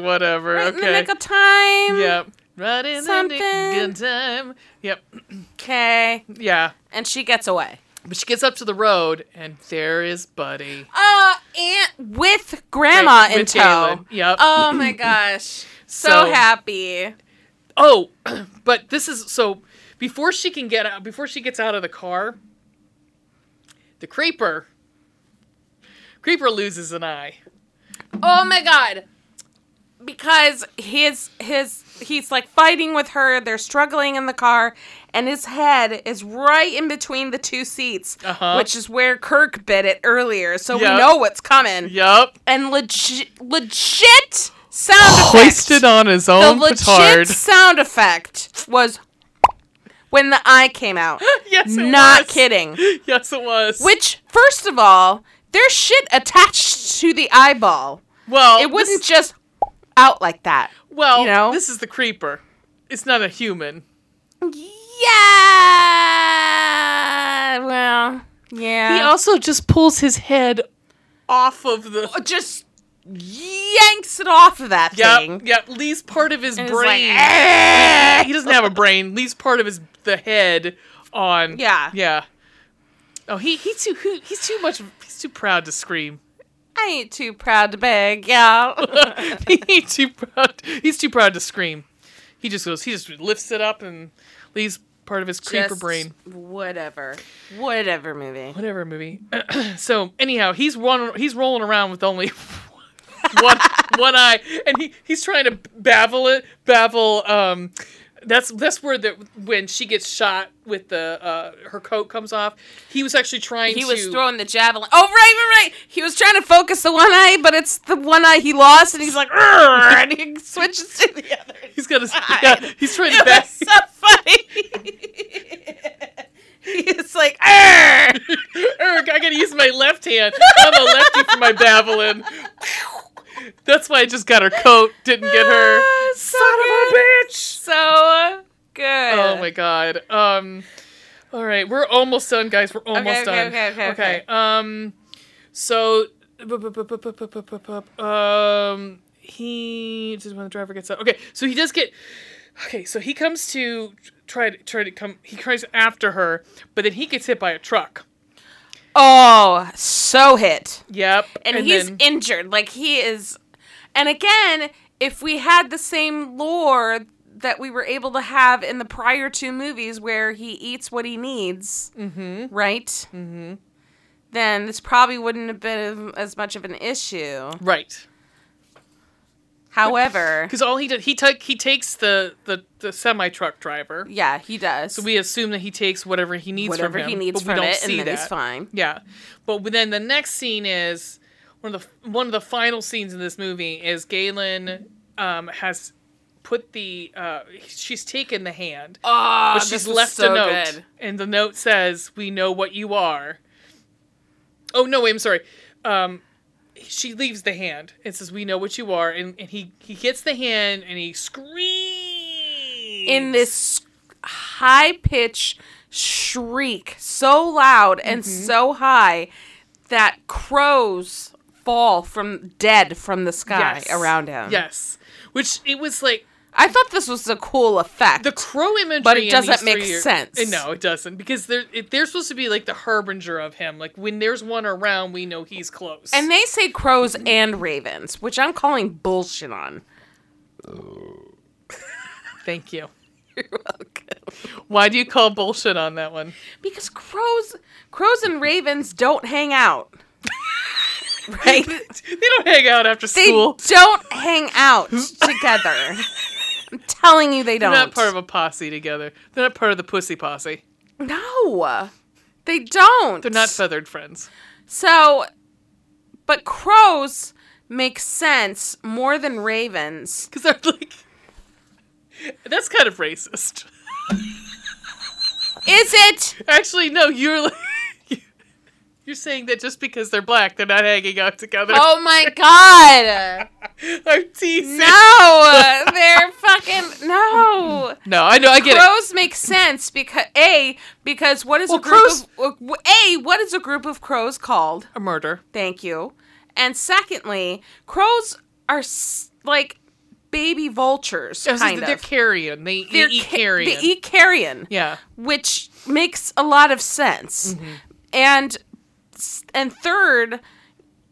Speaker 1: (laughs)
Speaker 2: whatever.
Speaker 1: right
Speaker 2: okay.
Speaker 1: in the nick of time.
Speaker 2: Yep. Right in
Speaker 1: Something.
Speaker 2: the nick of time. Yep.
Speaker 1: Okay.
Speaker 2: Yeah.
Speaker 1: And she gets away.
Speaker 2: But she gets up to the road, and there is Buddy.
Speaker 1: Uh, and with grandma
Speaker 2: Right,
Speaker 1: in
Speaker 2: with
Speaker 1: tow.
Speaker 2: Galen. Yep.
Speaker 1: Oh (clears throat) my gosh. So,
Speaker 2: So-
Speaker 1: happy.
Speaker 2: Oh, (clears throat) but this is so. Before she can get out, before she gets out of the car, the creeper, creeper loses an eye.
Speaker 1: Oh my god. Because his his he's like fighting with her, they're struggling in the car, and his head is right in between the two seats,
Speaker 2: Uh-huh.
Speaker 1: which is where Kirk bit it earlier, so
Speaker 2: Yep.
Speaker 1: we know what's coming.
Speaker 2: Yup.
Speaker 1: And legit legit sound
Speaker 2: Hoisted
Speaker 1: effect.
Speaker 2: on his
Speaker 1: The
Speaker 2: own
Speaker 1: legit
Speaker 2: petard.
Speaker 1: sound effect was when the eye came
Speaker 2: (laughs)
Speaker 1: out.
Speaker 2: (laughs) Yes, it
Speaker 1: Not
Speaker 2: was.
Speaker 1: kidding.
Speaker 2: (laughs) Yes, it was.
Speaker 1: Which, first of all, there's shit attached to the eyeball.
Speaker 2: well,
Speaker 1: It wasn't
Speaker 2: Oh, This,
Speaker 1: just out like that.
Speaker 2: well,
Speaker 1: you know?
Speaker 2: this is the creeper. It's not a human.
Speaker 1: Yeah. Well, yeah.
Speaker 2: He also just pulls his head off of the
Speaker 1: just yanks it off of that
Speaker 2: (laughs) Yep,
Speaker 1: thing.
Speaker 2: yep. Leaves part of his
Speaker 1: And it's like,
Speaker 2: brain. (laughs)
Speaker 1: "Ah!"
Speaker 2: he doesn't have a brain. Leaves part of his the head on.
Speaker 1: Yeah.
Speaker 2: yeah. Oh, he he too he, he's too much. He's too proud to scream. (laughs)
Speaker 1: I ain't too proud to beg, y'all.
Speaker 2: he too proud. He's too proud to scream. He just goes. He just lifts it up and leaves part of his creeper
Speaker 1: Just
Speaker 2: brain.
Speaker 1: Whatever. Whatever movie.
Speaker 2: Whatever movie. (clears throat) so anyhow, he's one. He's rolling around with only. (laughs) one one eye, and he he's trying to babble it, babble. Um, that's that's where the when she gets shot with the uh, her coat comes off. He was actually trying.
Speaker 1: He
Speaker 2: to,
Speaker 1: was throwing the javelin. Oh, right, right, right. He was trying to focus the one eye, but it's the one eye he lost, and he's like, "Arr," and he (laughs) switches to the other.
Speaker 2: (laughs)
Speaker 1: (laughs)
Speaker 2: He's got his.
Speaker 1: eye.
Speaker 2: Yeah, he's
Speaker 1: (laughs)
Speaker 2: trying to
Speaker 1: It
Speaker 2: back. (laughs)
Speaker 1: was so (laughs) funny. he's like, "Arr."
Speaker 2: Eric, I gotta use my left hand. I'm a lefty for my babbling. (laughs) That's why I just got her coat, didn't
Speaker 1: (laughs)
Speaker 2: get her.
Speaker 1: Ah, so
Speaker 2: Son of a bitch!
Speaker 1: So good.
Speaker 2: Oh my god. Um all right, we're almost done, guys. We're
Speaker 1: Okay,
Speaker 2: almost
Speaker 1: okay,
Speaker 2: done.
Speaker 1: okay, okay, okay.
Speaker 2: Um so um he just when the driver gets out. Okay, so he does get Okay, so he comes to try to try to come he tries after her, but then he gets hit by a truck.
Speaker 1: Oh, so hit.
Speaker 2: Yep.
Speaker 1: and, he's
Speaker 2: then-
Speaker 1: injured. Like he is. And again, if we had the same lore that we were able to have in the prior two movies where he eats what he needs, right? Mm-hmm. Then this probably wouldn't have been as much of an issue.
Speaker 2: right.
Speaker 1: (laughs) However,
Speaker 2: Because all he did, he took, he takes the the, the semi truck driver.
Speaker 1: yeah, he does.
Speaker 2: So we assume that he takes whatever he needs
Speaker 1: Whatever
Speaker 2: from him.
Speaker 1: he needs
Speaker 2: but
Speaker 1: from
Speaker 2: we don't
Speaker 1: it,
Speaker 2: see
Speaker 1: and then
Speaker 2: that.
Speaker 1: he's fine.
Speaker 2: Yeah, but then the next scene is one of the one of the final scenes in this movie is Galen um, has put the uh, she's taken the hand,
Speaker 1: Oh,
Speaker 2: but she's left a note, and the note says, "We know what you are." Oh no! Wait, I'm sorry. Um, she leaves the hand and says, "We know what you are," and, and he he hits the hand and he screams
Speaker 1: in this high pitch shriek so loud and
Speaker 2: Mm-hmm.
Speaker 1: so high that crows fall from dead from the sky
Speaker 2: Yes.
Speaker 1: around him.
Speaker 2: Yes, which it was like
Speaker 1: I thought this was a cool effect.
Speaker 2: the crow imagery,
Speaker 1: But it
Speaker 2: in
Speaker 1: doesn't
Speaker 2: these
Speaker 1: make
Speaker 2: three are-
Speaker 1: sense.
Speaker 2: Eh, no, it doesn't because they're it, they're supposed to be like the harbinger of him. Like when there's one around, we know he's close.
Speaker 1: and they say crows and ravens, which I'm calling bullshit
Speaker 2: (laughs)
Speaker 1: on.
Speaker 2: thank you.
Speaker 1: You're welcome.
Speaker 2: Why do you call bullshit on that one? (laughs)
Speaker 1: Because crows crows and ravens don't hang
Speaker 2: (laughs)
Speaker 1: out. right?
Speaker 2: They don't hang out after
Speaker 1: They
Speaker 2: school.
Speaker 1: don't hang out together. I'm telling you they don't.
Speaker 2: They're not part of a posse together. They're not part of the pussy posse.
Speaker 1: No, they don't.
Speaker 2: They're not feathered friends.
Speaker 1: So, but crows make sense more than ravens.
Speaker 2: Because they're like, (laughs) that's kind of racist. (laughs)
Speaker 1: Is it?
Speaker 2: Actually, no, you're like, (laughs) you're saying that just because they're black, they're not hanging out together.
Speaker 1: Oh my god.
Speaker 2: (laughs) I'm teasing.
Speaker 1: No, they're fucking no.
Speaker 2: No, I know, I get it.
Speaker 1: Crows make sense because a because what is
Speaker 2: Well,
Speaker 1: a group
Speaker 2: crows-
Speaker 1: of a what is a group of crows called?
Speaker 2: A murder.
Speaker 1: Thank you. And secondly, crows are s- like baby vultures
Speaker 2: I was
Speaker 1: kind
Speaker 2: like,
Speaker 1: of.
Speaker 2: Oh, They're carrion. They, they
Speaker 1: They're
Speaker 2: eat
Speaker 1: ca-
Speaker 2: carrion.
Speaker 1: They eat carrion.
Speaker 2: yeah. Mm-hmm.
Speaker 1: which makes a lot of sense. And and third,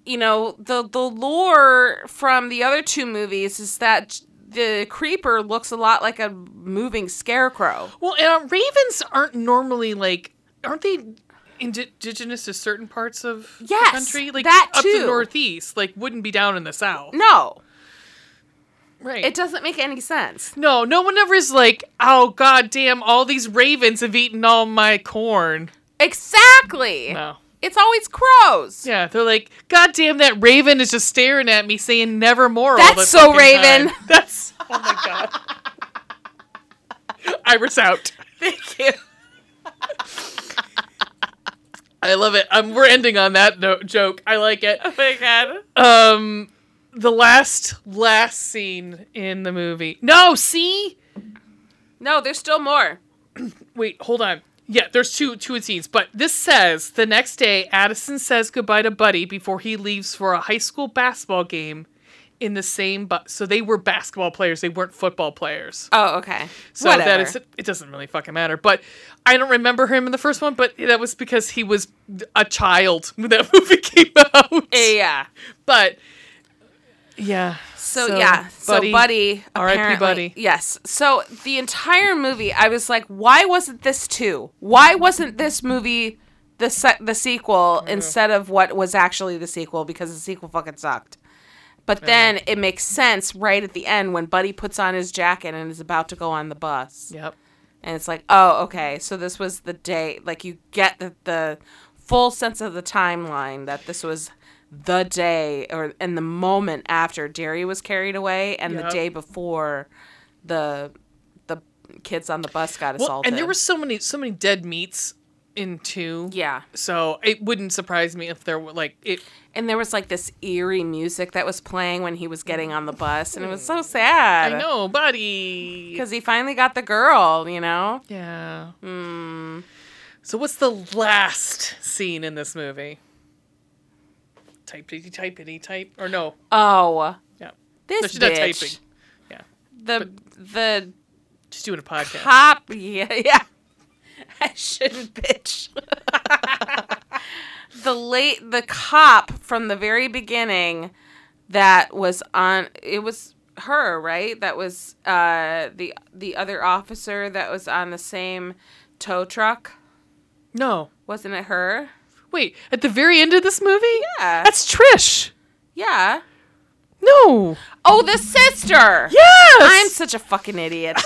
Speaker 1: you know, the the lore from the other two movies is that the creeper looks a lot like a moving scarecrow.
Speaker 2: Well, and, uh, ravens aren't normally like, aren't they indi- indigenous to certain parts of
Speaker 1: Yes,
Speaker 2: the country? Like
Speaker 1: that
Speaker 2: up to
Speaker 1: too.
Speaker 2: the northeast, like wouldn't be down in the south.
Speaker 1: No,
Speaker 2: Right.
Speaker 1: it doesn't make any sense.
Speaker 2: no, no one ever is like, oh goddamn, all these ravens have eaten all my corn.
Speaker 1: Exactly.
Speaker 2: No. Oh
Speaker 1: It's always crows.
Speaker 2: Yeah, they're like, goddamn, that raven is just staring at me, saying "nevermore." all
Speaker 1: That's
Speaker 2: the
Speaker 1: so
Speaker 2: fucking
Speaker 1: (laughs)
Speaker 2: time."
Speaker 1: raven.
Speaker 2: That's oh my god. (laughs) Iris out.
Speaker 1: Thank you.
Speaker 2: I love it. Um, we're ending on that no- joke. I like it.
Speaker 1: Oh my god.
Speaker 2: Um, the last last scene in the movie. No, see,
Speaker 1: No, there's still more.
Speaker 2: wait, hold on. Yeah, there's two two scenes, but this says the next day Addison says goodbye to Buddy before he leaves for a high school basketball game. In the same, bu- so they were basketball players. They weren't football players.
Speaker 1: Oh, okay.
Speaker 2: So
Speaker 1: Whatever.
Speaker 2: that is it doesn't really fucking matter. But I don't remember him in the first one, but that was because he was a child (laughs) when that movie came out.
Speaker 1: yeah.
Speaker 2: But yeah.
Speaker 1: So, yeah, so Buddy,
Speaker 2: R.I.P.
Speaker 1: apparently-
Speaker 2: Buddy.
Speaker 1: Yes. So the entire movie, I was like, why wasn't this two? Why wasn't this movie the se- the sequel
Speaker 2: Mm-hmm.
Speaker 1: instead of what was actually the sequel? Because the sequel fucking sucked. But then it makes sense right at the end when Buddy puts on his jacket and is about to go on the bus,
Speaker 2: Yep.
Speaker 1: and it's like, oh, okay, so this was the day. Like you get the, the full sense of the timeline that this was the day or and the moment after Derry was carried away and the
Speaker 2: Yep.
Speaker 1: day before the the kids on the bus got
Speaker 2: Well,
Speaker 1: assaulted.
Speaker 2: and there were so many so many dead meats in two.
Speaker 1: Yeah.
Speaker 2: So it wouldn't surprise me if there were like it.
Speaker 1: And there was like this eerie music that was playing when he was getting on the bus, and it was so sad.
Speaker 2: Mm. I know, buddy.
Speaker 1: Because he finally got the girl, you know?
Speaker 2: Yeah.
Speaker 1: Hmm.
Speaker 2: So what's the last scene in this movie? Type type type type or no?
Speaker 1: Oh.
Speaker 2: Yeah.
Speaker 1: This
Speaker 2: No, she's not
Speaker 1: bitch.
Speaker 2: typing. Yeah.
Speaker 1: The the
Speaker 2: She's doing a podcast.
Speaker 1: top. (laughs) Yeah, yeah. I shouldn't bitch. (laughs) the late the cop from the very beginning that was on it was her right that was uh the the other officer that was on the same tow truck
Speaker 2: No.
Speaker 1: wasn't it her
Speaker 2: Wait, at the very end of this movie?
Speaker 1: yeah
Speaker 2: That's Trish.
Speaker 1: yeah
Speaker 2: No.
Speaker 1: oh the sister
Speaker 2: Yes.
Speaker 1: i'm such a fucking
Speaker 2: (laughs)
Speaker 1: idiot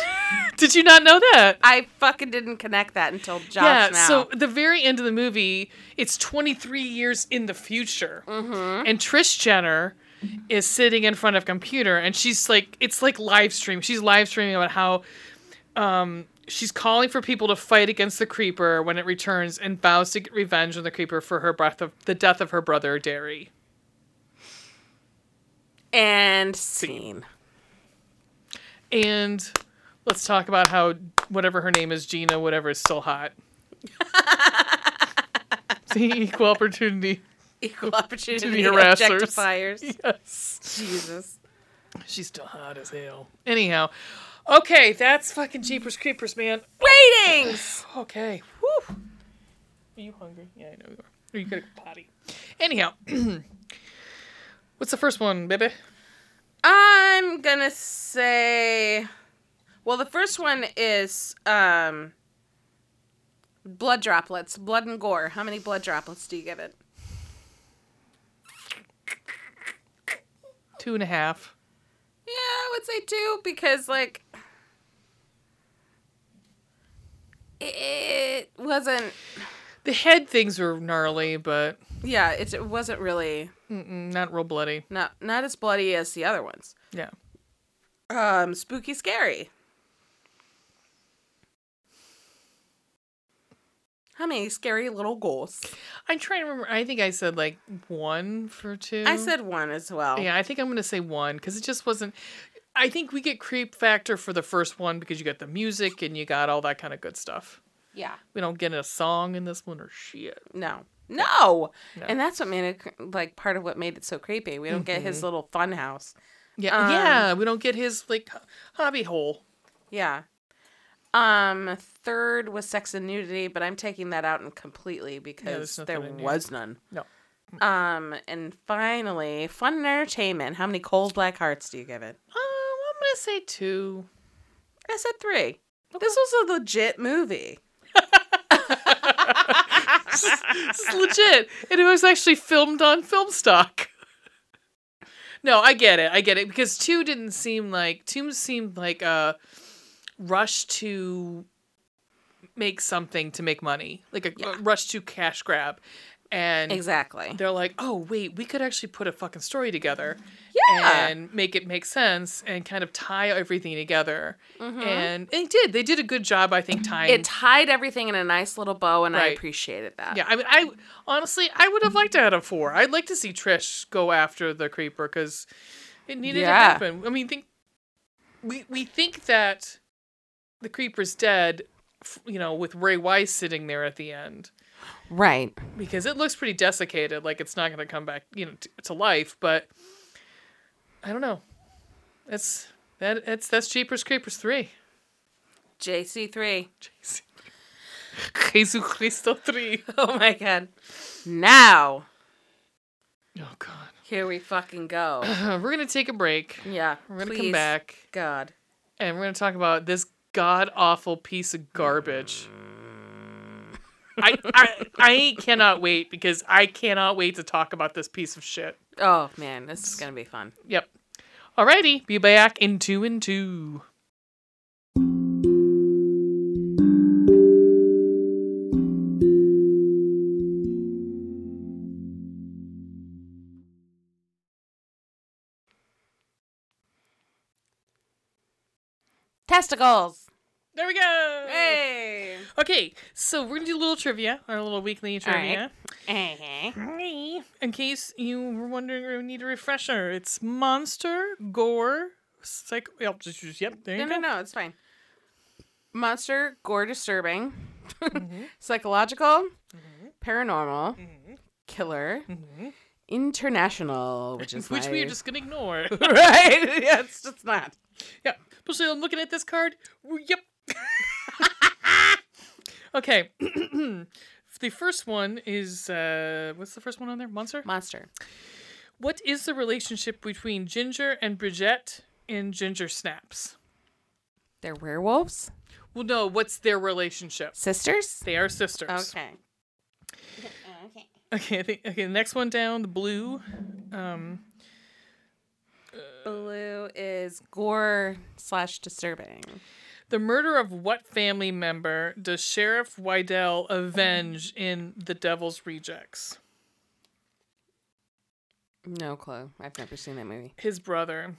Speaker 2: Did you not know that?
Speaker 1: i fucking didn't connect that until josh
Speaker 2: yeah.
Speaker 1: now
Speaker 2: So at the very end of the movie, it's 23 years in the future, and Trish Jenner is sitting in front of a computer, and she's like, it's like live stream. She's live streaming about how. Um, She's calling for people to fight against the creeper when it returns and vows to get revenge on the creeper for her breath of the death of her brother Derry.
Speaker 1: and scene
Speaker 2: And let's talk about how whatever her name is, Gina, whatever, is still hot. (laughs) See, equal opportunity.
Speaker 1: equal opportunity (laughs)
Speaker 2: harassers.
Speaker 1: objectifiers.
Speaker 2: Yes.
Speaker 1: Jesus.
Speaker 2: She's still hot as hell. Anyhow, okay, that's fucking Jeepers Creepers, man.
Speaker 1: Ratings.
Speaker 2: Okay. Whew. Are you hungry? Yeah, I know you are. Or you gotta go potty. Anyhow, (clears throat) what's the first one, baby?
Speaker 1: I'm gonna say. Well, the first one is um. Blood droplets, blood and gore. How many blood droplets do you give it?
Speaker 2: Two and a half.
Speaker 1: Yeah, I would say two because like. It wasn't.
Speaker 2: The head things were gnarly, but
Speaker 1: Yeah, it, it wasn't really
Speaker 2: mm-mm, not real bloody.
Speaker 1: not not as bloody as the other ones.
Speaker 2: Yeah.
Speaker 1: Um, spooky, scary. How many scary little ghosts?
Speaker 2: I'm trying to remember. I think I said like one for two.
Speaker 1: I said one as well.
Speaker 2: Yeah, I think I'm gonna say one because it just wasn't. I think we get creep factor for the first one because you got the music and you got all that kind of good stuff.
Speaker 1: Yeah.
Speaker 2: We don't get a song in this one or shit.
Speaker 1: No. No.
Speaker 2: No.
Speaker 1: And that's what made it cr- like part of what made it so creepy. We don't get
Speaker 2: Mm-hmm.
Speaker 1: his little fun house.
Speaker 2: Yeah,
Speaker 1: Um,
Speaker 2: yeah, we don't get his like ho- hobby hole.
Speaker 1: Yeah. Um, third was sex and nudity, but I'm taking that out and completely because
Speaker 2: nothing
Speaker 1: there
Speaker 2: in here.
Speaker 1: was none.
Speaker 2: No.
Speaker 1: Um, and finally, fun and entertainment. How many cold black hearts do you give it?
Speaker 2: Um, I'm gonna say two.
Speaker 1: I said three. This was a legit movie.
Speaker 2: This is (laughs) legit, and it was actually filmed on film stock. No, I get it. I get it because two didn't seem like two seemed like a rush to make something to make money, like a, a
Speaker 1: Yeah.
Speaker 2: rush to cash grab, and
Speaker 1: Exactly.
Speaker 2: they're like, oh wait, we could actually put a fucking story together
Speaker 1: Yeah.
Speaker 2: and make it make sense and kind of tie everything together. And they did. They did a good job, I think, tying.
Speaker 1: Mm-hmm. It tied everything in a nice little bow, and I
Speaker 2: Right.
Speaker 1: appreciated that.
Speaker 2: yeah, I mean, I honestly, I would have liked to have had a four. I'd like to see Trish go after the creeper because it needed to
Speaker 1: Yeah.
Speaker 2: happen. I mean, think we we think that the creeper's dead, f- you know, with Ray Weiss sitting there at the end.
Speaker 1: Right.
Speaker 2: because it looks pretty desiccated like it's not going to come back you know t- to life but i don't know that's that that's that's jeepers creepers (laughs) 3
Speaker 1: JC3.
Speaker 2: jesus jesus christo 3
Speaker 1: (laughs) Oh my god. Now,
Speaker 2: oh god (clears throat)
Speaker 1: here we fucking go.
Speaker 2: we're going to take a break
Speaker 1: Yeah.
Speaker 2: we're going to
Speaker 1: please.
Speaker 2: come back
Speaker 1: God.
Speaker 2: and we're going to talk about this god awful piece of garbage I, I I cannot wait because I cannot wait to talk about this piece of shit.
Speaker 1: Oh man, this is gonna be fun.
Speaker 2: Yep. Alrighty, be back in two and two.
Speaker 1: Testicles.
Speaker 2: There we go.
Speaker 1: Hey.
Speaker 2: Okay, so we're gonna do a little trivia, our little weekly
Speaker 1: All right.
Speaker 2: trivia. In case you were wondering or need a refresher, it's monster, gore, psych. Yep, just- just- yep, there you
Speaker 1: No, no,
Speaker 2: go.
Speaker 1: no, it's fine. Monster, gore disturbing, Mm-hmm. (laughs) psychological, Mm-hmm. paranormal, killer, international, Mm-hmm. (laughs) which is
Speaker 2: Which we
Speaker 1: my-
Speaker 2: are just
Speaker 1: (laughs)
Speaker 2: gonna ignore.
Speaker 1: right. Yeah, it's just not.
Speaker 2: yeah, especially I'm looking at this card. w-
Speaker 1: (laughs)
Speaker 2: Yep. okay. (clears throat) the first one is uh, what's the first one on there? Monster.
Speaker 1: Monster.
Speaker 2: What is the relationship between Ginger and Bridget in Ginger Snaps?
Speaker 1: They're werewolves?
Speaker 2: Well, no. What's their relationship?
Speaker 1: Sisters?
Speaker 2: They are sisters.
Speaker 1: Okay.
Speaker 2: (laughs) Okay, I think okay, the next one down, the blue. Um
Speaker 1: Blue is gore slash disturbing.
Speaker 2: the murder of what family member does Sheriff Wydell avenge in The Devil's Rejects?
Speaker 1: No clue. I've never seen that movie.
Speaker 2: His brother.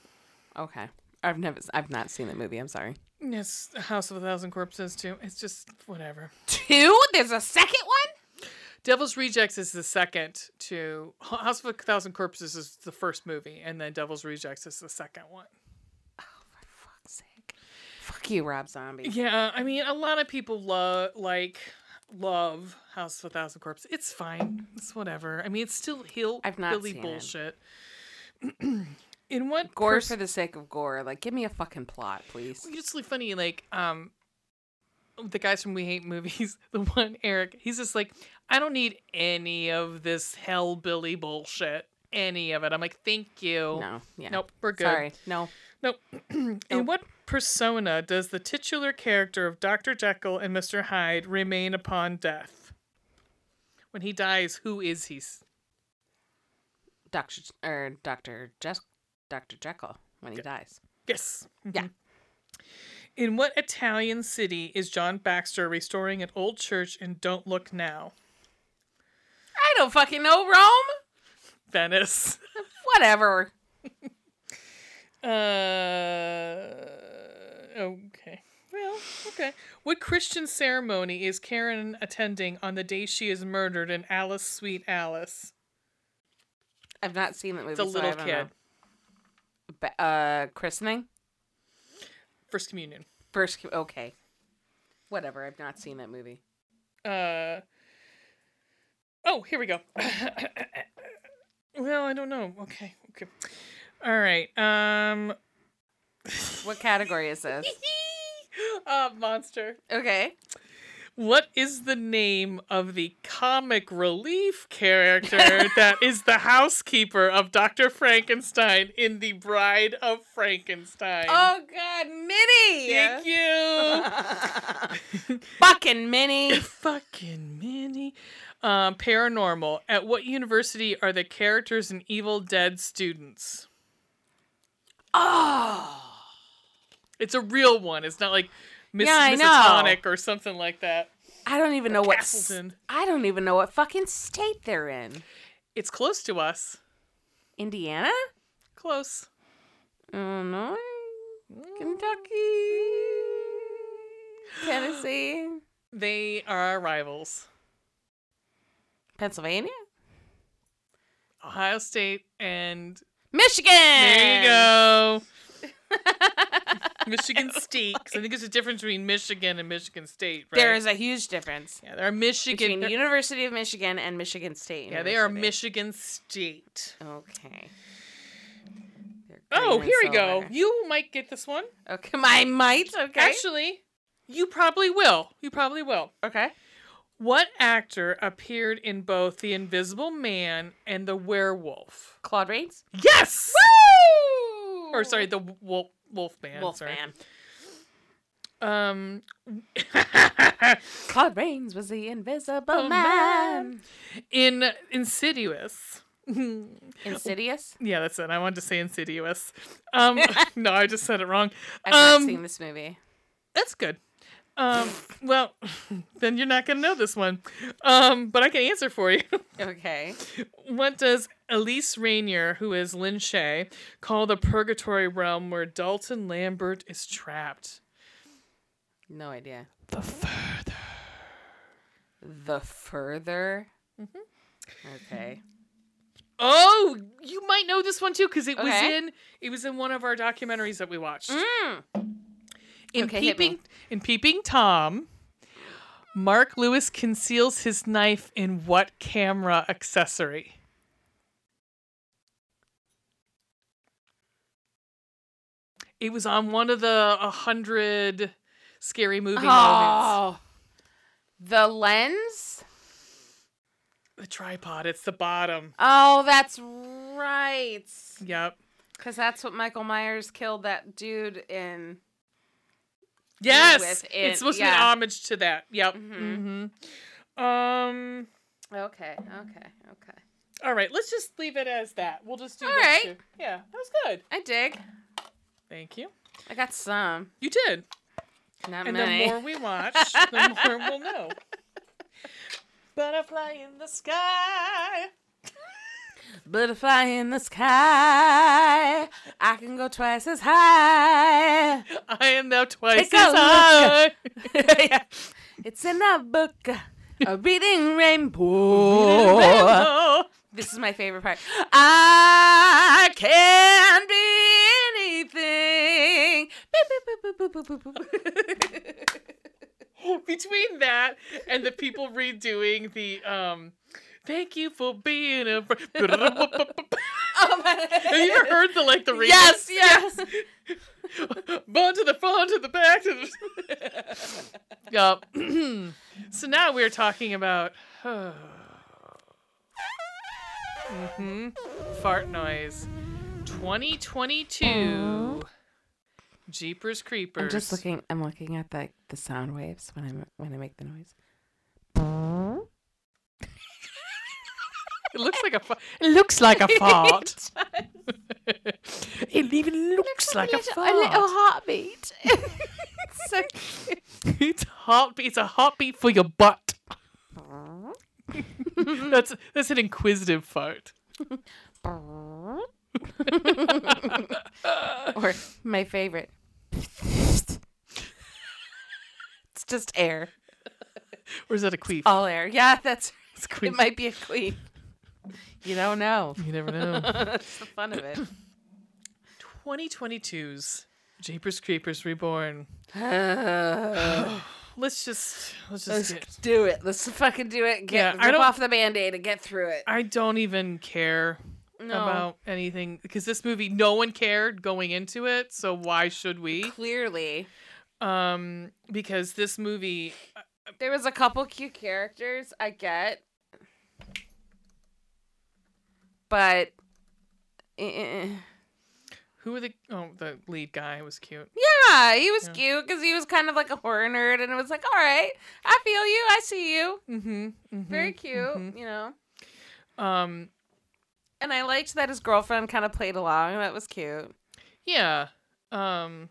Speaker 1: Okay. I've never I've not seen that movie, I'm sorry.
Speaker 2: Yes, House of a Thousand Corpses too. It's just whatever.
Speaker 1: Two? There's a second one?
Speaker 2: Devil's Rejects is the second to House of a Thousand Corpses is the first movie, and then Devil's Rejects is the second one.
Speaker 1: Fuck's sake. Fuck you, Rob Zombie.
Speaker 2: Yeah, I mean, a lot of people love like love House of a Thousand Corpses. It's fine. It's whatever. I mean, it's still hill
Speaker 1: I've not
Speaker 2: billy
Speaker 1: seen it.
Speaker 2: bullshit. (clears throat) In what
Speaker 1: Gore
Speaker 2: pers-
Speaker 1: for the sake of gore. Like give me a fucking plot, please.
Speaker 2: it's really funny. Like, um, the guys from We Hate Movies, (laughs) the one Eric, he's just like, I don't need any of this hellbilly bullshit. Any of it. I'm like, thank you.
Speaker 1: No. Yeah.
Speaker 2: Nope, we're good.
Speaker 1: Sorry. No.
Speaker 2: Nope. In what persona does the titular character of Dr. Jekyll and Mr. Hyde remain upon death? When he dies, who is he? S-
Speaker 1: Doctor or Doctor Jes- Doctor Jekyll when he dies.
Speaker 2: Yes. Mm-hmm.
Speaker 1: Yeah.
Speaker 2: In what Italian city is John Baxter restoring an old church in Don't Look Now?
Speaker 1: I don't fucking know Rome.
Speaker 2: Venice. (laughs)
Speaker 1: Whatever.
Speaker 2: Uh, okay. Well, okay. What Christian ceremony is Karen attending on the day she is murdered in Alice Sweet Alice?
Speaker 1: I've not seen that movie.
Speaker 2: It's a
Speaker 1: so I
Speaker 2: little
Speaker 1: don't
Speaker 2: kid.
Speaker 1: know. Ba- uh, christening
Speaker 2: First communion.
Speaker 1: first. co- Okay, whatever. I've not seen that movie.
Speaker 2: Uh. Oh, here we go. (coughs) well, I don't know. Okay. Okay. All right. Um. (gasps)
Speaker 1: What category is this?
Speaker 2: (laughs) uh, monster.
Speaker 1: Okay,
Speaker 2: What is the name of the comic relief character that is the housekeeper of Dr. Frankenstein in The Bride of Frankenstein?
Speaker 1: Oh God, Minnie!
Speaker 2: Thank you.
Speaker 1: Fucking Minnie.
Speaker 2: (laughs) Fucking Minnie. Um, paranormal. At what university are the characters in Evil Dead students?
Speaker 1: Oh,
Speaker 2: It's a real one. It's not like Miss
Speaker 1: Yeah, I
Speaker 2: Miss
Speaker 1: know.
Speaker 2: Atonic or something like that.
Speaker 1: I don't even know what. s-
Speaker 2: Castleton.
Speaker 1: I don't even know what fucking state they're in.
Speaker 2: It's close to us.
Speaker 1: Indiana?
Speaker 2: Close.
Speaker 1: Illinois? Mm. Kentucky? Tennessee?
Speaker 2: They are our rivals.
Speaker 1: Pennsylvania?
Speaker 2: Ohio State and
Speaker 1: Michigan!
Speaker 2: There you go.
Speaker 1: (laughs)
Speaker 2: Michigan State. 'cause I think there's a difference between Michigan and Michigan State, right?
Speaker 1: There is a huge difference
Speaker 2: Yeah, there are Michigan.
Speaker 1: between
Speaker 2: they're-
Speaker 1: University of Michigan and Michigan State.
Speaker 2: yeah, they are
Speaker 1: University.
Speaker 2: Michigan State.
Speaker 1: Okay. They're
Speaker 2: Oh,
Speaker 1: green and
Speaker 2: here we go.
Speaker 1: silver.
Speaker 2: You might get this one.
Speaker 1: Okay, my might. Okay.
Speaker 2: Actually, you probably will. You probably will.
Speaker 1: okay.
Speaker 2: What actor appeared in both The Invisible Man and The Werewolf?
Speaker 1: Claude Rains?
Speaker 2: Yes!
Speaker 1: Woo!
Speaker 2: Or sorry, The Wolf Wolfman. sorry.
Speaker 1: Wolfman.
Speaker 2: Um (laughs)
Speaker 1: Claude Rains was the invisible
Speaker 2: Oh, man.
Speaker 1: man.
Speaker 2: in Insidious. Oh.
Speaker 1: Insidious?
Speaker 2: Yeah, that's it. I wanted to say insidious. (laughs) Um, no, I just said it wrong.
Speaker 1: I've not seen
Speaker 2: Um,
Speaker 1: this movie.
Speaker 2: that's good. Um, well, (laughs) then you're not gonna know this one, um, but I can answer for you. (laughs)
Speaker 1: Okay.
Speaker 2: what does Elise Rainier, who is Lin Shay, call the purgatory realm where Dalton Lambert is trapped?
Speaker 1: No idea.
Speaker 2: The further.
Speaker 1: The Further. Okay.
Speaker 2: Oh, you might know this one too because it was
Speaker 1: Okay. Mm.
Speaker 2: in it was in one of our documentaries that we watched. In
Speaker 1: Okay, hit me.
Speaker 2: peeping in peeping Tom, Mark Lewis conceals his knife in what camera accessory? It was on one of the a hundred scary movie
Speaker 1: Oh,
Speaker 2: moments.
Speaker 1: the lens.
Speaker 2: The tripod. It's the bottom.
Speaker 1: Oh, that's right.
Speaker 2: Yep.
Speaker 1: Because that's what Michael Myers killed that dude in.
Speaker 2: Yes,
Speaker 1: with it,
Speaker 2: it's supposed to be
Speaker 1: yeah.
Speaker 2: an homage to that. Yep. Mm-hmm. Um.
Speaker 1: Okay, okay, okay.
Speaker 2: All right, let's just leave it as that. We'll just do.
Speaker 1: All
Speaker 2: those
Speaker 1: right.
Speaker 2: two. Yeah, that was good.
Speaker 1: I dig.
Speaker 2: Thank you.
Speaker 1: I got some.
Speaker 2: You did.
Speaker 1: Not
Speaker 2: and
Speaker 1: many.
Speaker 2: the more we
Speaker 1: (laughs)
Speaker 2: watch, the more we'll know. Butterfly in the sky.
Speaker 1: Butterfly in the sky. I can go twice as high.
Speaker 2: I am now twice
Speaker 1: Take a
Speaker 2: as
Speaker 1: look.
Speaker 2: high.
Speaker 1: (laughs)
Speaker 2: (laughs)
Speaker 1: It's in a book. A reading rainbow.
Speaker 2: Rainbow.
Speaker 1: This is my favorite part. I can be anything. Beep, beep, (laughs) boop, boop, boop, boop,
Speaker 2: (laughs)
Speaker 1: boop, boop.
Speaker 2: Between that and the people redoing the um, thank you for being a. Fr- (laughs) Have
Speaker 1: oh my. (laughs)
Speaker 2: you ever heard the like the remix? (laughs)
Speaker 1: Yes, yes.
Speaker 2: Bun to the front, to the back, to the. (laughs) yep. (clears throat) so now we're talking about. (sighs) hmm Fart noise. 2022. Jeepers Creepers.
Speaker 1: I'm just looking. I'm looking at the the sound waves when I when I make the noise.
Speaker 2: It looks like a. Fa- (laughs) it looks like a fart. (laughs) it even looks like a fart.
Speaker 1: heartbeat. (laughs) so cute. (laughs)
Speaker 2: (laughs) It's heartbeat. It's a heartbeat for your butt. (laughs) that's that's an inquisitive fart.
Speaker 1: or my favorite. (laughs) it's just air.
Speaker 2: Or is that a queef?
Speaker 1: All air. Yeah, that's
Speaker 2: It's a queef.
Speaker 1: it might be a queen. You don't know.
Speaker 2: (laughs)
Speaker 1: (laughs)
Speaker 2: You never (laughs) know.
Speaker 1: that's the fun (sighs) of it.
Speaker 2: 2022's Jeepers Creepers Reborn. Let's just let's just.
Speaker 1: Let's
Speaker 2: get-
Speaker 1: do it. Let's fucking do it. Get
Speaker 2: Yeah, I
Speaker 1: rip
Speaker 2: don't-
Speaker 1: off the band-aid and get through it.
Speaker 2: I don't even care
Speaker 1: No.
Speaker 2: about anything because this movie, no one cared going into it. So why should we?
Speaker 1: Clearly.
Speaker 2: Um, because this movie,
Speaker 1: There was a couple cute characters, I get. But eh.
Speaker 2: who are the oh the lead guy was cute.
Speaker 1: yeah, he was
Speaker 2: Yeah.
Speaker 1: cute because he was kind of like a horror nerd, and it was like, all right, I feel you, I see you,
Speaker 2: Mm-hmm.
Speaker 1: very cute, you know.
Speaker 2: Um.
Speaker 1: And I liked that his girlfriend kind of played along. That was cute.
Speaker 2: Yeah. Um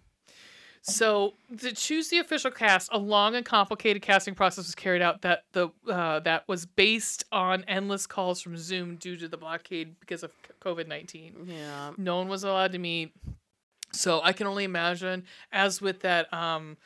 Speaker 2: so to choose the official cast, a long and complicated casting process was carried out that the uh, that was based on endless calls from Zoom due to the blockade because of COVID nineteen.
Speaker 1: Yeah.
Speaker 2: No one was allowed to meet, so I can only imagine. As with that um,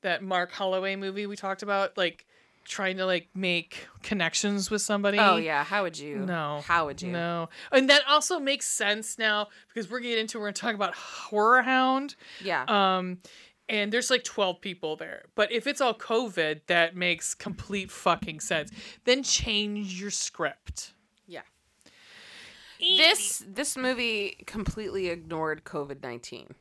Speaker 2: that Mark Holloway movie we talked about, like trying to like make connections with somebody.
Speaker 1: Oh yeah. How would you?
Speaker 2: No.
Speaker 1: How would you?
Speaker 2: No, and that also makes sense now because we're getting into we're gonna talk about Horror Hound.
Speaker 1: Yeah.
Speaker 2: Um, and there's like 12 people there. But if it's all COVID, that makes complete fucking sense. Then change your script.
Speaker 1: yeah.
Speaker 2: E.
Speaker 1: This this movie completely ignored COVID nineteen.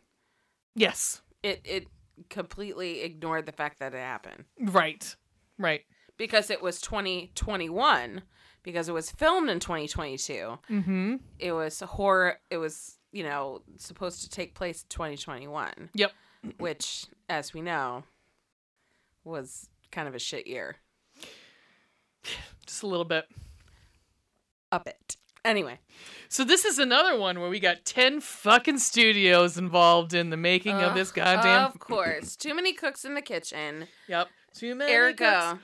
Speaker 2: Yes.
Speaker 1: It it completely ignored the fact that it happened.
Speaker 2: Right. Right.
Speaker 1: because it was 2021 because it was filmed in 2022
Speaker 2: Mm-hmm.
Speaker 1: it was horror it was you know supposed to take place in 2021
Speaker 2: Yep.
Speaker 1: which as we know was kind of a shit year
Speaker 2: Just a little bit.
Speaker 1: up it anyway
Speaker 2: So this is another one where we got 10 fucking studios involved in the making of this
Speaker 1: Uh-huh.
Speaker 2: goddamn
Speaker 1: of course too many cooks in the kitchen
Speaker 2: Yep. Too many
Speaker 1: erica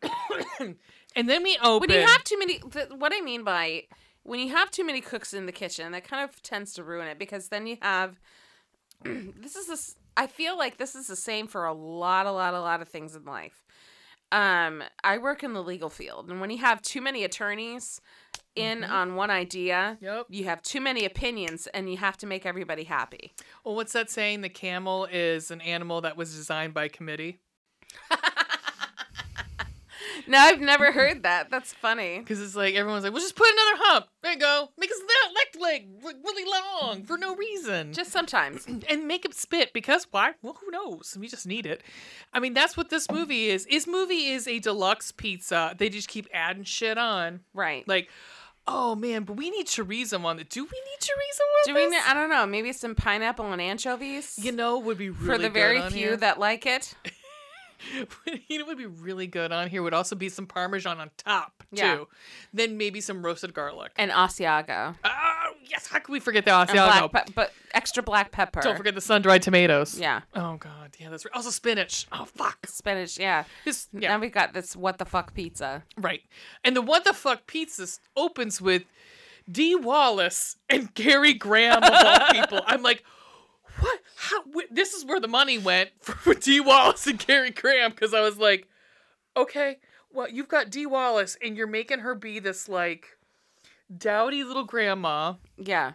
Speaker 2: cooks. and then we open
Speaker 1: when you have too many th- what i mean by when you have too many cooks in the kitchen that kind of tends to ruin it because then you have (clears throat) this is this i feel like this is the same for a lot a lot a lot of things in life um I work in the legal field and when you have too many attorneys in
Speaker 2: Mm-hmm.
Speaker 1: on one idea,
Speaker 2: Yep.
Speaker 1: you have too many opinions and you have to make everybody happy.
Speaker 2: Well, Oh, what's that saying? The camel is an animal that was designed by committee.
Speaker 1: No, I've never heard that. That's funny.
Speaker 2: Because it's like everyone's like, we'll just put another hump. There you go. Make his le- left leg look really long for no reason.
Speaker 1: Just sometimes. (clears throat)
Speaker 2: and make him spit because why? Well, who knows? We just need it. I mean, that's what this movie is. This movie is a deluxe pizza. They just keep adding shit on.
Speaker 1: Right.
Speaker 2: Like, oh man, but we need chorizo on the. Do we need chorizo on
Speaker 1: Do we kn-
Speaker 2: this?
Speaker 1: I don't know, maybe some pineapple and anchovies
Speaker 2: You know, would be
Speaker 1: for
Speaker 2: really
Speaker 1: the
Speaker 2: good
Speaker 1: very
Speaker 2: on
Speaker 1: few
Speaker 2: here.
Speaker 1: that like it.
Speaker 2: you know, what (laughs) would be really good on here would also be some parmesan on top too.
Speaker 1: Yeah.
Speaker 2: Then maybe some roasted garlic.
Speaker 1: And Asiago.
Speaker 2: oh yes, how could we forget the
Speaker 1: And
Speaker 2: Asiago?
Speaker 1: black pe- but extra black pepper.
Speaker 2: Don't forget the sun-dried tomatoes.
Speaker 1: Yeah.
Speaker 2: Oh god, yeah, that's right. Also spinach. Oh fuck. (laughs)
Speaker 1: Spinach, yeah.
Speaker 2: This, yeah.
Speaker 1: Now we've got this what the fuck pizza.
Speaker 2: Right. And the What the Fuck Pizza s- opens with Dee Wallace and Gary Graham of all people. I'm like, what? How? Wh- this is where the money went (laughs) for, for Dee Wallace and Gary Graham because I was like, okay, well, you've got Dee Wallace and you're making her be this like dowdy little grandma.
Speaker 1: Yeah.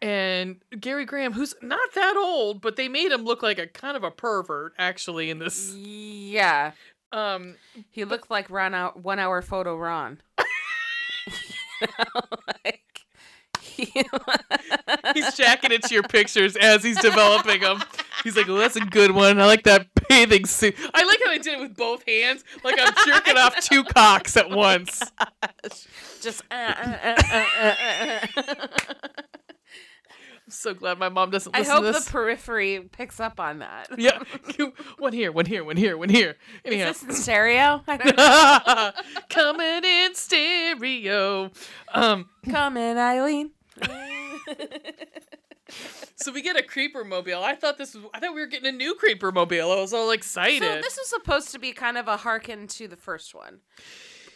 Speaker 2: And Gary Graham, who's not that old, but they made him look like a kind of a pervert actually in this.
Speaker 1: Yeah.
Speaker 2: Um,
Speaker 1: He looked like Ron out one hour photo
Speaker 2: (laughs)
Speaker 1: Ron. (laughs) You know, like, he- (laughs)
Speaker 2: He's jacking into your pictures as he's developing them. He's like, well, that's a good one. I like that bathing suit. I like how I did it with both hands. Like I'm jerking off two cocks at once.
Speaker 1: just uh, uh, uh, uh, uh, uh,
Speaker 2: (laughs)
Speaker 1: uh.
Speaker 2: I'm so glad my mom doesn't
Speaker 1: I
Speaker 2: listen
Speaker 1: hope
Speaker 2: to this.
Speaker 1: the periphery picks up on that.
Speaker 2: (laughs) yeah. You- one here, one here, one here, one here. Anyhow.
Speaker 1: Is this in stereo? I don't know.
Speaker 2: (laughs) Coming in stereo. Um,
Speaker 1: Come in, Eileen.
Speaker 2: so we get a creeper mobile. I thought this was I thought we were getting a new creeper mobile. I was all excited.
Speaker 1: So this was supposed to be kind of a hearken to the first one.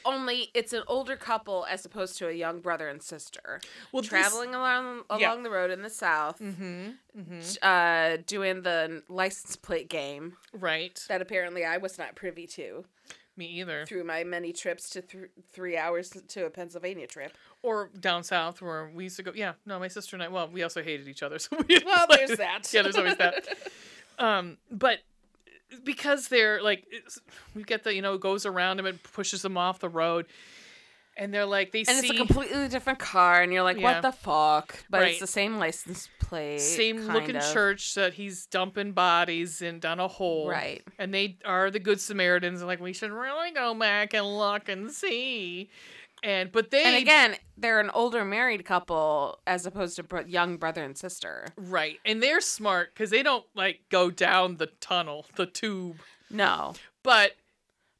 Speaker 1: Only it's an older couple as opposed to a young brother and sister
Speaker 2: well,
Speaker 1: traveling along along
Speaker 2: Yeah.
Speaker 1: the road in the south,
Speaker 2: hmm hmm
Speaker 1: uh, doing the license plate game
Speaker 2: Right.
Speaker 1: that apparently I was not privy to
Speaker 2: Me either.
Speaker 1: through my many trips to th- three hours to a Pennsylvania trip.
Speaker 2: or down south where we used to go. Yeah, no, my sister and I. Well, we also hated each other, (laughs) so we.
Speaker 1: (laughs)
Speaker 2: Didn't
Speaker 1: Well,
Speaker 2: play
Speaker 1: there's
Speaker 2: it.
Speaker 1: that.
Speaker 2: (laughs) Yeah, there's
Speaker 1: (laughs)
Speaker 2: always that. Um, but because they're like, it's, we get the you know goes around him and pushes them off the road, and they're like they
Speaker 1: And
Speaker 2: see
Speaker 1: it's a completely different car, and you're like,
Speaker 2: Yeah.
Speaker 1: "What the fuck?" But
Speaker 2: Right.
Speaker 1: it's the same license plate,
Speaker 2: same
Speaker 1: kind
Speaker 2: looking
Speaker 1: of.
Speaker 2: church that he's dumping bodies in down a hole,
Speaker 1: Right.
Speaker 2: And they are the good Samaritans, and like we should really go back and look and see, and but they
Speaker 1: And again, they're an older married couple as opposed to bro- young brother and sister.
Speaker 2: Right. And they're smart because they don't like go down the tunnel, the tube.
Speaker 1: No,
Speaker 2: But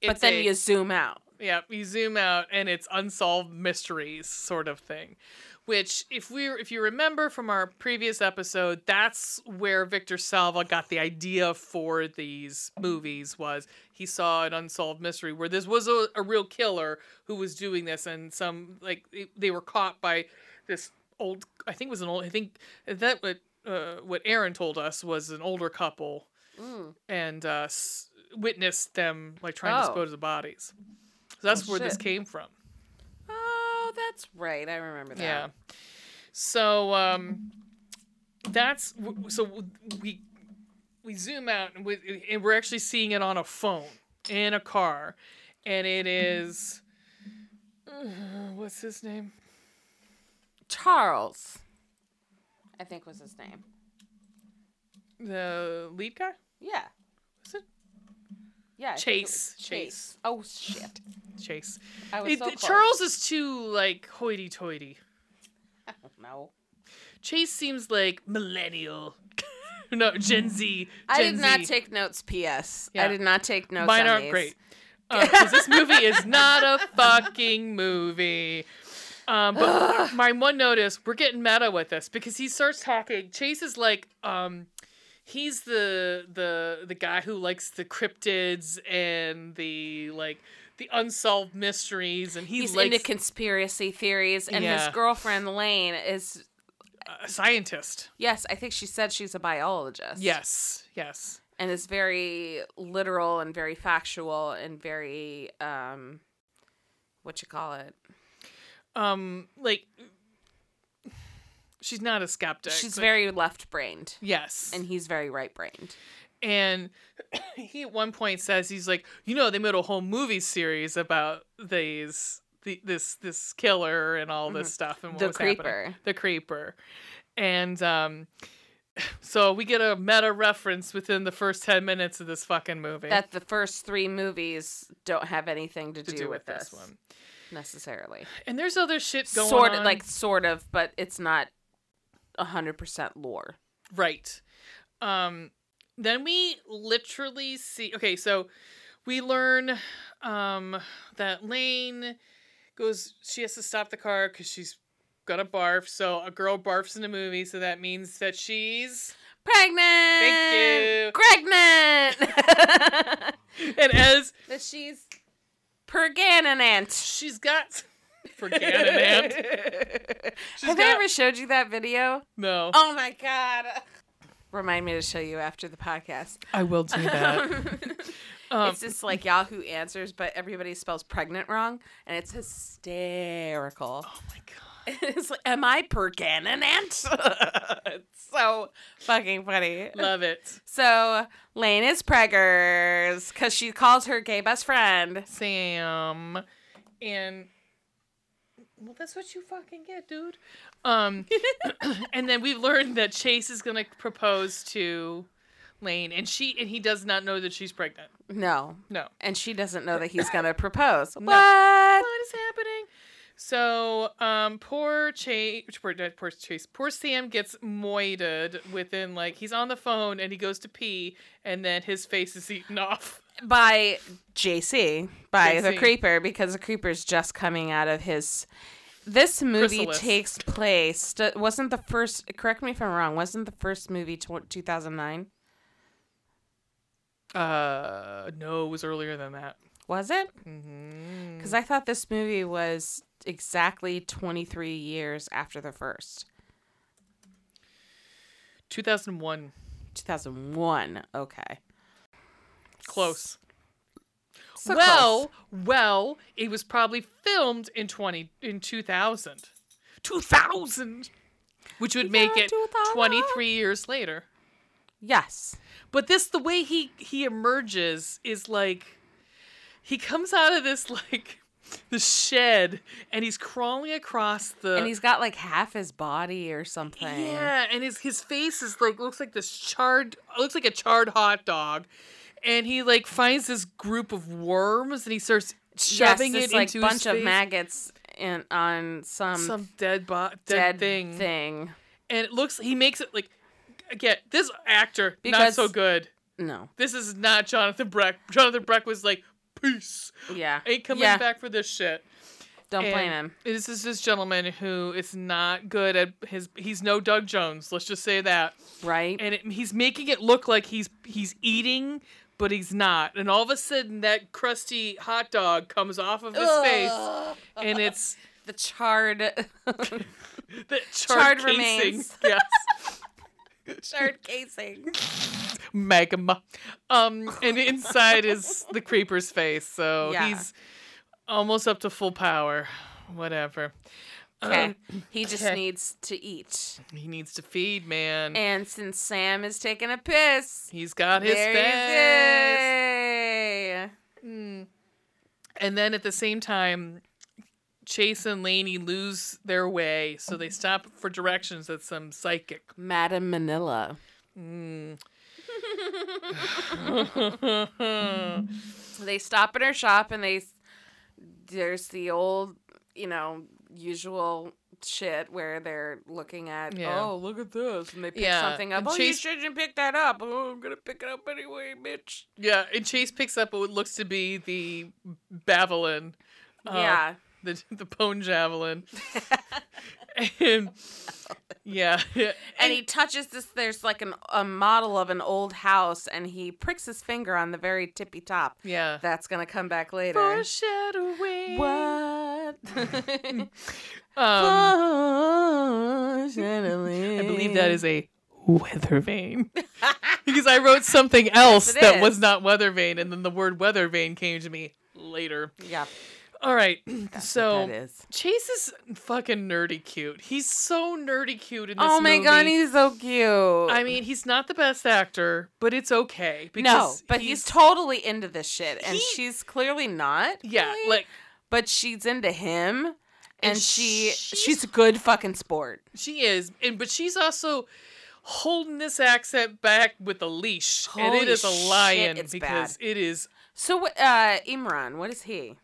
Speaker 1: but
Speaker 2: it's
Speaker 1: then
Speaker 2: a-
Speaker 1: you zoom out.
Speaker 2: yeah, you zoom out and it's unsolved mysteries sort of thing. Which if we if you remember from our previous episode, that's where Victor Salva got the idea for these movies was he saw an unsolved mystery where this was a, a real killer who was doing this and some like they- they were caught by this old I think it was an old I think that what uh, what Aaron told us was an older couple
Speaker 1: Mm.
Speaker 2: and uh, s- witnessed them like trying to
Speaker 1: Oh.
Speaker 2: dispose of bodies. So that's
Speaker 1: Oh,
Speaker 2: where this
Speaker 1: shit.
Speaker 2: came from.
Speaker 1: Oh, that's right. I remember that.
Speaker 2: Yeah. So um, that's w- so w- we we zoom out and, we, and we're actually seeing it on a phone in a car, and it is (sighs) what's his name?
Speaker 1: Charles, I think was his name.
Speaker 2: The lead guy.
Speaker 1: Yeah.
Speaker 2: Is it
Speaker 1: Yeah. I think it was
Speaker 2: Chase. Chase.
Speaker 1: Oh shit.
Speaker 2: Chase?
Speaker 1: I was
Speaker 2: It-
Speaker 1: so
Speaker 2: it-
Speaker 1: close.
Speaker 2: Charles is too like hoity-toity.
Speaker 1: No.
Speaker 2: Chase seems like millennial. (laughs) no, Gen Z.
Speaker 1: I
Speaker 2: Gen
Speaker 1: did not
Speaker 2: Z.
Speaker 1: take notes. P.S.
Speaker 2: Yeah.
Speaker 1: I did not take notes.
Speaker 2: Mine
Speaker 1: on
Speaker 2: aren't
Speaker 1: these.
Speaker 2: great. Because this movie is
Speaker 1: (laughs)
Speaker 2: not a fucking movie.
Speaker 1: (sighs)
Speaker 2: Um, but my one note is we're getting meta with this because he starts talking. Chase is like, um, he's the the the guy who likes the cryptids and the like the unsolved mysteries, and he
Speaker 1: He's
Speaker 2: likes
Speaker 1: into conspiracy theories, and
Speaker 2: Yeah.
Speaker 1: his girlfriend Lane is.
Speaker 2: a scientist.
Speaker 1: Yes, I think she said she's a biologist.
Speaker 2: Yes, yes.
Speaker 1: and is very literal and very factual and very um what you call it
Speaker 2: Um, like she's not a skeptic.
Speaker 1: she's
Speaker 2: but-
Speaker 1: very left-brained
Speaker 2: yes,
Speaker 1: and he's very right-brained
Speaker 2: and (clears throat) he at one point says he's like, you know, they made a whole movie series about these the, this this killer and all this stuff and
Speaker 1: Mm-hmm.
Speaker 2: what
Speaker 1: The
Speaker 2: was happening."
Speaker 1: creeper.
Speaker 2: the creeper, and um. (clears throat) So we get a meta reference within the first ten minutes of this fucking movie.
Speaker 1: that the first three movies don't have anything to,
Speaker 2: to
Speaker 1: do, with this,
Speaker 2: one,
Speaker 1: necessarily
Speaker 2: and there's other shit going
Speaker 1: sort of
Speaker 2: on.
Speaker 1: like sort of but it's not 100% lore
Speaker 2: Right. Um then we literally see okay, so we learn um that Lane goes she has to stop the car cuz she's gonna barf. So a girl barfs in the movie, so that means that she's
Speaker 1: pregnant
Speaker 2: Thank you. (laughs)
Speaker 1: pregnant
Speaker 2: and as
Speaker 1: that she's perganant
Speaker 2: she's got (laughs) forget it, man. She's
Speaker 1: have
Speaker 2: got-
Speaker 1: i ever showed you that video
Speaker 2: No.
Speaker 1: oh my god remind me to show you after the podcast
Speaker 2: I will do
Speaker 1: Uh, (laughs)
Speaker 2: that.
Speaker 1: it's just like yahoo answers but everybody spells pregnant wrong and it's hysterical
Speaker 2: oh my god.
Speaker 1: (laughs) it's like, am I perganant? (laughs) it's so fucking funny.
Speaker 2: (laughs) Love it.
Speaker 1: So Lane is preggers because she calls her gay best friend.
Speaker 2: Sam. And well, that's what you fucking get, dude. Um, (coughs) and then we learned that Chase is gonna propose to Lane, and she and he does not know that she's pregnant.
Speaker 1: No,
Speaker 2: No,
Speaker 1: and she doesn't know that he's gonna propose. (laughs) What?
Speaker 2: what is happening? So, um, poor Chase, poor, not poor Chase, poor Sam gets moited within like he's on the phone and he goes to pee, and then his face is eaten off.
Speaker 1: By JC, by the
Speaker 2: JC.
Speaker 1: creeper, because the creeper's just coming out of his. This movie
Speaker 2: Chrysalis.
Speaker 1: takes place. d- Wasn't the first? Correct me if I'm wrong. Wasn't the first movie two thousand nine?
Speaker 2: Uh, no, it was earlier than that.
Speaker 1: Was it?
Speaker 2: Mm-hmm.
Speaker 1: Because I thought this movie was exactly 23 years after the first.
Speaker 2: 2001.
Speaker 1: 2001. Okay.
Speaker 2: Close.
Speaker 1: So
Speaker 2: well, well, it was probably filmed in 20 in 2000. 2000. Which would make
Speaker 1: Yeah,
Speaker 2: it
Speaker 1: 2000.
Speaker 2: 23 years later.
Speaker 1: Yes.
Speaker 2: But this the way he he emerges is like he comes out of this (laughs) like the shed and he's crawling across the
Speaker 1: And he's got like half his body or something.
Speaker 2: Yeah, and his his face is like looks like this charred looks like a charred hot dog. And he like finds this group of worms and he starts
Speaker 1: Yes,
Speaker 2: shoving
Speaker 1: this
Speaker 2: it
Speaker 1: like
Speaker 2: into
Speaker 1: bunch
Speaker 2: his
Speaker 1: of
Speaker 2: face.
Speaker 1: maggots in, on some,
Speaker 2: some dead bo- dead,
Speaker 1: Um, dead
Speaker 2: thing. and it looks he makes it like again this actor
Speaker 1: Because-
Speaker 2: not so good
Speaker 1: No.
Speaker 2: this is not jonathan breck jonathan breck was like peace
Speaker 1: Yeah.
Speaker 2: ain't coming
Speaker 1: yeah.
Speaker 2: back for this shit
Speaker 1: Don't blame
Speaker 2: And
Speaker 1: him.
Speaker 2: this is this gentleman who is not good at his he's no doug jones let's just say that
Speaker 1: Right?
Speaker 2: and it, he's making it look like he's he's eating but he's not and all of a sudden that crusty hot dog comes off of his face
Speaker 1: Ugh.
Speaker 2: and it's
Speaker 1: The (laughs) charred
Speaker 2: the
Speaker 1: Charred
Speaker 2: charred, casing.
Speaker 1: remains.
Speaker 2: (laughs) yes (laughs)
Speaker 1: charred casing.
Speaker 2: magma. Um, and inside is the creeper's face, so
Speaker 1: Yeah.
Speaker 2: he's almost up to full power. Whatever.
Speaker 1: Okay. He just
Speaker 2: Uh-huh. Okay.
Speaker 1: needs to eat.
Speaker 2: He needs to feed, man.
Speaker 1: And since Sam is taking a piss,
Speaker 2: he's got his
Speaker 1: there
Speaker 2: face.
Speaker 1: it is.
Speaker 2: And then at the same time, Chase and Laney lose their way, so they stop for directions at some psychic.
Speaker 1: Madam Manila. Mm. (laughs) They stop at her shop and they there's the old, you know, usual shit where they're looking at
Speaker 2: Yeah.
Speaker 1: oh look at this and they pick
Speaker 2: Yeah,
Speaker 1: something up
Speaker 2: and
Speaker 1: oh
Speaker 2: Chase-
Speaker 1: you shouldn't pick that up oh i'm gonna pick it up anyway bitch
Speaker 2: Yeah, and Chase picks up what looks to be the Babylon. uh,
Speaker 1: yeah
Speaker 2: the the
Speaker 1: (laughs)
Speaker 2: bone javelin. and yeah,
Speaker 1: (laughs) and he touches this there's like an, a model of an old house and he pricks his finger on the very tippy top
Speaker 2: yeah.
Speaker 1: that's gonna come back later
Speaker 2: Foreshadowing. (laughs)
Speaker 1: what
Speaker 2: Um,
Speaker 1: (laughs) Foreshadowing.
Speaker 2: I Um, believe that is a weather vane. (laughs) because I wrote something else
Speaker 1: (laughs) Yes, it
Speaker 2: that
Speaker 1: is.
Speaker 2: was not weather vane, and then the word weather vane came to me later.
Speaker 1: Yeah.
Speaker 2: All right. so (clears throat)
Speaker 1: that is.
Speaker 2: Chase is fucking nerdy cute. He's so nerdy cute in this
Speaker 1: Oh my god,
Speaker 2: movie.
Speaker 1: he's so cute.
Speaker 2: I mean, he's not the best actor, but it's okay.
Speaker 1: no,
Speaker 2: Because
Speaker 1: but he's, totally into this shit, and
Speaker 2: He-
Speaker 1: she's clearly not.
Speaker 2: yeah,
Speaker 1: really,
Speaker 2: like
Speaker 1: but she's into him, and,
Speaker 2: And
Speaker 1: she
Speaker 2: she's-
Speaker 1: she's a good fucking sport.
Speaker 2: she is, and but she's also holding this accent back with a leash, and it
Speaker 1: Holy
Speaker 2: is a
Speaker 1: shit,
Speaker 2: lion
Speaker 1: it's
Speaker 2: because it is.
Speaker 1: So what? Uh, Imran, what is he?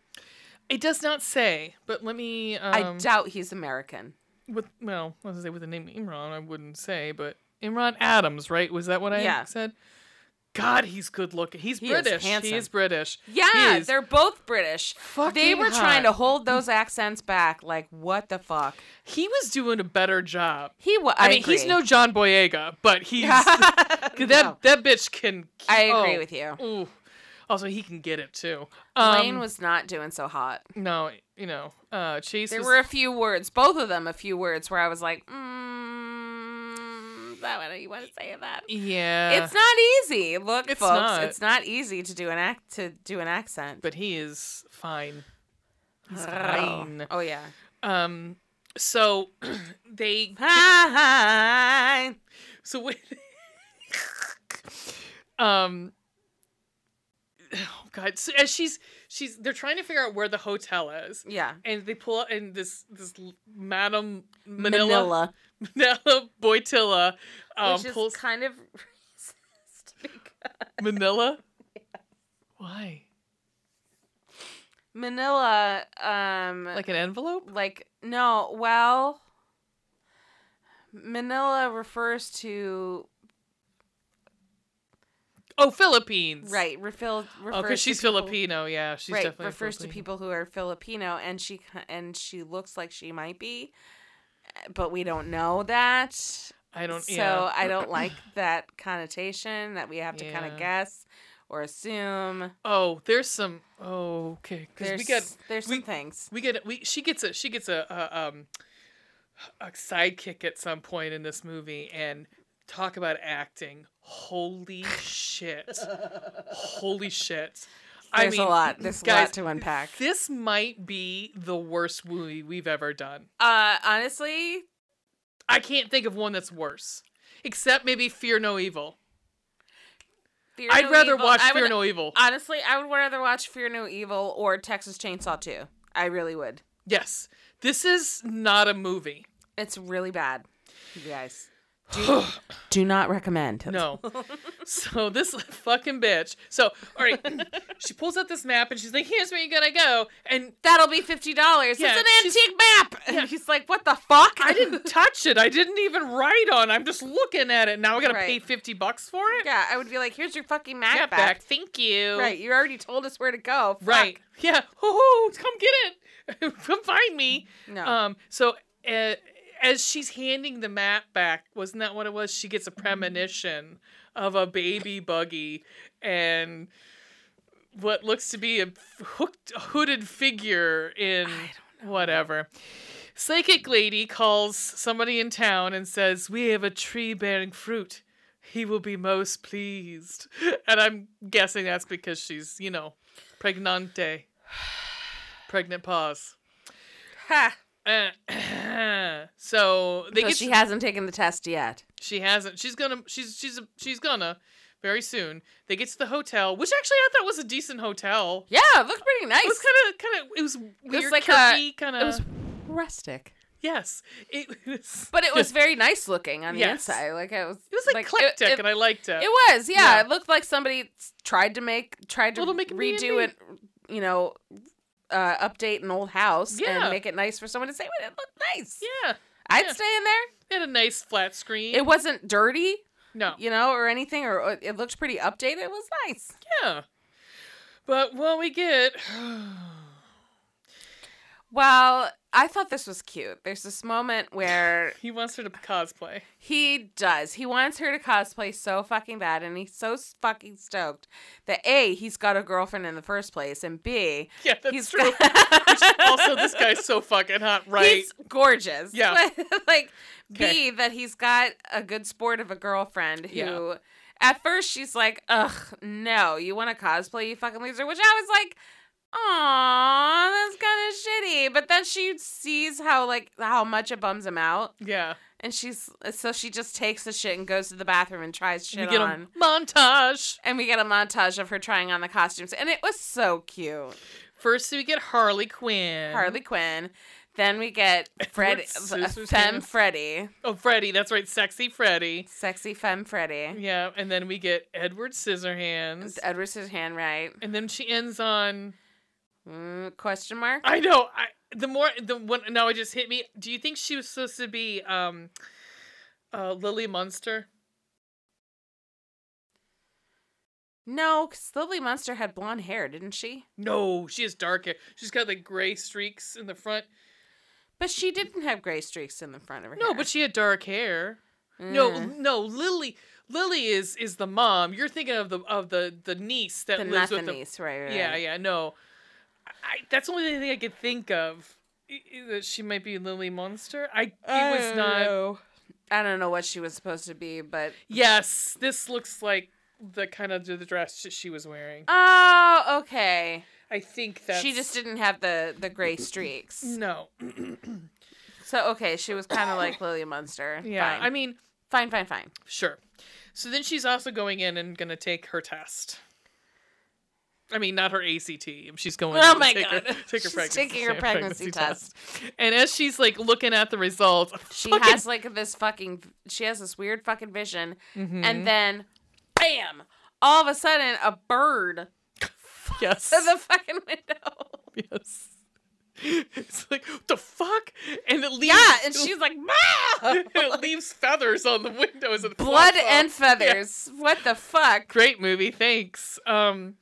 Speaker 2: It does not say, but let me. Um,
Speaker 1: I doubt he's American.
Speaker 2: with well, I was gonna say with the name Imran, I wouldn't say, but Imran Adams, right? Was that what I
Speaker 1: Yeah.
Speaker 2: said? God, he's good looking. He's
Speaker 1: He is
Speaker 2: British. he
Speaker 1: handsome.
Speaker 2: is British. He
Speaker 1: Yeah,
Speaker 2: is
Speaker 1: they're both British. They
Speaker 2: fucking
Speaker 1: were trying to
Speaker 2: hot.
Speaker 1: hold those accents back. Like, what the fuck?
Speaker 2: He was doing a better job.
Speaker 1: He was.
Speaker 2: I, mean, he's no John Boyega,
Speaker 1: (laughs)
Speaker 2: but he's that
Speaker 1: that.
Speaker 2: (laughs)
Speaker 1: Oh,
Speaker 2: that bitch can. oh,
Speaker 1: I agree with you.
Speaker 2: Ooh. Also, he can get it too. Um,
Speaker 1: Lane was not doing so hot.
Speaker 2: no, you know, uh, Chase.
Speaker 1: There
Speaker 2: was-
Speaker 1: were a few words, both of them, a few words where I was like, mm, is that what you want to say that?
Speaker 2: (laughs) yeah,
Speaker 1: it's not easy. Look,
Speaker 2: It's
Speaker 1: folks,
Speaker 2: not.
Speaker 1: it's not easy to do an act to do an accent.
Speaker 2: but he is fine. He's
Speaker 1: oh.
Speaker 2: fine.
Speaker 1: oh yeah.
Speaker 2: Um, so (clears throat) they
Speaker 1: Hi.
Speaker 2: so when (laughs) um (sighs) oh god so as she's she's they're trying to figure out where the hotel is
Speaker 1: Yeah.
Speaker 2: and they pull out and this this l- madam manila manila,
Speaker 1: Manila,
Speaker 2: (laughs) boytilla um
Speaker 1: which is (laughs)
Speaker 2: pulls
Speaker 1: kind of racist because
Speaker 2: manila why
Speaker 1: Manila, um, like,
Speaker 2: like an envelope
Speaker 1: no, well, Manila refers to
Speaker 2: oh philippines
Speaker 1: right. Refill,
Speaker 2: oh
Speaker 1: refers
Speaker 2: because she's
Speaker 1: to people-
Speaker 2: filipino yeah she's
Speaker 1: right
Speaker 2: definitely
Speaker 1: refers to
Speaker 2: Filipino.
Speaker 1: people who are Filipino, and she ki- and she looks like she might be, but we don't know that.
Speaker 2: i don't
Speaker 1: so
Speaker 2: Um, yeah.
Speaker 1: I don't like that connotation that we have to kind
Speaker 2: Yeah.
Speaker 1: of guess or assume.
Speaker 2: oh there's some oh okay because
Speaker 1: There's
Speaker 2: we got
Speaker 1: there's
Speaker 2: we-
Speaker 1: some things.
Speaker 2: We get we she gets a she gets a, a um a sidekick at some point in this movie and talk about acting. Holy shit. Holy shit. I
Speaker 1: There's
Speaker 2: mean,
Speaker 1: a lot. There's a
Speaker 2: guys,
Speaker 1: lot to unpack.
Speaker 2: This might be the worst movie we've ever done.
Speaker 1: Uh, honestly,
Speaker 2: I can't think of one that's worse. Except maybe Fear No Evil.
Speaker 1: Fear
Speaker 2: I'd
Speaker 1: No
Speaker 2: rather
Speaker 1: Evil-
Speaker 2: watch
Speaker 1: I would-
Speaker 2: Fear No Evil.
Speaker 1: Honestly, I would rather watch Fear No Evil or Texas Chainsaw 2. I really would.
Speaker 2: yes. This is not a movie.
Speaker 1: It's really bad, you guys. (sighs) Do, do not recommend. (laughs)
Speaker 2: No. so this fucking bitch. So all right, (clears throat) she pulls out this map and she's like, "Here's where you gotta go." And
Speaker 1: That'll be fifty dollars.
Speaker 2: Yeah,
Speaker 1: it's
Speaker 2: she's-
Speaker 1: an antique map. (laughs) And he's like, "What the fuck?" (laughs)
Speaker 2: I didn't touch it. I didn't even write on. it. I'm just looking at it. Now I gotta
Speaker 1: Right.
Speaker 2: pay fifty bucks for it.
Speaker 1: Yeah, I would be like, "Here's your fucking map
Speaker 2: Yeah,
Speaker 1: back."
Speaker 2: back. Thank you.
Speaker 1: Right, you already told us where to go. Fuck.
Speaker 2: Right. Yeah. (laughs) Hoo-hoo, come get it. (laughs) come find me.
Speaker 1: No. (laughs)
Speaker 2: Um. So. Uh, as she's handing the map back, wasn't that what it was? She gets a premonition of a baby buggy and what looks to be a hooked, hooded figure in whatever. Psychic lady calls somebody in town and says, "We have a tree bearing fruit. He will be most pleased." And I'm guessing that's because she's, you know, pregnante, pregnant pause.
Speaker 1: Ha.
Speaker 2: Uh, (clears throat) so they
Speaker 1: So
Speaker 2: get
Speaker 1: she hasn't taken the test yet.
Speaker 2: she hasn't. She's gonna. She's she's she's gonna very soon. They get to the hotel, which actually I thought was a decent hotel.
Speaker 1: Yeah, it looked pretty nice.
Speaker 2: It was kind of kind of it was weird,
Speaker 1: like a-
Speaker 2: kind
Speaker 1: It was
Speaker 2: of.
Speaker 1: rustic,
Speaker 2: Yes, it was.
Speaker 1: but it was very nice looking on the
Speaker 2: Yes.
Speaker 1: inside. Like it was.
Speaker 2: It was
Speaker 1: like, it-
Speaker 2: eclectic,
Speaker 1: it-
Speaker 2: and I liked it.
Speaker 1: It was, yeah.
Speaker 2: Yeah.
Speaker 1: It looked like somebody s- tried to make, tried to
Speaker 2: Well, to make it
Speaker 1: redo
Speaker 2: B&B.
Speaker 1: it, you know, uh, update an old house
Speaker 2: Yeah.
Speaker 1: and make it nice for someone to say, "But it looked nice."
Speaker 2: yeah,
Speaker 1: I'd
Speaker 2: yeah.
Speaker 1: stay in there.
Speaker 2: it had a nice flat screen.
Speaker 1: It wasn't dirty,
Speaker 2: no,
Speaker 1: you know, or anything, or or it looked pretty updated. It was nice.
Speaker 2: yeah. But what we get,
Speaker 1: Well, I thought this was cute. There's this moment where
Speaker 2: (sighs) He wants her to cosplay. (laughs)
Speaker 1: He does. He wants her to cosplay so fucking bad, and he's so s- fucking stoked that A, he's got a girlfriend in the first place, and B,
Speaker 2: Yeah, that's
Speaker 1: he's
Speaker 2: true. Which,
Speaker 1: (laughs)
Speaker 2: also, this guy's so fucking hot, right?
Speaker 1: he's gorgeous.
Speaker 2: Yeah.
Speaker 1: (laughs) like,
Speaker 2: Okay.
Speaker 1: B, that he's got a good sport of a girlfriend who,
Speaker 2: Yeah.
Speaker 1: at first, she's like, ugh, no, you want to cosplay, you fucking loser, which I was like, Aw, that's kind of shitty. But then she sees how like how much it bums him out,
Speaker 2: yeah.
Speaker 1: and she's so she just takes the shit and goes to the bathroom and tries shit
Speaker 2: We get
Speaker 1: on.
Speaker 2: a montage.
Speaker 1: and we get a montage of her trying on the costumes and it was so cute
Speaker 2: First, we get Harley Quinn.
Speaker 1: harley quinn then we get fred
Speaker 2: Scissorhands.
Speaker 1: femme freddy
Speaker 2: Oh, Freddy. That's right. Sexy Freddy.
Speaker 1: sexy femme freddy
Speaker 2: Yeah. And then we get Edward Scissorhands.
Speaker 1: edward scissorhand right
Speaker 2: And then she ends on.
Speaker 1: mm, question mark
Speaker 2: I know. I the more the one now it just hit me. Do you think she was supposed to be um uh Lily Munster?
Speaker 1: no because lily munster had blonde hair didn't she
Speaker 2: No, she has dark hair. She's got like gray streaks in the front.
Speaker 1: but she didn't have gray streaks in the front of her
Speaker 2: No,
Speaker 1: hair.
Speaker 2: but she had dark hair. No,
Speaker 1: Mm.
Speaker 2: no, Lily Lily is is the mom. You're thinking of the of the the niece that
Speaker 1: the
Speaker 2: lives with
Speaker 1: Nathanese, right,
Speaker 2: the
Speaker 1: right
Speaker 2: Yeah, yeah, no. I, that's the only thing I could think of. i- i- That she might be Lily Munster. I it
Speaker 1: I
Speaker 2: was
Speaker 1: don't
Speaker 2: not
Speaker 1: know. Oh. i don't know what she was supposed to be but
Speaker 2: Yes, this looks like the kind of the dress sh- she was wearing.
Speaker 1: oh okay
Speaker 2: I think that
Speaker 1: she just didn't have the the gray streaks
Speaker 2: no.
Speaker 1: So okay, she was kind of like Lily Munster.
Speaker 2: Yeah,
Speaker 1: fine.
Speaker 2: I mean,
Speaker 1: fine, fine, fine.
Speaker 2: sure. So then she's also going in and gonna take her test. I mean, not her ACT. She's going.
Speaker 1: Oh
Speaker 2: to
Speaker 1: my
Speaker 2: take Her,
Speaker 1: God.
Speaker 2: (laughs) take her
Speaker 1: She's
Speaker 2: pregnancy,
Speaker 1: taking her pregnancy
Speaker 2: And as she's like looking at the results,
Speaker 1: She
Speaker 2: fucking-
Speaker 1: has like this fucking. She has this weird fucking vision, and then, bam! All of a sudden, a bird
Speaker 2: (laughs)
Speaker 1: (laughs)
Speaker 2: yes,
Speaker 1: to the fucking window.
Speaker 2: yes. (laughs) It's like what the fuck, and it leaves.
Speaker 1: Yeah, and she's like, "Ma!"
Speaker 2: (laughs) it leaves feathers on the windows. And
Speaker 1: blood
Speaker 2: flops off.
Speaker 1: and feathers. What the fuck?
Speaker 2: great movie thanks um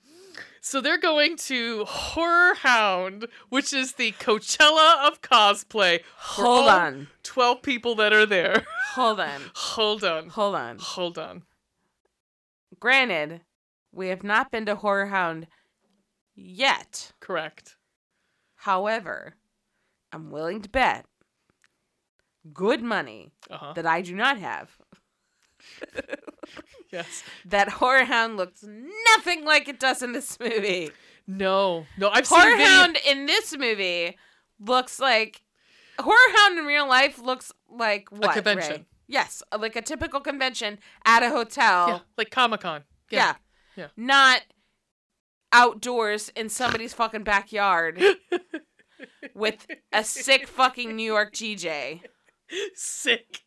Speaker 2: so they're going to horror hound which is the coachella of cosplay for
Speaker 1: Hold
Speaker 2: all
Speaker 1: on,
Speaker 2: 12 people that are there (laughs)
Speaker 1: hold on,
Speaker 2: hold on
Speaker 1: hold on.
Speaker 2: hold on
Speaker 1: Granted, we have not been to Horror Hound yet.
Speaker 2: correct
Speaker 1: However, I'm willing to bet good money
Speaker 2: uh-huh
Speaker 1: that I do not have.
Speaker 2: yes
Speaker 1: That Horror Hound looks nothing like it does in this movie.
Speaker 2: no no i've seen
Speaker 1: Horror
Speaker 2: video-
Speaker 1: Hound in this movie looks like Horror Hound in real life looks like what?
Speaker 2: convention.
Speaker 1: Ray? Yes, like a typical convention at a hotel.
Speaker 2: yeah, like comic-con
Speaker 1: Yeah.
Speaker 2: Yeah.
Speaker 1: Not outdoors in somebody's fucking
Speaker 2: (laughs)
Speaker 1: backyard with a sick fucking New York DJ.
Speaker 2: sick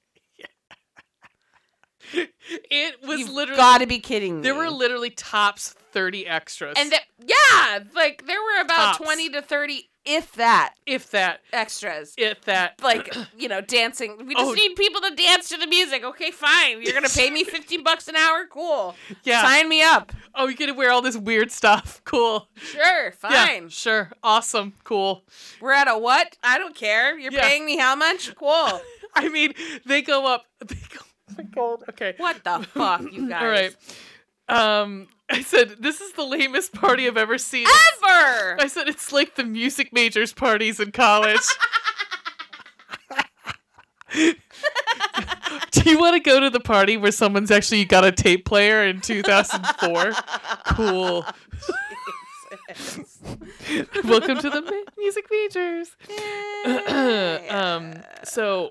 Speaker 2: (laughs) it was
Speaker 1: You've
Speaker 2: literally
Speaker 1: got to be kidding me.
Speaker 2: there were literally tops 30 extras
Speaker 1: and th- yeah, like there were about
Speaker 2: Tops.
Speaker 1: 20 to 30 if that
Speaker 2: if that
Speaker 1: extras.
Speaker 2: if that
Speaker 1: Like, (clears throat) you know, dancing. We just
Speaker 2: Oh.
Speaker 1: need people to dance to the music. Okay, fine. You're going to
Speaker 2: (laughs)
Speaker 1: pay me 15 bucks an hour? Cool.
Speaker 2: yeah
Speaker 1: Sign me up.
Speaker 2: oh you're gonna wear all this weird stuff (laughs) cool
Speaker 1: Sure, fine.
Speaker 2: Yeah, sure. Awesome. Cool. (laughs)
Speaker 1: We're at a what? I don't care. You're
Speaker 2: Yeah.
Speaker 1: paying me how much?
Speaker 2: (laughs)
Speaker 1: Cool.
Speaker 2: I mean, they go up. (laughs) They go, oh my God. Okay.
Speaker 1: What the fuck, you guys?
Speaker 2: All right. Um, I said, this is the lamest party I've ever seen.
Speaker 1: Ever.
Speaker 2: I said, it's like the music majors parties
Speaker 1: (laughs)
Speaker 2: in college. Do you want to go to the party where someone's actually got a tape player in 2004? cool. (laughs) Welcome to the mu- music majors. (clears throat) (laughs) um so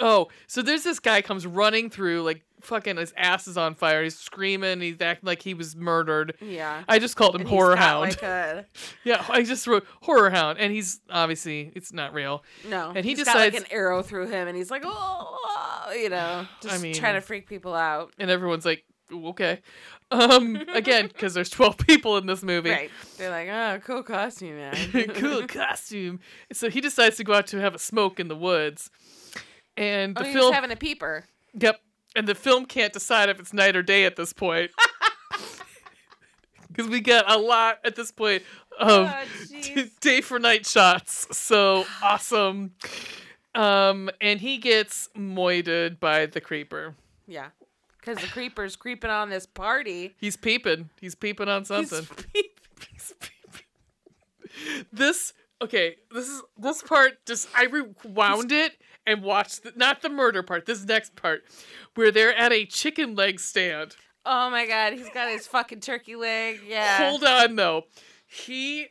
Speaker 2: oh so there's this guy comes running through like fucking his ass is on fire he's screaming he's acting like he was murdered
Speaker 1: (laughs) yeah.
Speaker 2: i just called him
Speaker 1: And he's
Speaker 2: horror
Speaker 1: got,
Speaker 2: hound
Speaker 1: Like a,
Speaker 2: yeah (laughs) i just wrote horror hound and he's obviously it's not real
Speaker 1: no.
Speaker 2: And he
Speaker 1: he's got
Speaker 2: decides-
Speaker 1: like an arrow through him and he's like, oh, oh," you know, just
Speaker 2: mean-
Speaker 1: trying to freak people out.
Speaker 2: and everyone's like okay
Speaker 1: (laughs)
Speaker 2: um again because there's 12 (laughs) people in this movie (laughs)
Speaker 1: Right. They're like, oh, cool costume, man. (laughs) Oh,
Speaker 2: cool costume so he decides to go out to have a smoke in the woods and
Speaker 1: Oh,
Speaker 2: the
Speaker 1: he was
Speaker 2: film
Speaker 1: having a peeper.
Speaker 2: Yep. And the film can't decide if it's
Speaker 1: (laughs)
Speaker 2: night or day at this point. Because we got a lot at this point of (laughs)
Speaker 1: Oh, jeez.
Speaker 2: day for night shots. So awesome. Um, and he gets moided by the creeper.
Speaker 1: yeah. Because the creeper's creeping on this party.
Speaker 2: He's peeping. He's peeping on
Speaker 1: He's
Speaker 2: something.
Speaker 1: (laughs) peeping.
Speaker 2: this okay. This is this part. Just I rewound it and watched the, not the murder part. This next part, where they're at a chicken leg stand.
Speaker 1: Oh my god, he's got his fucking turkey leg. Yeah. (laughs)
Speaker 2: Hold on though. He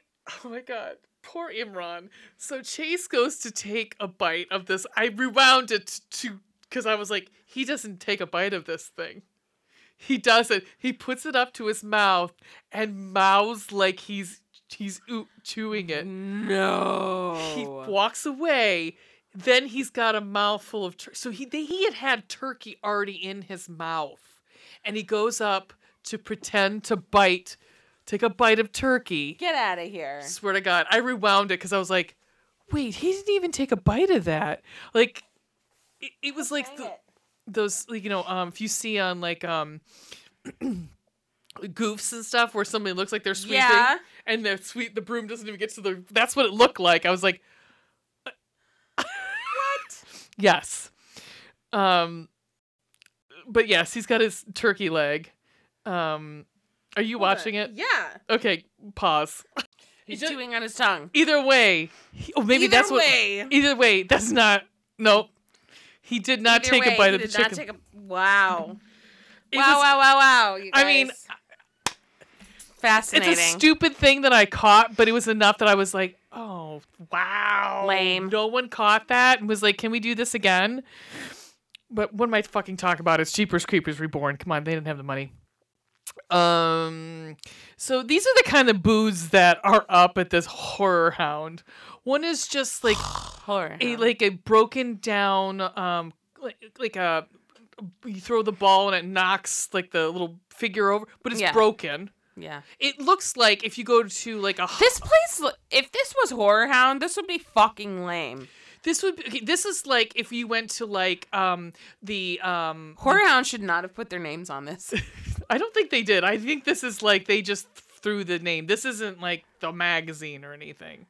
Speaker 2: oh my god. Poor Imran. So Chase goes to take a bite of this. I rewound it to because I was like, he doesn't take a bite of this thing. He doesn't. He puts it up to his mouth and mouths like he's he's oo- chewing it. He
Speaker 1: No.
Speaker 2: walks away. Then he's got a mouthful of turkey. So he they, he had had turkey already in his mouth, and he goes up to pretend to bite, take a bite of turkey.
Speaker 1: Get out of here.
Speaker 2: Swear to God, I rewound it because I was like, wait, he didn't even take a bite of that. Like, it, it was like
Speaker 1: Dang
Speaker 2: the,
Speaker 1: it.
Speaker 2: those like, you know um if you see on like um (clears throat) goofs and stuff where somebody looks like they're sweeping
Speaker 1: Yeah.
Speaker 2: and the sweep the broom doesn't even get to the that's what it looked like i was like (laughs)
Speaker 1: What?
Speaker 2: yes um but yes he's got his turkey leg um are you watching it
Speaker 1: Yeah.
Speaker 2: okay pause
Speaker 1: (laughs) He's
Speaker 2: just-
Speaker 1: chewing on his tongue.
Speaker 2: either way he- oh maybe
Speaker 1: Either
Speaker 2: that's what
Speaker 1: way.
Speaker 2: either way that's not nope he did not
Speaker 1: Either
Speaker 2: take
Speaker 1: way,
Speaker 2: a bite
Speaker 1: he
Speaker 2: of the
Speaker 1: did not
Speaker 2: chicken
Speaker 1: take a- wow.
Speaker 2: (laughs) It
Speaker 1: wow,
Speaker 2: was-
Speaker 1: wow, wow, wow, you
Speaker 2: I mean,
Speaker 1: guys. fascinating.
Speaker 2: It's a stupid thing that I caught, but it was enough that I was like, oh, wow.
Speaker 1: Lame.
Speaker 2: No one caught that and was like, can we do this again? But what am I fucking talking about? It's Jeepers Creepers Reborn. Come on, they didn't have the money. Um, so these are the kind of booze that are up at this horror hound. One is just like
Speaker 1: Oh, Horror.
Speaker 2: a like a broken down um like, like a you throw the ball and it knocks like the little figure over, but it's
Speaker 1: Yeah.
Speaker 2: broken.
Speaker 1: yeah.
Speaker 2: It looks like if you go to like a ho-
Speaker 1: This place, lo- if this was Horror Hound, this would be fucking lame.
Speaker 2: this would be, okay, this is like if you went to like um the um
Speaker 1: Horror Hound should not have put their names on
Speaker 2: (laughs)
Speaker 1: this.
Speaker 2: I don't think they did. I think this is like they just threw the name. This isn't like the magazine or anything.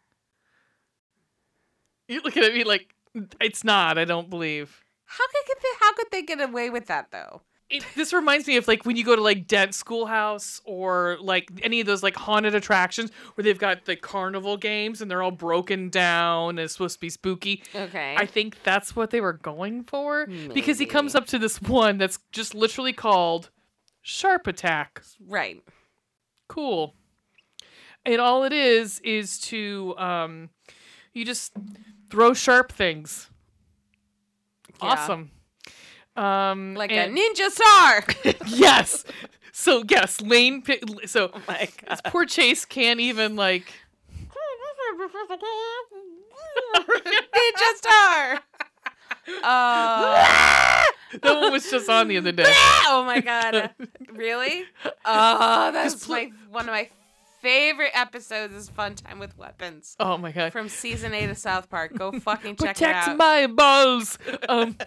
Speaker 2: You're looking at me like it's not. I don't believe.
Speaker 1: How could get the, how could they get away with that though?
Speaker 2: It, this reminds me of like when you go to like Dent Schoolhouse or like any of those like haunted attractions where they've got the carnival games and they're all broken down and it's supposed to be spooky.
Speaker 1: Okay.
Speaker 2: I think that's what they were going for because he
Speaker 1: Maybe.
Speaker 2: comes up to this one that's just literally called Sharp Attack.
Speaker 1: right.
Speaker 2: Cool. And all it is is to um you just throw sharp things.
Speaker 1: Yeah.
Speaker 2: Awesome. Um
Speaker 1: Like
Speaker 2: and-
Speaker 1: a ninja
Speaker 2: (laughs)
Speaker 1: star.
Speaker 2: yes. So yes, Lane pi- so
Speaker 1: Oh my god.
Speaker 2: poor Chase can't
Speaker 1: (laughs)
Speaker 2: even like (laughs)
Speaker 1: ninja
Speaker 2: (laughs)
Speaker 1: star. Oh.
Speaker 2: that one was just on the other day.
Speaker 1: (laughs) oh my god. Really?
Speaker 2: (laughs)
Speaker 1: Oh, that's my one of my favorite episodes is Fun Time with Weapons.
Speaker 2: Oh my god.
Speaker 1: From season eight of South Park.
Speaker 2: (laughs)
Speaker 1: Go fucking check it
Speaker 2: Protect
Speaker 1: out.
Speaker 2: my balls.
Speaker 1: (laughs)
Speaker 2: Um,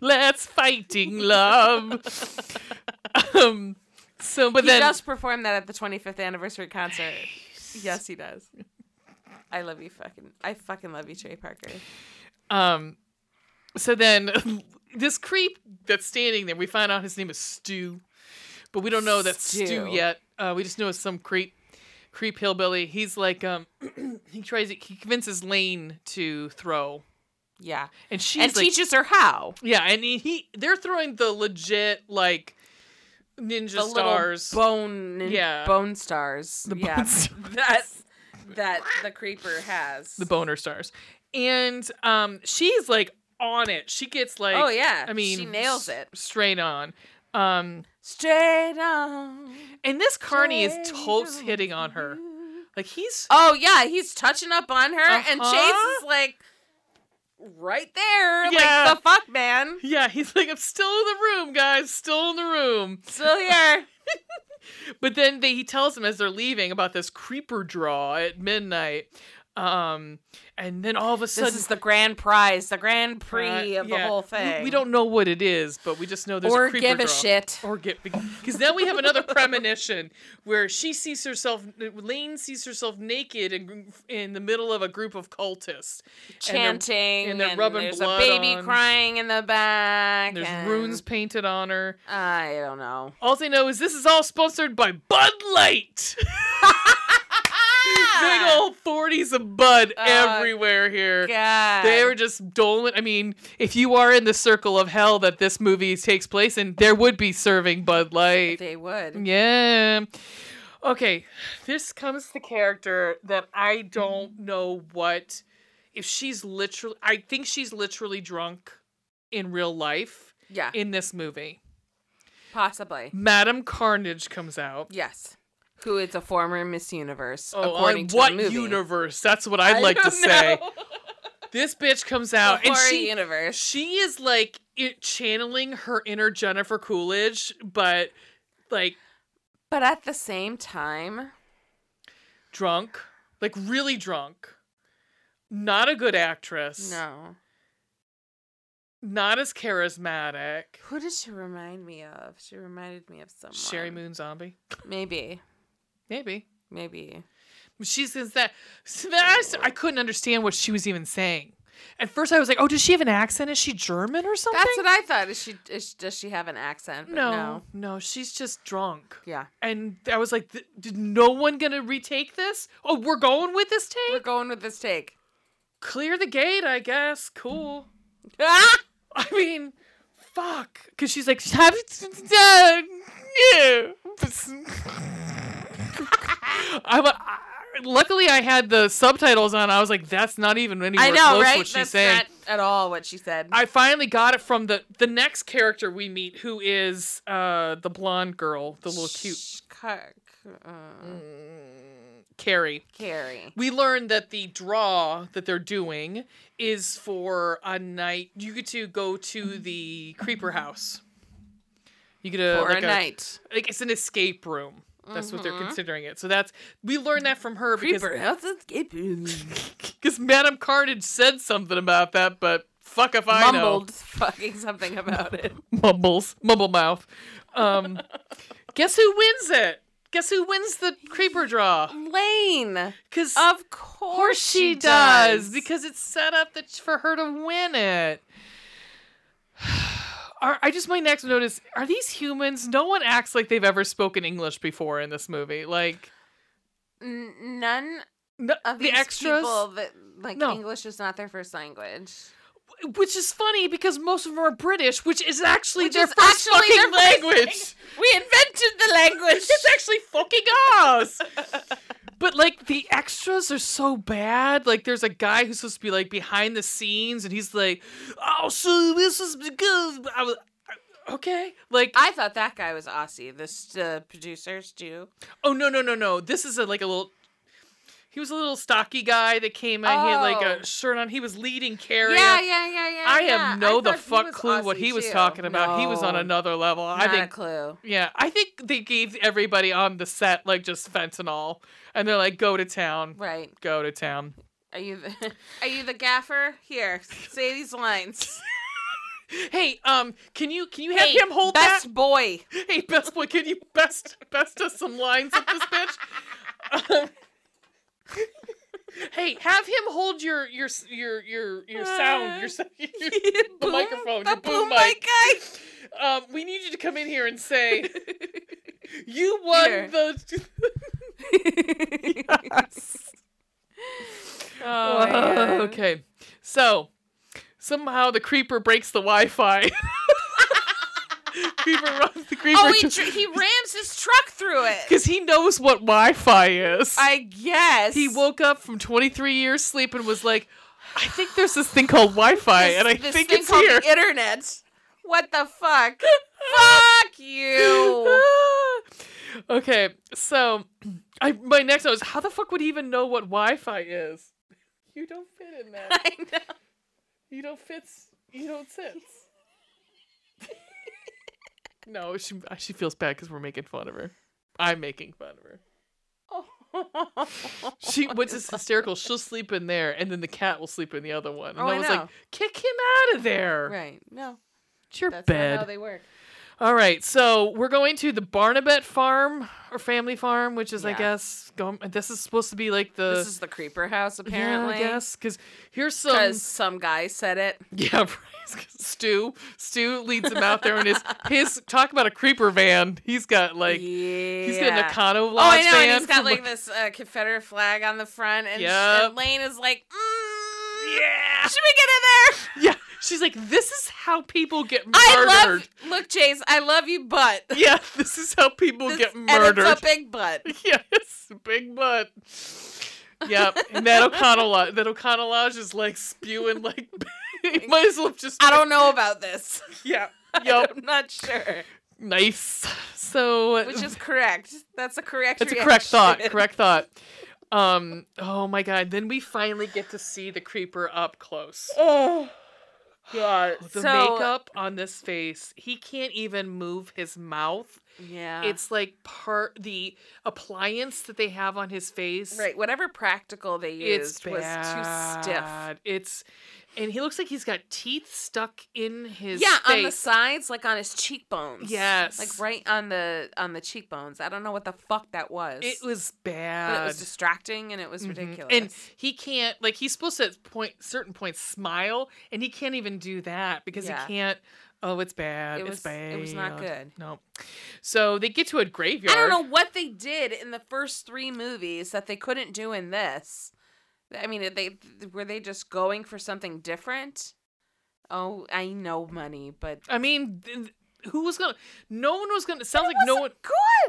Speaker 2: let's fighting love. um, so, but
Speaker 1: he
Speaker 2: then
Speaker 1: just performed that at the 25th anniversary concert. Yes, he does. I love you, fucking. I fucking love you, Trey Parker.
Speaker 2: Um, so then (laughs) this creep that's standing there, we find out his name is Stu, but we don't know that Stu,
Speaker 1: Stu.
Speaker 2: yet. Uh, we just know it's some creep, creep hillbilly. He's like, um, (clears throat) he tries, he convinces Lane to throw,
Speaker 1: Yeah,
Speaker 2: and she's
Speaker 1: and
Speaker 2: like,
Speaker 1: teaches her how
Speaker 2: yeah, and he, he, they're throwing the legit like ninja
Speaker 1: the
Speaker 2: stars.
Speaker 1: little bone,
Speaker 2: Yeah.
Speaker 1: bone stars.
Speaker 2: The
Speaker 1: yeah,
Speaker 2: bone
Speaker 1: (laughs)
Speaker 2: stars.
Speaker 1: that that the creeper has.
Speaker 2: the boner stars. And um she's like on it. She gets like
Speaker 1: Oh, yeah.
Speaker 2: I mean
Speaker 1: She nails
Speaker 2: s-
Speaker 1: it.
Speaker 2: straight on. Um
Speaker 1: Straight on.
Speaker 2: and this Carney is
Speaker 1: Straight
Speaker 2: totes
Speaker 1: on
Speaker 2: hitting on her. Like he's
Speaker 1: Oh yeah, he's touching up on her, and
Speaker 2: Uh-huh.
Speaker 1: Chase is like right there,
Speaker 2: Yeah.
Speaker 1: like the fuck man,
Speaker 2: yeah, he's like I'm still in the room, guys, still in the room.
Speaker 1: still here.
Speaker 2: But then they, he tells them as they're leaving about this creeper draw at midnight. Um, and then all of a sudden,
Speaker 1: This is the grand prize, the grand prix
Speaker 2: uh,
Speaker 1: of the
Speaker 2: yeah,
Speaker 1: whole
Speaker 2: we-
Speaker 1: thing.
Speaker 2: We, don't know what it is, but we just know there's
Speaker 1: or
Speaker 2: a creeper
Speaker 1: give a
Speaker 2: draw.
Speaker 1: shit.
Speaker 2: Or get because then we have another premonition where she sees herself, Lane sees herself naked in, in the middle of a group of cultists, And they're-
Speaker 1: chanting
Speaker 2: and they're rubbing
Speaker 1: there's
Speaker 2: blood
Speaker 1: a baby
Speaker 2: on-
Speaker 1: crying in the back.
Speaker 2: and there's
Speaker 1: and-
Speaker 2: runes painted on her.
Speaker 1: I don't know.
Speaker 2: All they know is this is all sponsored by Bud Light. (laughs) Big
Speaker 1: Ah,
Speaker 2: old forties of Bud
Speaker 1: Oh,
Speaker 2: everywhere here.
Speaker 1: God.
Speaker 2: They were just doling. I mean, if you are in the circle of hell that this movie takes place in, there would be serving Bud Light.
Speaker 1: They
Speaker 2: Mm,
Speaker 1: would.
Speaker 2: Yeah. Okay, this comes the character that I
Speaker 1: Mm-hmm.
Speaker 2: don't know what if she's literally I think she's literally drunk in real life
Speaker 1: Yeah,
Speaker 2: in this movie.
Speaker 1: possibly.
Speaker 2: Madam Carnage comes out.
Speaker 1: Yes. Who is a former Miss Universe,
Speaker 2: Oh,
Speaker 1: according
Speaker 2: on
Speaker 1: to
Speaker 2: what
Speaker 1: the movie.
Speaker 2: universe? That's what I'd like to
Speaker 1: don't
Speaker 2: say.
Speaker 1: know.
Speaker 2: (laughs) This bitch comes out and
Speaker 1: Horror
Speaker 2: she
Speaker 1: universe.
Speaker 2: she is like it, channeling her inner Jennifer Coolidge, but like
Speaker 1: But at the same time,
Speaker 2: drunk, like really drunk. Not a good actress.
Speaker 1: no.
Speaker 2: Not as charismatic.
Speaker 1: Who did she remind me of? She reminded me of someone.
Speaker 2: Sherry Moon Zombie,
Speaker 1: Maybe.
Speaker 2: maybe.
Speaker 1: Maybe.
Speaker 2: She says that smash. I couldn't understand what she was even saying. At first, I was like, "Oh, does she have an accent? Is she German or (laughs) something?"
Speaker 1: That's what I thought. Is she is, does she have an accent? But
Speaker 2: no,
Speaker 1: no.
Speaker 2: no, she's just drunk.
Speaker 1: Yeah.
Speaker 2: and I was like, "Th- "Did no one gonna retake this? Oh, we're going with this take.
Speaker 1: We're going with this take. (laughs)
Speaker 2: Clear the gate, I guess. Cool.
Speaker 1: Ah!
Speaker 2: (laughs) I mean, fuck, because she's like, I'm a, (laughs) I, luckily I had the subtitles on. I was like, that's not even anywhere
Speaker 1: I know,
Speaker 2: close
Speaker 1: right?
Speaker 2: what she's
Speaker 1: That's
Speaker 2: saying.
Speaker 1: not at all what she said.
Speaker 2: I finally got it from the the next character we meet, who is uh the blonde girl, the little cute
Speaker 1: Sh- cuck, uh,
Speaker 2: Mm. Carrie.
Speaker 1: Carrie.
Speaker 2: we learned that the draw that they're doing is for a night you get to go to the creeper house you get a,
Speaker 1: For
Speaker 2: Uh, like
Speaker 1: a night.
Speaker 2: like it's an escape room that's
Speaker 1: Mm-hmm.
Speaker 2: what they're considering it so that's we learned that from her (laughs) because
Speaker 1: house escape room.
Speaker 2: because madam carnage said something about that but fuck if (laughs) i know
Speaker 1: Mumbled fucking
Speaker 2: (laughs)
Speaker 1: something about it.
Speaker 2: mumbles mumble mouth um guess who wins it guess who wins the creeper draw
Speaker 1: Lane.
Speaker 2: because
Speaker 1: Of
Speaker 2: Of course
Speaker 1: course
Speaker 2: she does because it's set up that for her to win it. (sighs) Are, I just my next note is: Are these humans? No one acts like they've ever spoken English before in this movie. Like
Speaker 1: N- none
Speaker 2: no,
Speaker 1: of
Speaker 2: the
Speaker 1: these
Speaker 2: extras,
Speaker 1: people that like
Speaker 2: No.
Speaker 1: English is not their first language.
Speaker 2: which is funny because most of them are British, which is actually
Speaker 1: Which
Speaker 2: their
Speaker 1: is
Speaker 2: first
Speaker 1: actually their
Speaker 2: fucking
Speaker 1: first
Speaker 2: language.
Speaker 1: We invented the (laughs) language.
Speaker 2: It's actually fucking us. But like the extras are so bad. Like there's a guy who's supposed to be like behind the scenes, and he's like, "Oh, so this is because I was I- okay." Like,
Speaker 1: (laughs) I thought that guy was Aussie. This uh, producers do.
Speaker 2: oh no, no, no, no. This is a, like a little. He was a little stocky guy that came out. He had like
Speaker 1: Oh.
Speaker 2: a shirt on. He was leading Carrie.
Speaker 1: Yeah, yeah, yeah, yeah.
Speaker 2: I
Speaker 1: yeah.
Speaker 2: have no the
Speaker 1: thought he
Speaker 2: fuck
Speaker 1: was
Speaker 2: clue what
Speaker 1: Aussie
Speaker 2: he was
Speaker 1: too.
Speaker 2: talking about. He was on
Speaker 1: No,
Speaker 2: another level. I
Speaker 1: not a
Speaker 2: think
Speaker 1: clue.
Speaker 2: Yeah, I think they gave everybody on the set like just fentanyl, and they're like, "Go to town,
Speaker 1: Right.
Speaker 2: go to town."
Speaker 1: Are you the (laughs) Are you the gaffer? Here, say these
Speaker 2: (laughs)
Speaker 1: lines.
Speaker 2: Hey, um, can you can you have
Speaker 1: Hey,
Speaker 2: him hold
Speaker 1: best
Speaker 2: (laughs)
Speaker 1: boy.
Speaker 2: that? Hey, best boy, can you best best us some lines with this bitch? Um, (laughs) hey, have him hold your your s- your your your sound
Speaker 1: Uh,
Speaker 2: your, s- your the
Speaker 1: Boom-
Speaker 2: microphone
Speaker 1: the
Speaker 2: your boom, mic. Um, we need you to come in here and say
Speaker 1: (laughs)
Speaker 2: you won
Speaker 1: Here.
Speaker 2: the.
Speaker 1: mic guy.
Speaker 2: (laughs)
Speaker 1: oh, my
Speaker 2: Uh,
Speaker 1: God.
Speaker 2: okay. So somehow the creeper breaks the Wi-Fi. (laughs) creeper runs the creeper
Speaker 1: (laughs) Oh, he, tr- he rams his truck through it.
Speaker 2: (laughs) because he knows what Wi-Fi is.
Speaker 1: I guess
Speaker 2: he woke up from 23 years sleep and was like, I think there's this thing called Wi-Fi,
Speaker 1: This-
Speaker 2: and I
Speaker 1: this
Speaker 2: think
Speaker 1: thing
Speaker 2: it's
Speaker 1: called
Speaker 2: here.
Speaker 1: The internet. What the
Speaker 2: (laughs)
Speaker 1: fuck? fuck you. (laughs)
Speaker 2: okay, so I my next note is how the fuck would he even know what Wi-Fi is? (laughs) You don't fit in that.
Speaker 1: I know.
Speaker 2: You don't fits. You don't sits. (laughs) uh, no, she she feels bad because we're making fun of her. I'm making fun of her.
Speaker 1: Oh.
Speaker 2: She what's this hysterical? She'll sleep in there, and then the cat will sleep in the other one. And
Speaker 1: Oh,
Speaker 2: I
Speaker 1: I
Speaker 2: was
Speaker 1: know.
Speaker 2: like, kick him out of there.
Speaker 1: (laughs) right. No,
Speaker 2: It's your
Speaker 1: that's
Speaker 2: bed.
Speaker 1: not how they work.
Speaker 2: All right, so we're going to the Barnabet Farm or Family Farm, which is, I
Speaker 1: Yeah.
Speaker 2: guess, go- this is supposed to be like the.
Speaker 1: This is the creeper house,
Speaker 2: Uh, Yeah,
Speaker 1: apparently.
Speaker 2: I guess Um, because here's some.
Speaker 1: Because some guy said it.
Speaker 2: Yeah, (laughs) right. Stu. Stu leads him out there in his his talk about a creeper van. He's got like
Speaker 1: yeah.
Speaker 2: he's got an Econo
Speaker 1: Oh, I
Speaker 2: Lodge
Speaker 1: know.
Speaker 2: van.
Speaker 1: And he's got
Speaker 2: from,
Speaker 1: like this uh, Confederate flag on the front, and, sh-
Speaker 2: Yep.
Speaker 1: and Lane is like, mm,
Speaker 2: yeah,
Speaker 1: (laughs) should we get in there?
Speaker 2: yeah. She's like, this is how people get murdered.
Speaker 1: I love. Look, Chase, I love you, but
Speaker 2: yeah, (laughs) this is how people
Speaker 1: This- (laughs)
Speaker 2: get
Speaker 1: And
Speaker 2: murdered. (laughs)
Speaker 1: it's a big butt.
Speaker 2: yes, big butt. Yep, and that O'Connell lodge, that O'Connell lodge is like spewing like. (laughs) might as well just.
Speaker 1: I don't know about this.
Speaker 2: (laughs)
Speaker 1: (laughs)
Speaker 2: Yeah. Yep.
Speaker 1: I'm not sure.
Speaker 2: Nice. So.
Speaker 1: Which is correct. That's a correct.
Speaker 2: That's a correct
Speaker 1: (laughs)
Speaker 2: thought.
Speaker 1: reaction.
Speaker 2: Correct thought. Um. Oh my God. Then we finally get to see the creeper up close. Oh,
Speaker 1: Oh, God.
Speaker 2: The
Speaker 1: so,
Speaker 2: makeup on this face. He can't even move his mouth.
Speaker 1: Yeah.
Speaker 2: It's like part the appliance that they have on his face.
Speaker 1: right. Whatever practical they
Speaker 2: It's
Speaker 1: used was too stiff.
Speaker 2: bad. It's, and he looks like he's got teeth stuck in his
Speaker 1: yeah, on the
Speaker 2: face.
Speaker 1: sides, like on his cheekbones.
Speaker 2: Yes.
Speaker 1: Like right on the on the cheekbones. I don't know what the fuck that was.
Speaker 2: It was
Speaker 1: but
Speaker 2: bad.
Speaker 1: it was distracting and it was
Speaker 2: Mhm.
Speaker 1: ridiculous.
Speaker 2: And he can't like he's supposed to at point certain points smile, and he can't even do that because
Speaker 1: Yeah.
Speaker 2: he can't. Oh, it's bad.
Speaker 1: It
Speaker 2: it's
Speaker 1: was-
Speaker 2: bad.
Speaker 1: it was not good.
Speaker 2: No. So they get to a graveyard.
Speaker 1: I don't know what they did in the first three movies that they couldn't do in this. I mean, they were they just going for something different? Oh, I know money, but
Speaker 2: I mean, th- who was gonna? No one was gonna. Sounds like no one.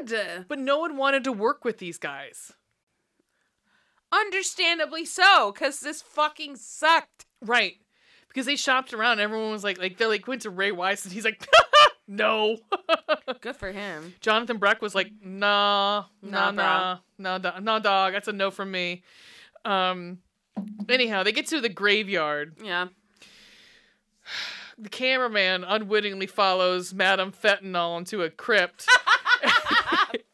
Speaker 1: good.
Speaker 2: But no one wanted to work with these guys.
Speaker 1: Understandably so, because this fucking sucked. (laughs)
Speaker 2: Right. Because they shopped around, everyone was like, like they like went to Ray Weiss, and he's like, (laughs) no. (laughs)
Speaker 1: Good for him.
Speaker 2: Jonathan Breck was like, nah,
Speaker 1: Nah,
Speaker 2: nah, nah,
Speaker 1: brah.
Speaker 2: nah, nah, nah, dog. That's a no from me. Um, anyhow, they get to the graveyard.
Speaker 1: Yeah.
Speaker 2: The cameraman unwittingly follows Madame Fentanyl into a crypt,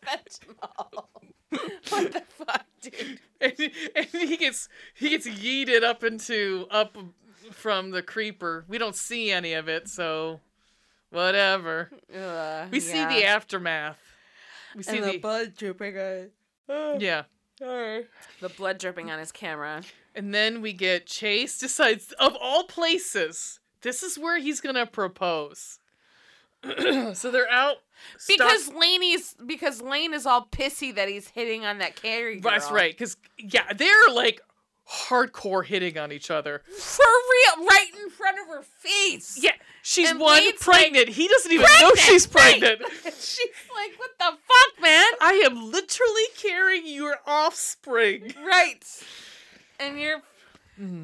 Speaker 1: Fentanyl. (laughs) what the fuck, dude?
Speaker 2: and, and he gets he gets yeeted up into up from the creeper. We don't see any of it, so whatever.
Speaker 1: (laughs) Ugh,
Speaker 2: We
Speaker 1: yeah.
Speaker 2: see the aftermath. We see the,
Speaker 1: blood dripping on. (sighs) Oh,
Speaker 2: yeah.
Speaker 1: sorry. The blood dripping on his camera.
Speaker 2: And then we get Chase decides, of all places, this is where he's gonna propose. (clears throat) so they're out stop-
Speaker 1: Because Laney's because Lane is all pissy that he's hitting on that carry girl.
Speaker 2: that's right. Because yeah, they're like hardcore hitting on each other.
Speaker 1: For real, right in front of her face.
Speaker 2: Yeah, she's
Speaker 1: And
Speaker 2: one
Speaker 1: Lane's
Speaker 2: pregnant. he doesn't even know
Speaker 1: Pregnant,
Speaker 2: she's
Speaker 1: right.
Speaker 2: pregnant.
Speaker 1: (laughs) She's like, what the fuck, man?
Speaker 2: I am literally carrying your offspring.
Speaker 1: (laughs) Right. And you're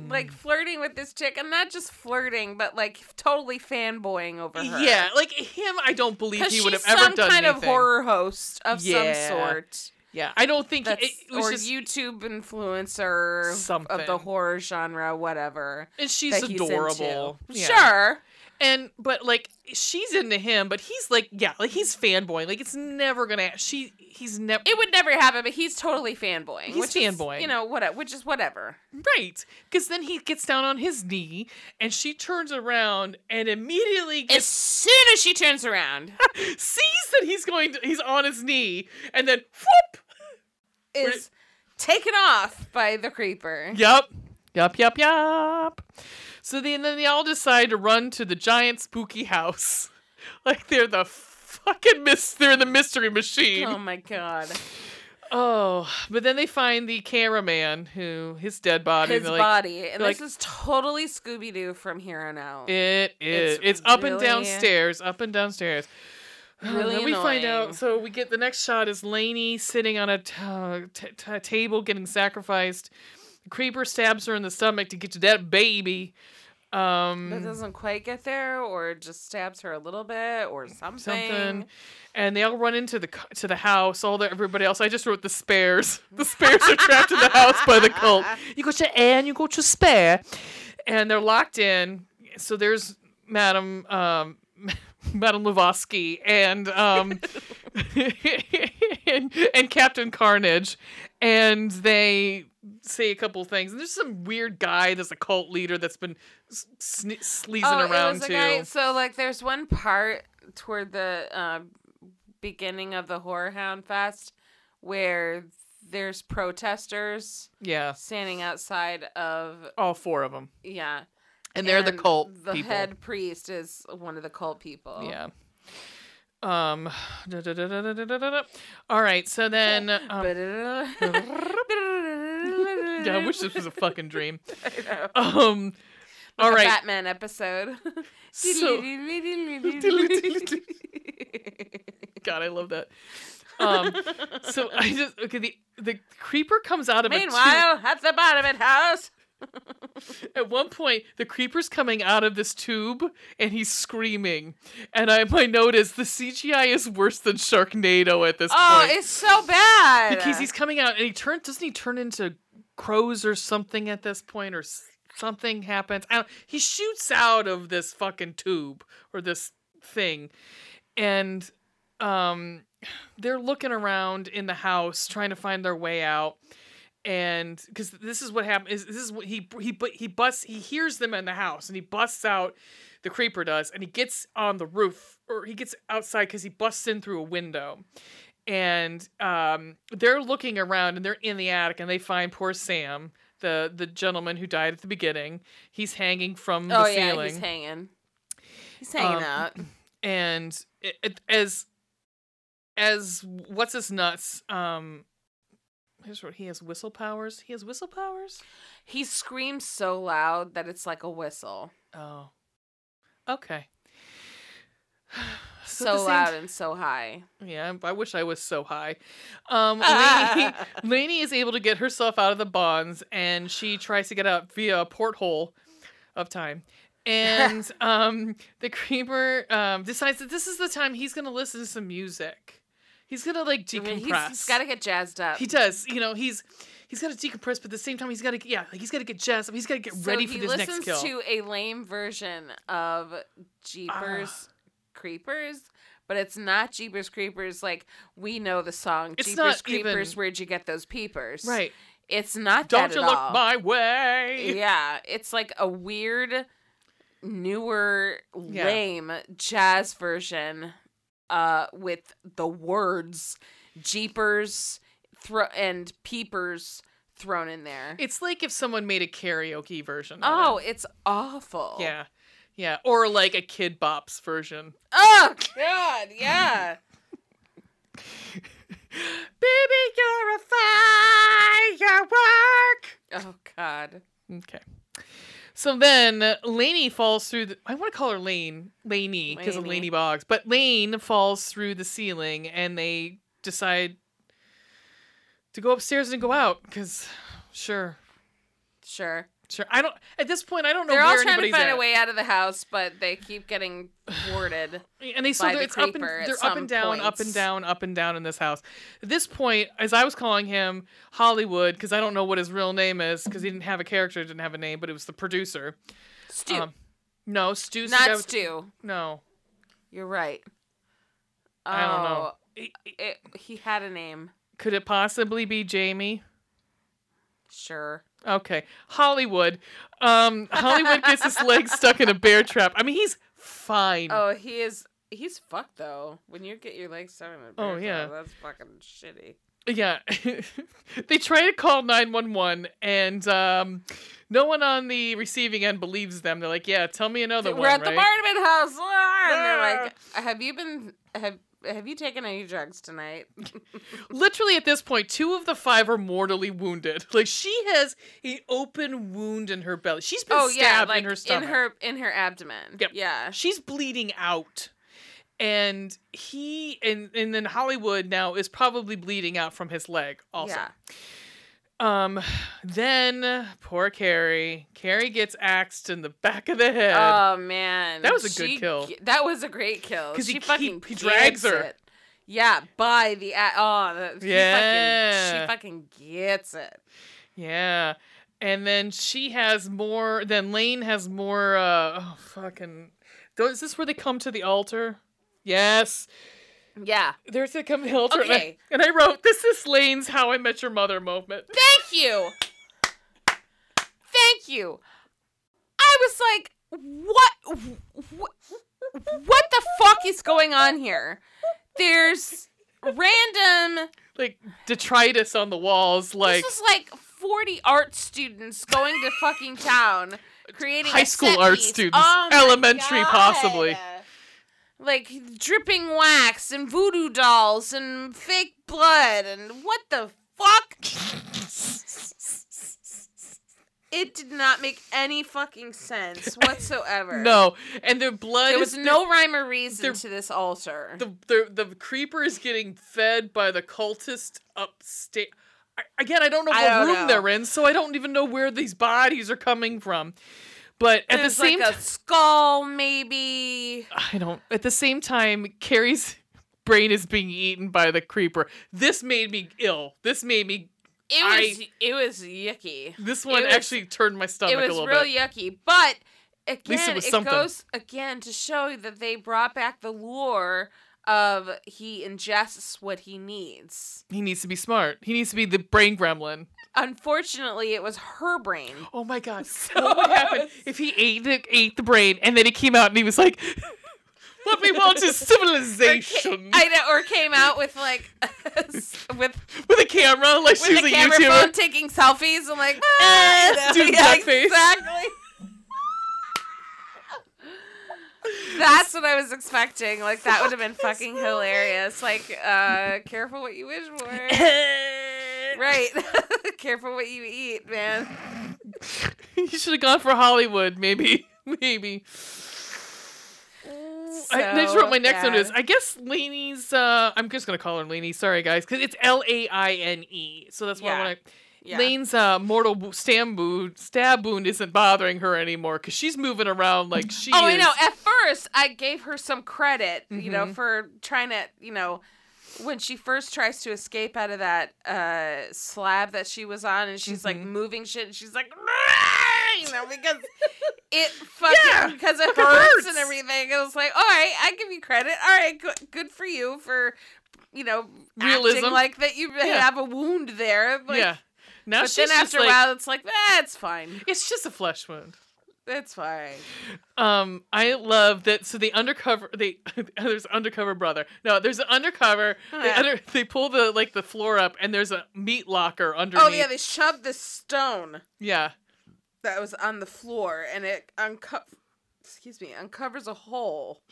Speaker 1: like flirting with this chick, and not just flirting, but like totally fanboying over her.
Speaker 2: Yeah, like him, I don't believe
Speaker 1: Because
Speaker 2: he
Speaker 1: she's
Speaker 2: would have
Speaker 1: some
Speaker 2: ever done
Speaker 1: kind
Speaker 2: anything.
Speaker 1: of horror host of
Speaker 2: Yeah.
Speaker 1: some sort.
Speaker 2: Yeah, I don't think
Speaker 1: That's,
Speaker 2: it, it was
Speaker 1: or
Speaker 2: just.
Speaker 1: YouTube influencer
Speaker 2: Something.
Speaker 1: of the horror genre, whatever.
Speaker 2: and she's
Speaker 1: that he's
Speaker 2: adorable.
Speaker 1: into.
Speaker 2: Yeah.
Speaker 1: Sure.
Speaker 2: And but like she's into him, but he's like yeah, like he's fanboying. Like it's never gonna. She he's never
Speaker 1: It would never happen, but he's totally fanboying.
Speaker 2: He's
Speaker 1: which is,
Speaker 2: fanboying.
Speaker 1: you know, what, which is whatever.
Speaker 2: right because then he gets down on his knee and she turns around and immediately
Speaker 1: As
Speaker 2: gets,
Speaker 1: soon as she turns
Speaker 2: (laughs)
Speaker 1: around,
Speaker 2: sees that he's going to he's on his knee and then whoop.
Speaker 1: is taken off by the creeper.
Speaker 2: Yup. Yup. Yup. Yup. So then then they all decide to run to the giant spooky house, (laughs) like they're the fucking miss. They're the mystery machine.
Speaker 1: Oh my god.
Speaker 2: Oh, but then they find the cameraman who his dead body.
Speaker 1: His
Speaker 2: and they're like,
Speaker 1: body. And
Speaker 2: like-
Speaker 1: this is totally Scooby Doo from here on out.
Speaker 2: It is. It's,
Speaker 1: It's
Speaker 2: up and
Speaker 1: really-
Speaker 2: downstairs. Up and downstairs. (sighs) And
Speaker 1: Really
Speaker 2: then we find out.
Speaker 1: annoying.
Speaker 2: So we get the next shot is Lainey sitting on a t- t- t- table getting sacrificed. The creeper stabs her in the stomach to get to that baby.
Speaker 1: That
Speaker 2: Um,
Speaker 1: doesn't quite get there, or just stabs her a little bit, or something.
Speaker 2: something. And they all run into the cu- to the house. All the everybody else. I just wrote the spares. (laughs) The spares are trapped in the house by
Speaker 1: (laughs)
Speaker 2: the cult. You got your A and you got your spare, and they're locked in. So there's Madam um, (laughs) Madam (laughs) Levosky and um, and, and Captain Carnage, and they say a couple things. And there's some weird guy that's a cult leader that's been s- sne- sleazing
Speaker 1: Oh, it
Speaker 2: around
Speaker 1: was a
Speaker 2: too.
Speaker 1: guy- so like, there's one part toward the uh, beginning of the Horror Hound Fest where there's protesters
Speaker 2: Yeah,
Speaker 1: standing outside of
Speaker 2: all four of them,
Speaker 1: yeah,
Speaker 2: and they're the
Speaker 1: and
Speaker 2: cult
Speaker 1: The
Speaker 2: people.
Speaker 1: head priest is one of the cult people.
Speaker 2: Yeah. Um. (sighs) da- da- da- da- da- da- da- da- da. All right.
Speaker 1: (laughs)
Speaker 2: So then. Um, (laughs) yeah, I
Speaker 1: yeah, (laughs)
Speaker 2: wish this was a fucking dream. (laughs)
Speaker 1: I know.
Speaker 2: Um. All
Speaker 1: a
Speaker 2: right.
Speaker 1: Batman episode. (laughs)
Speaker 2: So.
Speaker 1: (laughs)
Speaker 2: God, I love that. Um. So I just okay. The the creeper comes out of a tube.
Speaker 1: Meanwhile, at the bottom of house.
Speaker 2: At one point, the creeper's coming out of this tube and he's screaming. And I my note is the CGI is worse than Sharknado at this
Speaker 1: Oh,
Speaker 2: point.
Speaker 1: it's so bad.
Speaker 2: because he's coming out and he turns doesn't he turn into crows or something at this point or s- something happens I don't, he shoots out of this fucking tube or this thing and um they're looking around in the house trying to find their way out and because this is what happened is this is what he he but he busts he hears them in the house and he busts out the creeper does and he gets on the roof or he gets outside because he busts in through a window and um, they're looking around and they're in the attic and they find poor Sam, the the gentleman who died at the beginning. He's hanging from the
Speaker 1: oh yeah,
Speaker 2: ceiling,
Speaker 1: he's hanging. He's hanging
Speaker 2: Um,
Speaker 1: out.
Speaker 2: and it, it- as as what's his nuts? Um, here's what he has whistle powers. He has whistle powers.
Speaker 1: He screams so loud that it's like a whistle.
Speaker 2: Oh, okay. (sighs) So uh,
Speaker 1: So,
Speaker 2: the same-
Speaker 1: loud and so high.
Speaker 2: Yeah, I wish I was so high. Um,
Speaker 1: (laughs)
Speaker 2: Lainey, Lainey is able to get herself out of the bonds, and she tries to get out via a porthole of time.
Speaker 1: (laughs)
Speaker 2: And um, the creeper um, decides that this is the time he's going to listen to some music. He's going to
Speaker 1: I
Speaker 2: like decompress.
Speaker 1: mean, he's, he's got to get jazzed up.
Speaker 2: he does. You know, he's he's got to decompress, but at the same time, he's got to yeah, like he's got to get jazzed up. He's got to get
Speaker 1: So
Speaker 2: ready for
Speaker 1: he
Speaker 2: this next
Speaker 1: listens
Speaker 2: kill.
Speaker 1: to a lame version of Jeepers
Speaker 2: Ah.
Speaker 1: Creepers, but it's not Jeepers Creepers. Like we know the song
Speaker 2: It's
Speaker 1: Jeepers
Speaker 2: not
Speaker 1: Creepers.
Speaker 2: even-
Speaker 1: Where'd you get those peepers?
Speaker 2: right?
Speaker 1: It's not
Speaker 2: Don't
Speaker 1: that
Speaker 2: you
Speaker 1: at
Speaker 2: look
Speaker 1: all.
Speaker 2: my way?
Speaker 1: yeah, it's like a weird, newer,
Speaker 2: Yeah.
Speaker 1: lame jazz version, uh, with the words Jeepers thro- and Peepers thrown in there.
Speaker 2: It's like if someone made a karaoke version. Of it.
Speaker 1: Oh, it's awful.
Speaker 2: Yeah. Yeah. Or like a Kid Bops version.
Speaker 1: Oh God, yeah.
Speaker 2: Baby, you're a firework.
Speaker 1: oh God.
Speaker 2: Okay. So then Lainey falls through the. I want to call her Lane. Laney, because of
Speaker 1: Lainey.
Speaker 2: Laney Boggs. But Lane falls through the ceiling and they decide to go upstairs and go out because, sure.
Speaker 1: Sure.
Speaker 2: Sure. I don't. At this point, I don't know
Speaker 1: They're
Speaker 2: where
Speaker 1: all trying to
Speaker 2: anybody's
Speaker 1: find
Speaker 2: at.
Speaker 1: a way out of the house, but they keep getting
Speaker 2: (sighs)
Speaker 1: thwarted.
Speaker 2: and they so
Speaker 1: by
Speaker 2: they're,
Speaker 1: the
Speaker 2: it's up and
Speaker 1: creeper at
Speaker 2: they're up
Speaker 1: some
Speaker 2: and down, up and
Speaker 1: points.
Speaker 2: down, up and down in this house. At this point, as I was calling him Hollywood, because I don't know what his real name is, because he didn't have a character, didn't have a name, but it was the producer.
Speaker 1: Stu.
Speaker 2: Um, no, Stu.
Speaker 1: Not
Speaker 2: Stout-
Speaker 1: Stu.
Speaker 2: No,
Speaker 1: You're right.
Speaker 2: I don't
Speaker 1: Oh,
Speaker 2: know.
Speaker 1: It, he had a name.
Speaker 2: Could it possibly be Jamie?
Speaker 1: Sure.
Speaker 2: Okay, Hollywood. Um, Hollywood gets his leg stuck in a bear trap. I mean, he's fine.
Speaker 1: Oh, he is. He's fucked though. When you get your legs seven.
Speaker 2: Oh, yeah.
Speaker 1: That's fucking shitty.
Speaker 2: Yeah. (laughs) they try to call 911 and um, no one on the receiving end believes them. They're like, "Yeah, tell me another
Speaker 1: We're
Speaker 2: one."
Speaker 1: at the
Speaker 2: right?
Speaker 1: Barnabin house, ah! and they're
Speaker 2: Ah.
Speaker 1: like, "Have you been? Have Have you taken any drugs tonight?"
Speaker 2: Literally at this point, two of the five are mortally wounded. (laughs) Like she has an open wound in her belly. She's been
Speaker 1: oh
Speaker 2: stabbed
Speaker 1: yeah, like
Speaker 2: in her stomach.
Speaker 1: in her in her abdomen.
Speaker 2: Yep.
Speaker 1: Yeah.
Speaker 2: She's bleeding out. And he and and then Hollywood now is probably bleeding out from his leg also.
Speaker 1: Yeah.
Speaker 2: Um (sighs) then poor Carrie. Carrie gets axed in the back of the head.
Speaker 1: Oh man,
Speaker 2: That was a good kill.
Speaker 1: That was a great kill. Because
Speaker 2: 'Cause he
Speaker 1: he
Speaker 2: keep-
Speaker 1: fucking
Speaker 2: he drags
Speaker 1: gets
Speaker 2: her.
Speaker 1: It. Yeah, by the a- oh the, He
Speaker 2: Yeah.
Speaker 1: fucking, she fucking gets it.
Speaker 2: Yeah. And then she has more then Lane has more uh oh fucking Tho- is this where they come to the altar? Yes.
Speaker 1: Yeah.
Speaker 2: There's a Camille Hilton.
Speaker 1: Okay.
Speaker 2: And I wrote, This is Lane's How I Met Your Mother moment.
Speaker 1: Thank you. Thank you. I was like, what, what, what the fuck is going on here? There's random.
Speaker 2: Like detritus on the walls, like
Speaker 1: this is like 40 art students going to fucking
Speaker 2: (laughs)
Speaker 1: town, creating
Speaker 2: high
Speaker 1: a
Speaker 2: school
Speaker 1: set
Speaker 2: art
Speaker 1: piece.
Speaker 2: students,
Speaker 1: Oh my
Speaker 2: elementary
Speaker 1: God.
Speaker 2: possibly.
Speaker 1: Like dripping wax and voodoo dolls and fake blood and what the fuck? It did not make any fucking
Speaker 2: (laughs)
Speaker 1: sense whatsoever.
Speaker 2: (laughs) No, and their blood.
Speaker 1: There
Speaker 2: is-
Speaker 1: was no rhyme or reason
Speaker 2: there-
Speaker 1: to this altar.
Speaker 2: the the the creeper is getting fed by the cultist upstairs. Again, I don't know
Speaker 1: I
Speaker 2: what
Speaker 1: don't
Speaker 2: room
Speaker 1: know.
Speaker 2: they're in, so I don't even know where these bodies are coming from. But at
Speaker 1: There's
Speaker 2: the same,
Speaker 1: like
Speaker 2: time
Speaker 1: a skull, maybe.
Speaker 2: I don't. At the same time, Carrie's (laughs) brain is being eaten by the creeper. This made me ill. This made me.
Speaker 1: It
Speaker 2: I-
Speaker 1: was it was yucky.
Speaker 2: This one
Speaker 1: was-
Speaker 2: actually turned my stomach
Speaker 1: It was
Speaker 2: a little
Speaker 1: real
Speaker 2: bit.
Speaker 1: yucky, but
Speaker 2: least it
Speaker 1: again,
Speaker 2: was
Speaker 1: it,
Speaker 2: something.
Speaker 1: goes again to show you that they brought back the lore of he ingests what he needs.
Speaker 2: He needs to be smart. He needs to be the brain gremlin.
Speaker 1: Unfortunately, it was her
Speaker 2: (gasps)
Speaker 1: brain.
Speaker 2: Oh my
Speaker 1: (laughs)
Speaker 2: god! what would happen if he ate the ate the brain and then he came out and he was like, (laughs) "What we
Speaker 1: (laughs)
Speaker 2: want is civilization."
Speaker 1: I know, or came out with like (laughs) with
Speaker 2: with a camera, like
Speaker 1: with
Speaker 2: she's
Speaker 1: a
Speaker 2: a,
Speaker 1: camera
Speaker 2: YouTuber. (laughs)
Speaker 1: phone taking selfies. I'm like, ah, (laughs)
Speaker 2: Doing duckface.
Speaker 1: exactly. That's what I was expecting. Like that would have
Speaker 2: (laughs)
Speaker 1: been fucking hilarious. Like, uh, careful what you wish
Speaker 2: (laughs)
Speaker 1: for. (laughs) Right. careful what you eat, man.
Speaker 2: you should have gone for Hollywood, maybe, (laughs) maybe. I, and I just wrote my next one is
Speaker 1: bad.
Speaker 2: I guess Laney's. Uh, I'm just gonna call her Laney. Sorry guys, because it's L A I N E. So that's why
Speaker 1: Yeah.
Speaker 2: I want to.
Speaker 1: Yeah.
Speaker 2: Lane's uh, mortal wo- stab wound, stab wound isn't bothering her anymore because she's moving around like she.
Speaker 1: Oh, I
Speaker 2: is-
Speaker 1: know. At first, I gave her some credit, you know,
Speaker 2: Mhm.
Speaker 1: for trying to, you know, when she first tries to escape out of that uh, slab that she was on, and she's like
Speaker 2: Mhm.
Speaker 1: moving shit, and she's like, "Ah!" you know, because it fucking
Speaker 2: (laughs) Yeah,
Speaker 1: because it hurts,
Speaker 2: fucking
Speaker 1: and
Speaker 2: hurts.
Speaker 1: everything. It was like, all right, I give you credit. All right, good, good for you for, you know,
Speaker 2: Realism.
Speaker 1: acting like that you have a wound there. Like,
Speaker 2: yeah. Now
Speaker 1: But
Speaker 2: she's
Speaker 1: then
Speaker 2: just
Speaker 1: after
Speaker 2: like,
Speaker 1: a while, it's like, that's fine.
Speaker 2: it's just a flesh wound.
Speaker 1: That's fine.
Speaker 2: Um, I love that. So the undercover, they (laughs) there's undercover brother. No, there's an undercover. They,
Speaker 1: Oh, Yeah.
Speaker 2: under, they pull the like the floor up, and there's a meat locker underneath.
Speaker 1: Oh yeah, they shoved this stone.
Speaker 2: yeah.
Speaker 1: that was on the floor and it unco- excuse me uncovers a hole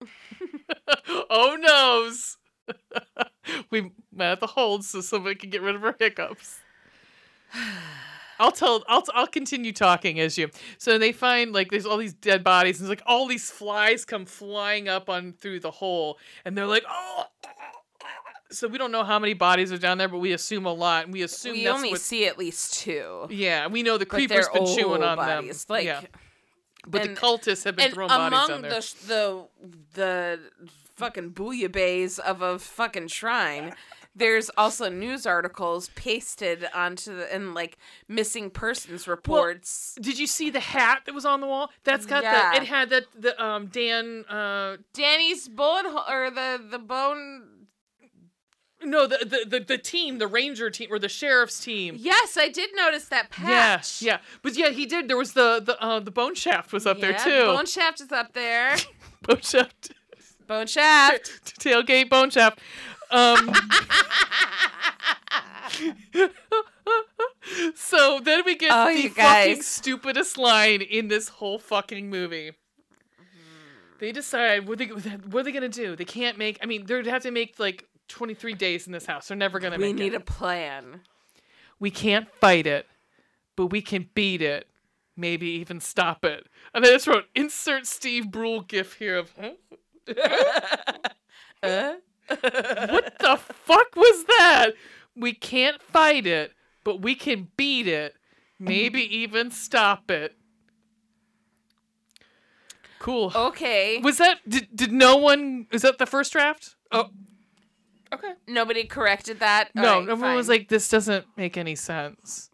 Speaker 2: (laughs) oh noes. (laughs) we met at the hold so somebody can get rid of her hiccups. (sighs) I'll tell. I'll. I'll continue talking as you. So they find like there's all these dead bodies, and it's like all these flies come flying up on through the hole, and they're like, oh. So we don't know how many bodies are down there, but we assume a lot, and we assume
Speaker 1: we
Speaker 2: that's
Speaker 1: only
Speaker 2: what.
Speaker 1: see at least two
Speaker 2: Yeah, we know the
Speaker 1: but
Speaker 2: creeper's
Speaker 1: they're
Speaker 2: been chewing
Speaker 1: old
Speaker 2: on
Speaker 1: bodies
Speaker 2: them.
Speaker 1: like
Speaker 2: yeah, but
Speaker 1: and-
Speaker 2: the cultists have been
Speaker 1: and
Speaker 2: throwing bodies
Speaker 1: among
Speaker 2: down there.
Speaker 1: the sh- the the fucking bouillabaisse of a fucking shrine there's also news articles pasted onto the and like missing persons reports
Speaker 2: Did you see the hat that was on the wall? That's got
Speaker 1: Yeah.
Speaker 2: the. It had that the um Dan uh
Speaker 1: danny's bullet hole or the the bone
Speaker 2: no the the the, the team the ranger team or the sheriff's team.
Speaker 1: yes i did notice that
Speaker 2: Yeah,
Speaker 1: patch
Speaker 2: yeah, but yeah, he did. There was the the uh, the bone shaft was up
Speaker 1: Yeah,
Speaker 2: there too.
Speaker 1: bone shaft is up there
Speaker 2: (laughs) Bone shaft,
Speaker 1: bone shaft
Speaker 2: (laughs) tailgate bone shaft. Um, (laughs) so then we get
Speaker 1: Oh,
Speaker 2: the
Speaker 1: you
Speaker 2: fucking
Speaker 1: guys.
Speaker 2: stupidest line in this whole fucking movie. They decide what they what are they gonna do? They can't make. I mean, they'd have to make like twenty three days in this house. They're never gonna
Speaker 1: we
Speaker 2: make
Speaker 1: need
Speaker 2: it.
Speaker 1: a plan.
Speaker 2: we can't fight it, but we can beat it. Maybe even stop it. And I just wrote insert Steve Brule gif here of (laughs) huh? (laughs) what the fuck was that? We can't fight it, but we can beat it. (laughs) Maybe even stop it. Cool.
Speaker 1: Okay.
Speaker 2: Was that did, did no one is that the first draft? Oh Okay.
Speaker 1: Nobody corrected that.
Speaker 2: no,
Speaker 1: Alright,
Speaker 2: everyone was
Speaker 1: fine.
Speaker 2: like, this doesn't make any sense.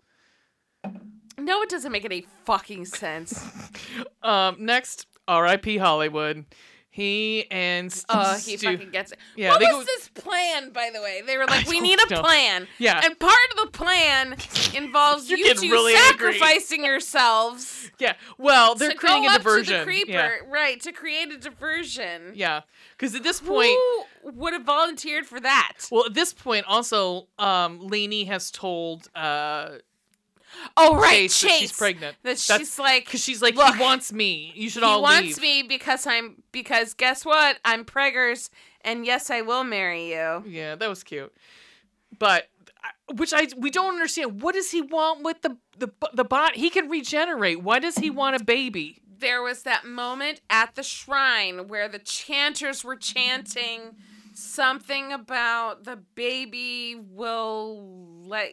Speaker 1: no, it
Speaker 2: (laughs)
Speaker 1: doesn't make any fucking sense.
Speaker 2: Um next, R.I.P. Hollywood. He and Stu.
Speaker 1: Oh, he
Speaker 2: Stu-
Speaker 1: fucking gets it.
Speaker 2: Yeah,
Speaker 1: what
Speaker 2: they
Speaker 1: was
Speaker 2: go-
Speaker 1: this plan, by the way? They were like,
Speaker 2: (laughs) I
Speaker 1: "We
Speaker 2: don't
Speaker 1: need a
Speaker 2: know.
Speaker 1: plan."
Speaker 2: Yeah.
Speaker 1: And part of the
Speaker 2: (laughs)
Speaker 1: plan involves
Speaker 2: You're
Speaker 1: you two
Speaker 2: getting really angry.
Speaker 1: sacrificing yourselves
Speaker 2: yeah. Well, (laughs) they're
Speaker 1: to
Speaker 2: creating
Speaker 1: go
Speaker 2: a
Speaker 1: up
Speaker 2: diversion.
Speaker 1: to the creeper,
Speaker 2: Yeah.
Speaker 1: right? To create a diversion.
Speaker 2: Yeah. Because at this point,
Speaker 1: Who would have volunteered for that?
Speaker 2: well, at this point, also, um, Lainey has told uh,
Speaker 1: Oh right, Chase.
Speaker 2: Chase, that she's pregnant.
Speaker 1: That
Speaker 2: That's-
Speaker 1: she's like
Speaker 2: because she's like,
Speaker 1: Look,
Speaker 2: he wants me. You should
Speaker 1: he
Speaker 2: all
Speaker 1: wants
Speaker 2: leave.
Speaker 1: me because I'm because guess what? I'm preggers, and yes, I will marry you.
Speaker 2: Yeah, that was cute. But I- which I we don't understand. What does he want with the the the bot? He can regenerate. Why does he want a baby?
Speaker 1: There was that moment at the shrine where the chanters were chanting something about the baby will let.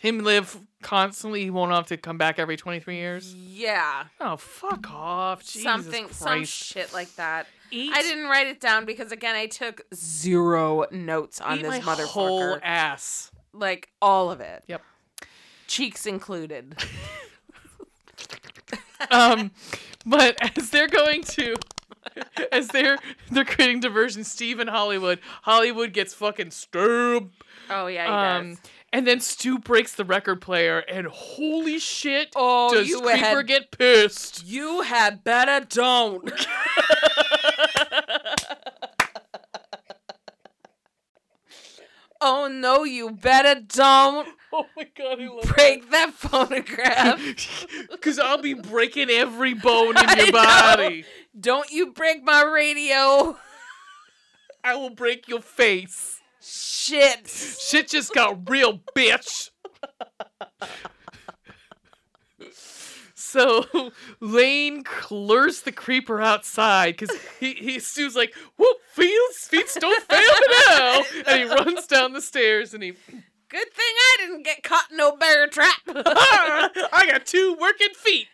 Speaker 2: Him live constantly. He won't have to come back every twenty three years.
Speaker 1: Yeah,
Speaker 2: Oh, fuck off! Jesus
Speaker 1: something, some
Speaker 2: Christ.
Speaker 1: shit like that.
Speaker 2: Eat-
Speaker 1: I didn't write it down because again, I took zero notes on
Speaker 2: eat
Speaker 1: this
Speaker 2: my
Speaker 1: motherfucker,
Speaker 2: whole ass.
Speaker 1: like all of it,
Speaker 2: Yep.
Speaker 1: cheeks included.
Speaker 2: (laughs) um, (laughs) but as they're going to, (laughs) as they're they're creating diversion, Steve and Hollywood. Hollywood gets fucking stabbed.
Speaker 1: Oh yeah, he
Speaker 2: Um,
Speaker 1: does.
Speaker 2: and then Stu breaks the record player, and holy shit,
Speaker 1: Oh,
Speaker 2: does
Speaker 1: you
Speaker 2: Creeper
Speaker 1: had-
Speaker 2: get pissed? (laughs)
Speaker 1: You had better don't. oh no, you better don't
Speaker 2: Oh my god, I love (laughs)
Speaker 1: break that phonograph.
Speaker 2: Because I'll be breaking every bone in
Speaker 1: (laughs) I
Speaker 2: your
Speaker 1: know.
Speaker 2: body.
Speaker 1: Don't you break my radio.
Speaker 2: I will break your face.
Speaker 1: Shit.
Speaker 2: Shit just got real, bitch. So Lane lures the creeper outside because he, he Stu's like, "Whoop, feels feet don't fail me now," and he runs down the stairs and he,
Speaker 1: Good thing I didn't get caught in no bear trap. (laughs) and
Speaker 2: "Ah, I got two working feet,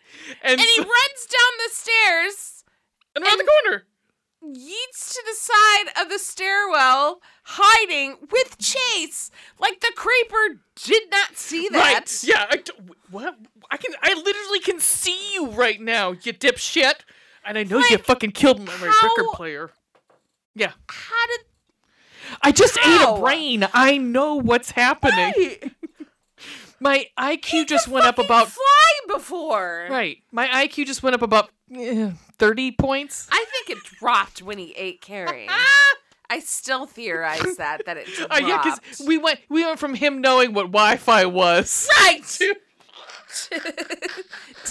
Speaker 2: and,
Speaker 1: he
Speaker 2: so-
Speaker 1: runs down the stairs,
Speaker 2: and around the corner.
Speaker 1: yeets to the side of the stairwell, hiding with Chase. Like the creeper did not see that.
Speaker 2: Right? Yeah. I, d- what? I can. I literally can see you right now, you dipshit. And I know you
Speaker 1: Like,
Speaker 2: fucking killed my record
Speaker 1: how-
Speaker 2: player. Yeah.
Speaker 1: How did
Speaker 2: I just ate
Speaker 1: How?
Speaker 2: a brain. I know what's happening. My IQ just went up
Speaker 1: fucking
Speaker 2: about
Speaker 1: fly before?
Speaker 2: right. My IQ just went up about eh, thirty points.
Speaker 1: I think it dropped when he ate
Speaker 2: (laughs)
Speaker 1: Carrie. I still theorize that that it dropped.
Speaker 2: Uh, yeah, because we went we went from him knowing what Wi-Fi was
Speaker 1: right
Speaker 2: (laughs)
Speaker 1: (laughs)
Speaker 2: to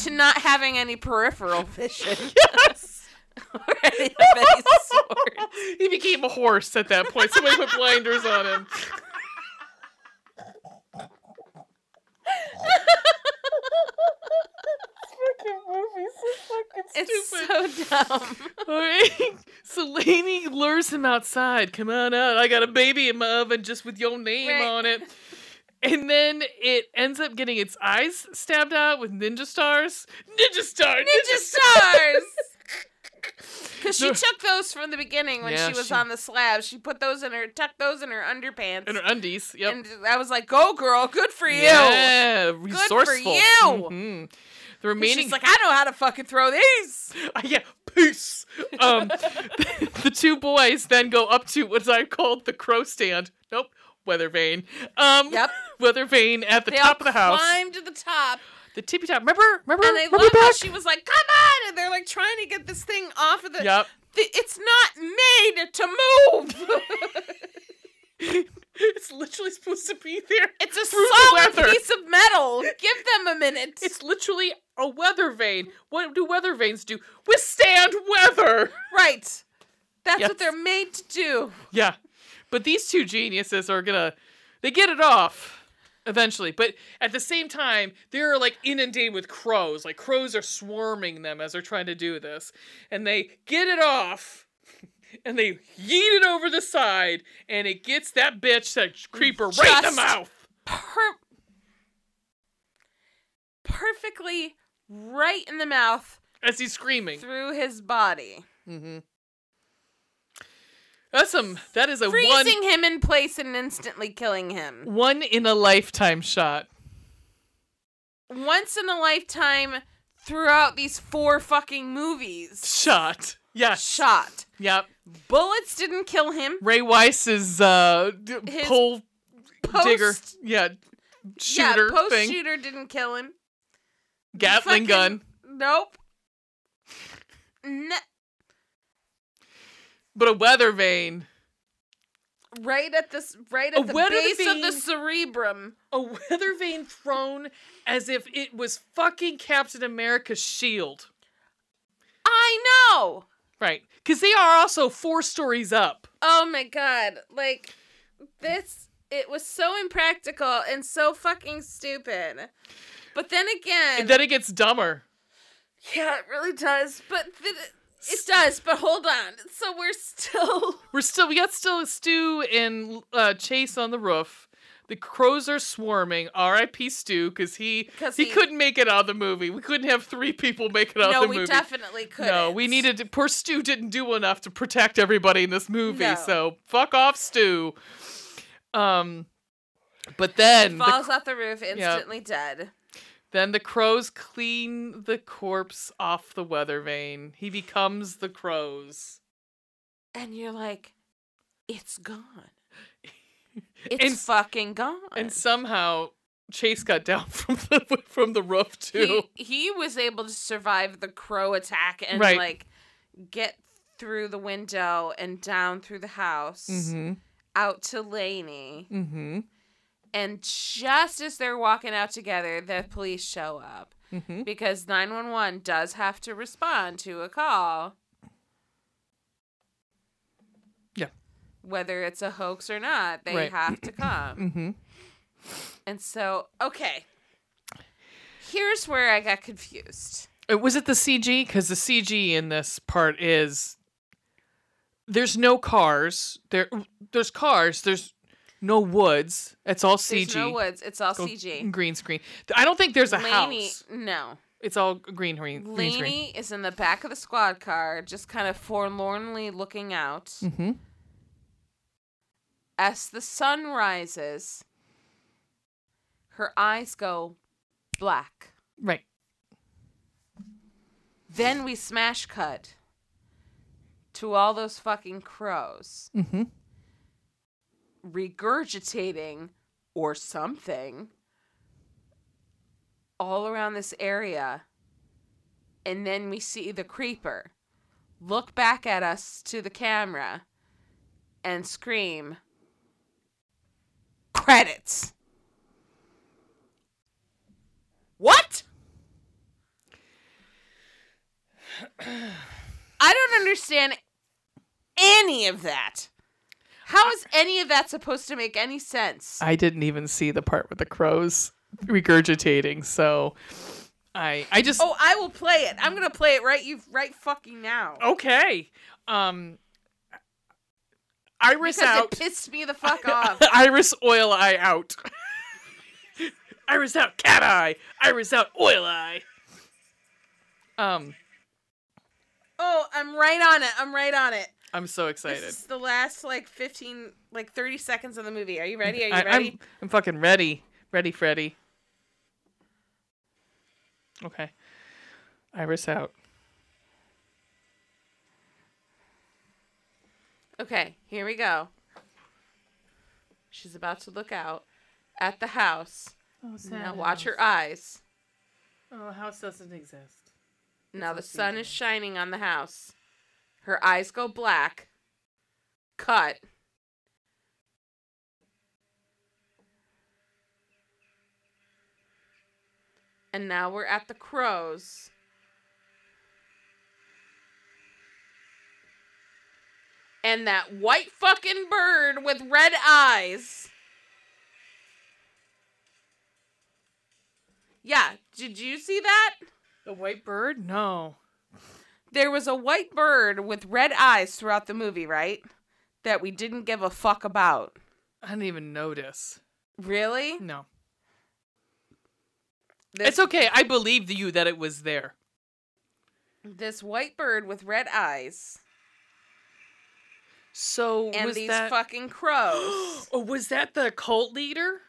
Speaker 1: to not having any peripheral vision
Speaker 2: (laughs) yes.
Speaker 1: or any of any
Speaker 2: (laughs)
Speaker 1: sort.
Speaker 2: he became a horse at that point. Somebody put blinders on him.
Speaker 1: (laughs) It's
Speaker 2: Stupid.
Speaker 1: so dumb.
Speaker 2: All right. So Lainey lures him outside. Come on out. I got a baby in my oven just with your name
Speaker 1: Right.
Speaker 2: on it. And then it ends up getting its eyes stabbed out with ninja stars. Ninja star.
Speaker 1: Ninja stars. Because she
Speaker 2: No.
Speaker 1: took those from the beginning when
Speaker 2: Yeah,
Speaker 1: she was
Speaker 2: she-
Speaker 1: on the slab. She put those in her, tucked those in her underpants.
Speaker 2: (laughs) And her undies. Yep.
Speaker 1: And I was like, go, girl. Good for you.
Speaker 2: Yeah, resourceful.
Speaker 1: you.
Speaker 2: Mhm. The
Speaker 1: And
Speaker 2: remaining
Speaker 1: She's like, I know how to fucking throw these.
Speaker 2: Uh, (laughs) yeah, peace. Um, (laughs) the two boys then go up to what I called the crow stand. Nope, weather vane. Um,
Speaker 1: Yep.
Speaker 2: (laughs) weather vane at the
Speaker 1: They
Speaker 2: top of
Speaker 1: all
Speaker 2: the house.
Speaker 1: climbed to the top,
Speaker 2: The tippy top. Remember, remember,
Speaker 1: and I
Speaker 2: remember
Speaker 1: love how
Speaker 2: back.
Speaker 1: she was like, "Come on!" And they're like trying to get this thing off of the.
Speaker 2: Yep.
Speaker 1: the- it's not made to move.
Speaker 2: it's literally supposed to be there.
Speaker 1: (laughs) it's a
Speaker 2: Through the
Speaker 1: solid
Speaker 2: weather.
Speaker 1: piece of metal. Give them a minute.
Speaker 2: It's literally a weather vane. What do weather vanes do? Withstand weather.
Speaker 1: right. That's
Speaker 2: Yes.
Speaker 1: what they're made to do.
Speaker 2: Yeah. But these two geniuses are gonna they get it off eventually. But at the same time, they're like inundated with crows. Like crows are swarming them as they're trying to do this. And they get it off (laughs) and they yeet it over the side and it gets that bitch that creeper right in
Speaker 1: Just-
Speaker 2: the mouth.
Speaker 1: Per- perfectly right in the mouth
Speaker 2: As he's screaming.
Speaker 1: through his body,
Speaker 2: Mm-hmm. That's some that is a one
Speaker 1: freezing him in place and instantly killing him.
Speaker 2: one in a lifetime shot.
Speaker 1: once in a lifetime throughout these four fucking movies.
Speaker 2: Shot. Yes.
Speaker 1: shot.
Speaker 2: Yep.
Speaker 1: Bullets didn't kill him.
Speaker 2: Ray Weiss's uh, d-
Speaker 1: His
Speaker 2: pole
Speaker 1: Post,
Speaker 2: digger. Yeah. Shooter
Speaker 1: yeah, post
Speaker 2: thing.
Speaker 1: shooter didn't kill him. Fucking-
Speaker 2: Gatling gun.
Speaker 1: Nope. N-
Speaker 2: But a weather vane.
Speaker 1: right at this, right
Speaker 2: A
Speaker 1: at the
Speaker 2: weather
Speaker 1: base of the
Speaker 2: vane.
Speaker 1: cerebrum.
Speaker 2: A weather vane thrown as if it was fucking Captain America's shield.
Speaker 1: I know.
Speaker 2: Right. Because they are also four stories up.
Speaker 1: Oh my god! Like this, it was so impractical and so fucking stupid. But then again,
Speaker 2: And then it gets dumber.
Speaker 1: yeah, it really does. But th- it does. But hold on. So we're
Speaker 2: (laughs)
Speaker 1: still.
Speaker 2: We're still, we got still Stu and uh, Chase on the roof. The crows are swarming. R.I.P. Stu, because he,
Speaker 1: 'Cause
Speaker 2: he
Speaker 1: he-
Speaker 2: couldn't make it out of the movie. We couldn't have three people make it out
Speaker 1: no,
Speaker 2: of the
Speaker 1: we
Speaker 2: movie.
Speaker 1: definitely couldn't.
Speaker 2: No, we needed to, poor Stu didn't do enough to protect everybody in this movie.
Speaker 1: No.
Speaker 2: So fuck off, Stu. Um, but then the,
Speaker 1: Falls off the roof, instantly dead.
Speaker 2: then the crows clean the corpse off the weather vane. He becomes the crows.
Speaker 1: And you're like, it's
Speaker 2: (laughs)
Speaker 1: gone. It's
Speaker 2: And-
Speaker 1: fucking gone.
Speaker 2: And somehow Chase got down (laughs) from the from the roof too.
Speaker 1: he, he was able to survive the crow attack and
Speaker 2: Right.
Speaker 1: like get through the window and down through the house
Speaker 2: Mm-hmm.
Speaker 1: out to Laney.
Speaker 2: Mm-hmm.
Speaker 1: And just as they're walking out together, the police show up
Speaker 2: Mm-hmm.
Speaker 1: because 911 does have to respond to a call.
Speaker 2: Yeah.
Speaker 1: Whether it's a hoax or not, they
Speaker 2: Right.
Speaker 1: have to come.
Speaker 2: (clears throat) Mm-hmm.
Speaker 1: And so, okay. Here's where I got confused.
Speaker 2: Uh, Was it the CG? Because the CG in this part is there's no cars. There, there's cars. There's no woods. It's all CG.
Speaker 1: There's no woods. It's all
Speaker 2: Go
Speaker 1: CG.
Speaker 2: Green screen. I don't think there's a
Speaker 1: Laney,
Speaker 2: house.
Speaker 1: no.
Speaker 2: It's all green green, green screen.
Speaker 1: Laney is in the back of the squad car, just kind of forlornly looking out.
Speaker 2: Mm-hmm.
Speaker 1: As the sun rises, her eyes go black.
Speaker 2: Right.
Speaker 1: Then we smash cut to all those fucking crows
Speaker 2: Mm-hmm.
Speaker 1: regurgitating or something all around this area. And then we see the creeper look back at us to the camera and scream credits. What? I don't understand any of that. How is any of that supposed to make any sense?
Speaker 2: I didn't even see the part with the crows regurgitating. So, I I just
Speaker 1: Oh, I will play it. I'm gonna play it right you right fucking now.
Speaker 2: okay. Um, Iris
Speaker 1: because
Speaker 2: out.
Speaker 1: it pissed
Speaker 2: (laughs)
Speaker 1: me the fuck off.
Speaker 2: Iris oil eye out. (laughs) Iris out cat eye. Iris out oil eye. Um,
Speaker 1: Oh, I'm right on it. I'm right on it.
Speaker 2: I'm so
Speaker 1: This
Speaker 2: excited.
Speaker 1: is the last like 15, like 30 seconds of the movie. Are you ready? Are
Speaker 2: (laughs)
Speaker 1: you
Speaker 2: I,
Speaker 1: ready?
Speaker 2: I'm I'm fucking ready. Ready, Freddy. Okay. Iris out.
Speaker 1: Okay, here we go. She's about to look out at the house.
Speaker 2: Oh,
Speaker 1: Now watch her eyes.
Speaker 2: Oh, the house doesn't exist.
Speaker 1: Now the
Speaker 2: It's
Speaker 1: sun is shining on the house. Her eyes go black. Cut. And now we're at the crows. And that white fucking bird with red eyes. Yeah, did you see that?
Speaker 2: The white bird? No.
Speaker 1: There was a white bird with red eyes throughout the movie, right? That we didn't give a fuck about.
Speaker 2: I didn't even notice.
Speaker 1: Really?
Speaker 2: No.
Speaker 1: This,
Speaker 2: it's okay. I believed you that it was there.
Speaker 1: this white bird with red eyes
Speaker 2: So
Speaker 1: and
Speaker 2: was
Speaker 1: these
Speaker 2: that
Speaker 1: fucking crows.
Speaker 2: (gasps) Oh, was that the cult leader?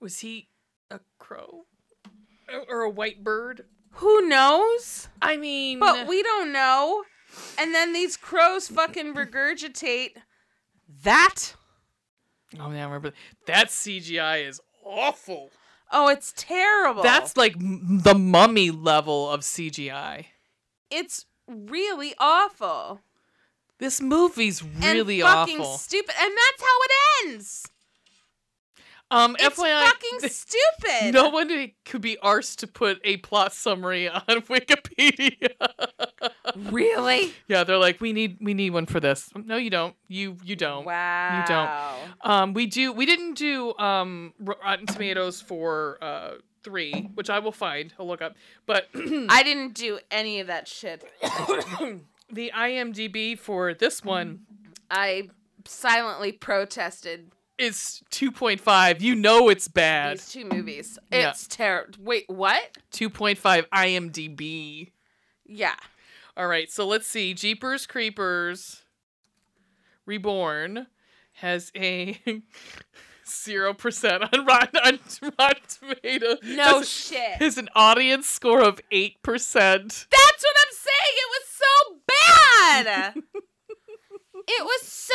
Speaker 2: Was he a crow or a white bird?
Speaker 1: (gasps) Who knows?
Speaker 2: I mean,
Speaker 1: But we don't know. And then these crows fucking regurgitate that.
Speaker 2: Oh yeah, I remember that CGI is awful.
Speaker 1: Oh, it's terrible.
Speaker 2: That's like m- the mummy level of CGI.
Speaker 1: it's really awful.
Speaker 2: This movie's really
Speaker 1: and fucking
Speaker 2: awful.
Speaker 1: stupid. And that's how it ends.
Speaker 2: um,
Speaker 1: It's
Speaker 2: FYI,
Speaker 1: fucking (laughs)
Speaker 2: th-
Speaker 1: stupid.
Speaker 2: no one could be arsed to put a plot summary (laughs) on Wikipedia.
Speaker 1: really.
Speaker 2: yeah, they're like, we need we need one for this. No, you don't. You you don't.
Speaker 1: Wow.
Speaker 2: Um, we do. We didn't do um Ro- Rotten Tomatoes for uh three, which I will find. I'll look up. But (clears throat)
Speaker 1: I didn't do any of that shit. (coughs)
Speaker 2: the IMDb for this one
Speaker 1: I silently protested
Speaker 2: is two point five. You know it's bad.
Speaker 1: these two movies.
Speaker 2: Yeah.
Speaker 1: It's terrible. Wait, what?
Speaker 2: Two point five IMDb.
Speaker 1: Yeah.
Speaker 2: All right, so let's see. Jeepers Creepers Reborn has a (laughs) zero percent on Rotten, on Rotten Tomatoes.
Speaker 1: No
Speaker 2: Has-
Speaker 1: shit.
Speaker 2: has an audience score of eight percent.
Speaker 1: That's what I'm saying. It was so
Speaker 2: (laughs)
Speaker 1: bad. it was so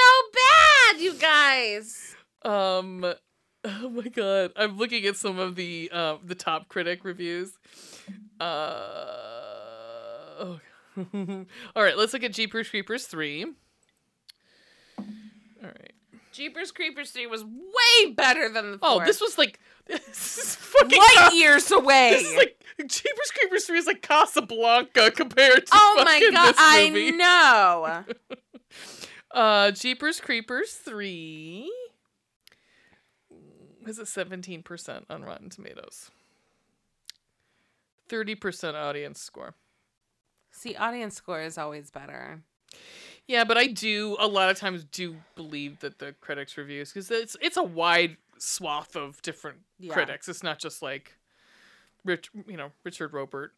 Speaker 1: bad, you guys.
Speaker 2: Um, oh my god, I'm looking at some of the uh, the top critic reviews. Uh, oh. (laughs) all right, let's look at Jeepers Creepers three. All right.
Speaker 1: Jeepers Creepers 3 was way better than the
Speaker 2: Oh,
Speaker 1: fourth.
Speaker 2: this was like (laughs) this is fucking.
Speaker 1: light
Speaker 2: Ca-
Speaker 1: years away.
Speaker 2: (laughs) this is like Jeepers Creepers three is like Casablanca compared to
Speaker 1: oh my
Speaker 2: fucking
Speaker 1: god,
Speaker 2: this
Speaker 1: I
Speaker 2: movie. (laughs)
Speaker 1: know.
Speaker 2: Uh, Jeepers Creepers three is a seventeen percent on Rotten Tomatoes. Thirty percent audience score.
Speaker 1: See, audience score is always better.
Speaker 2: Yeah, but I do a lot of times do believe that the critics reviews because it's it's a wide swath of different
Speaker 1: Yeah.
Speaker 2: critics. It's not just like Rich, you know, Richard Robert.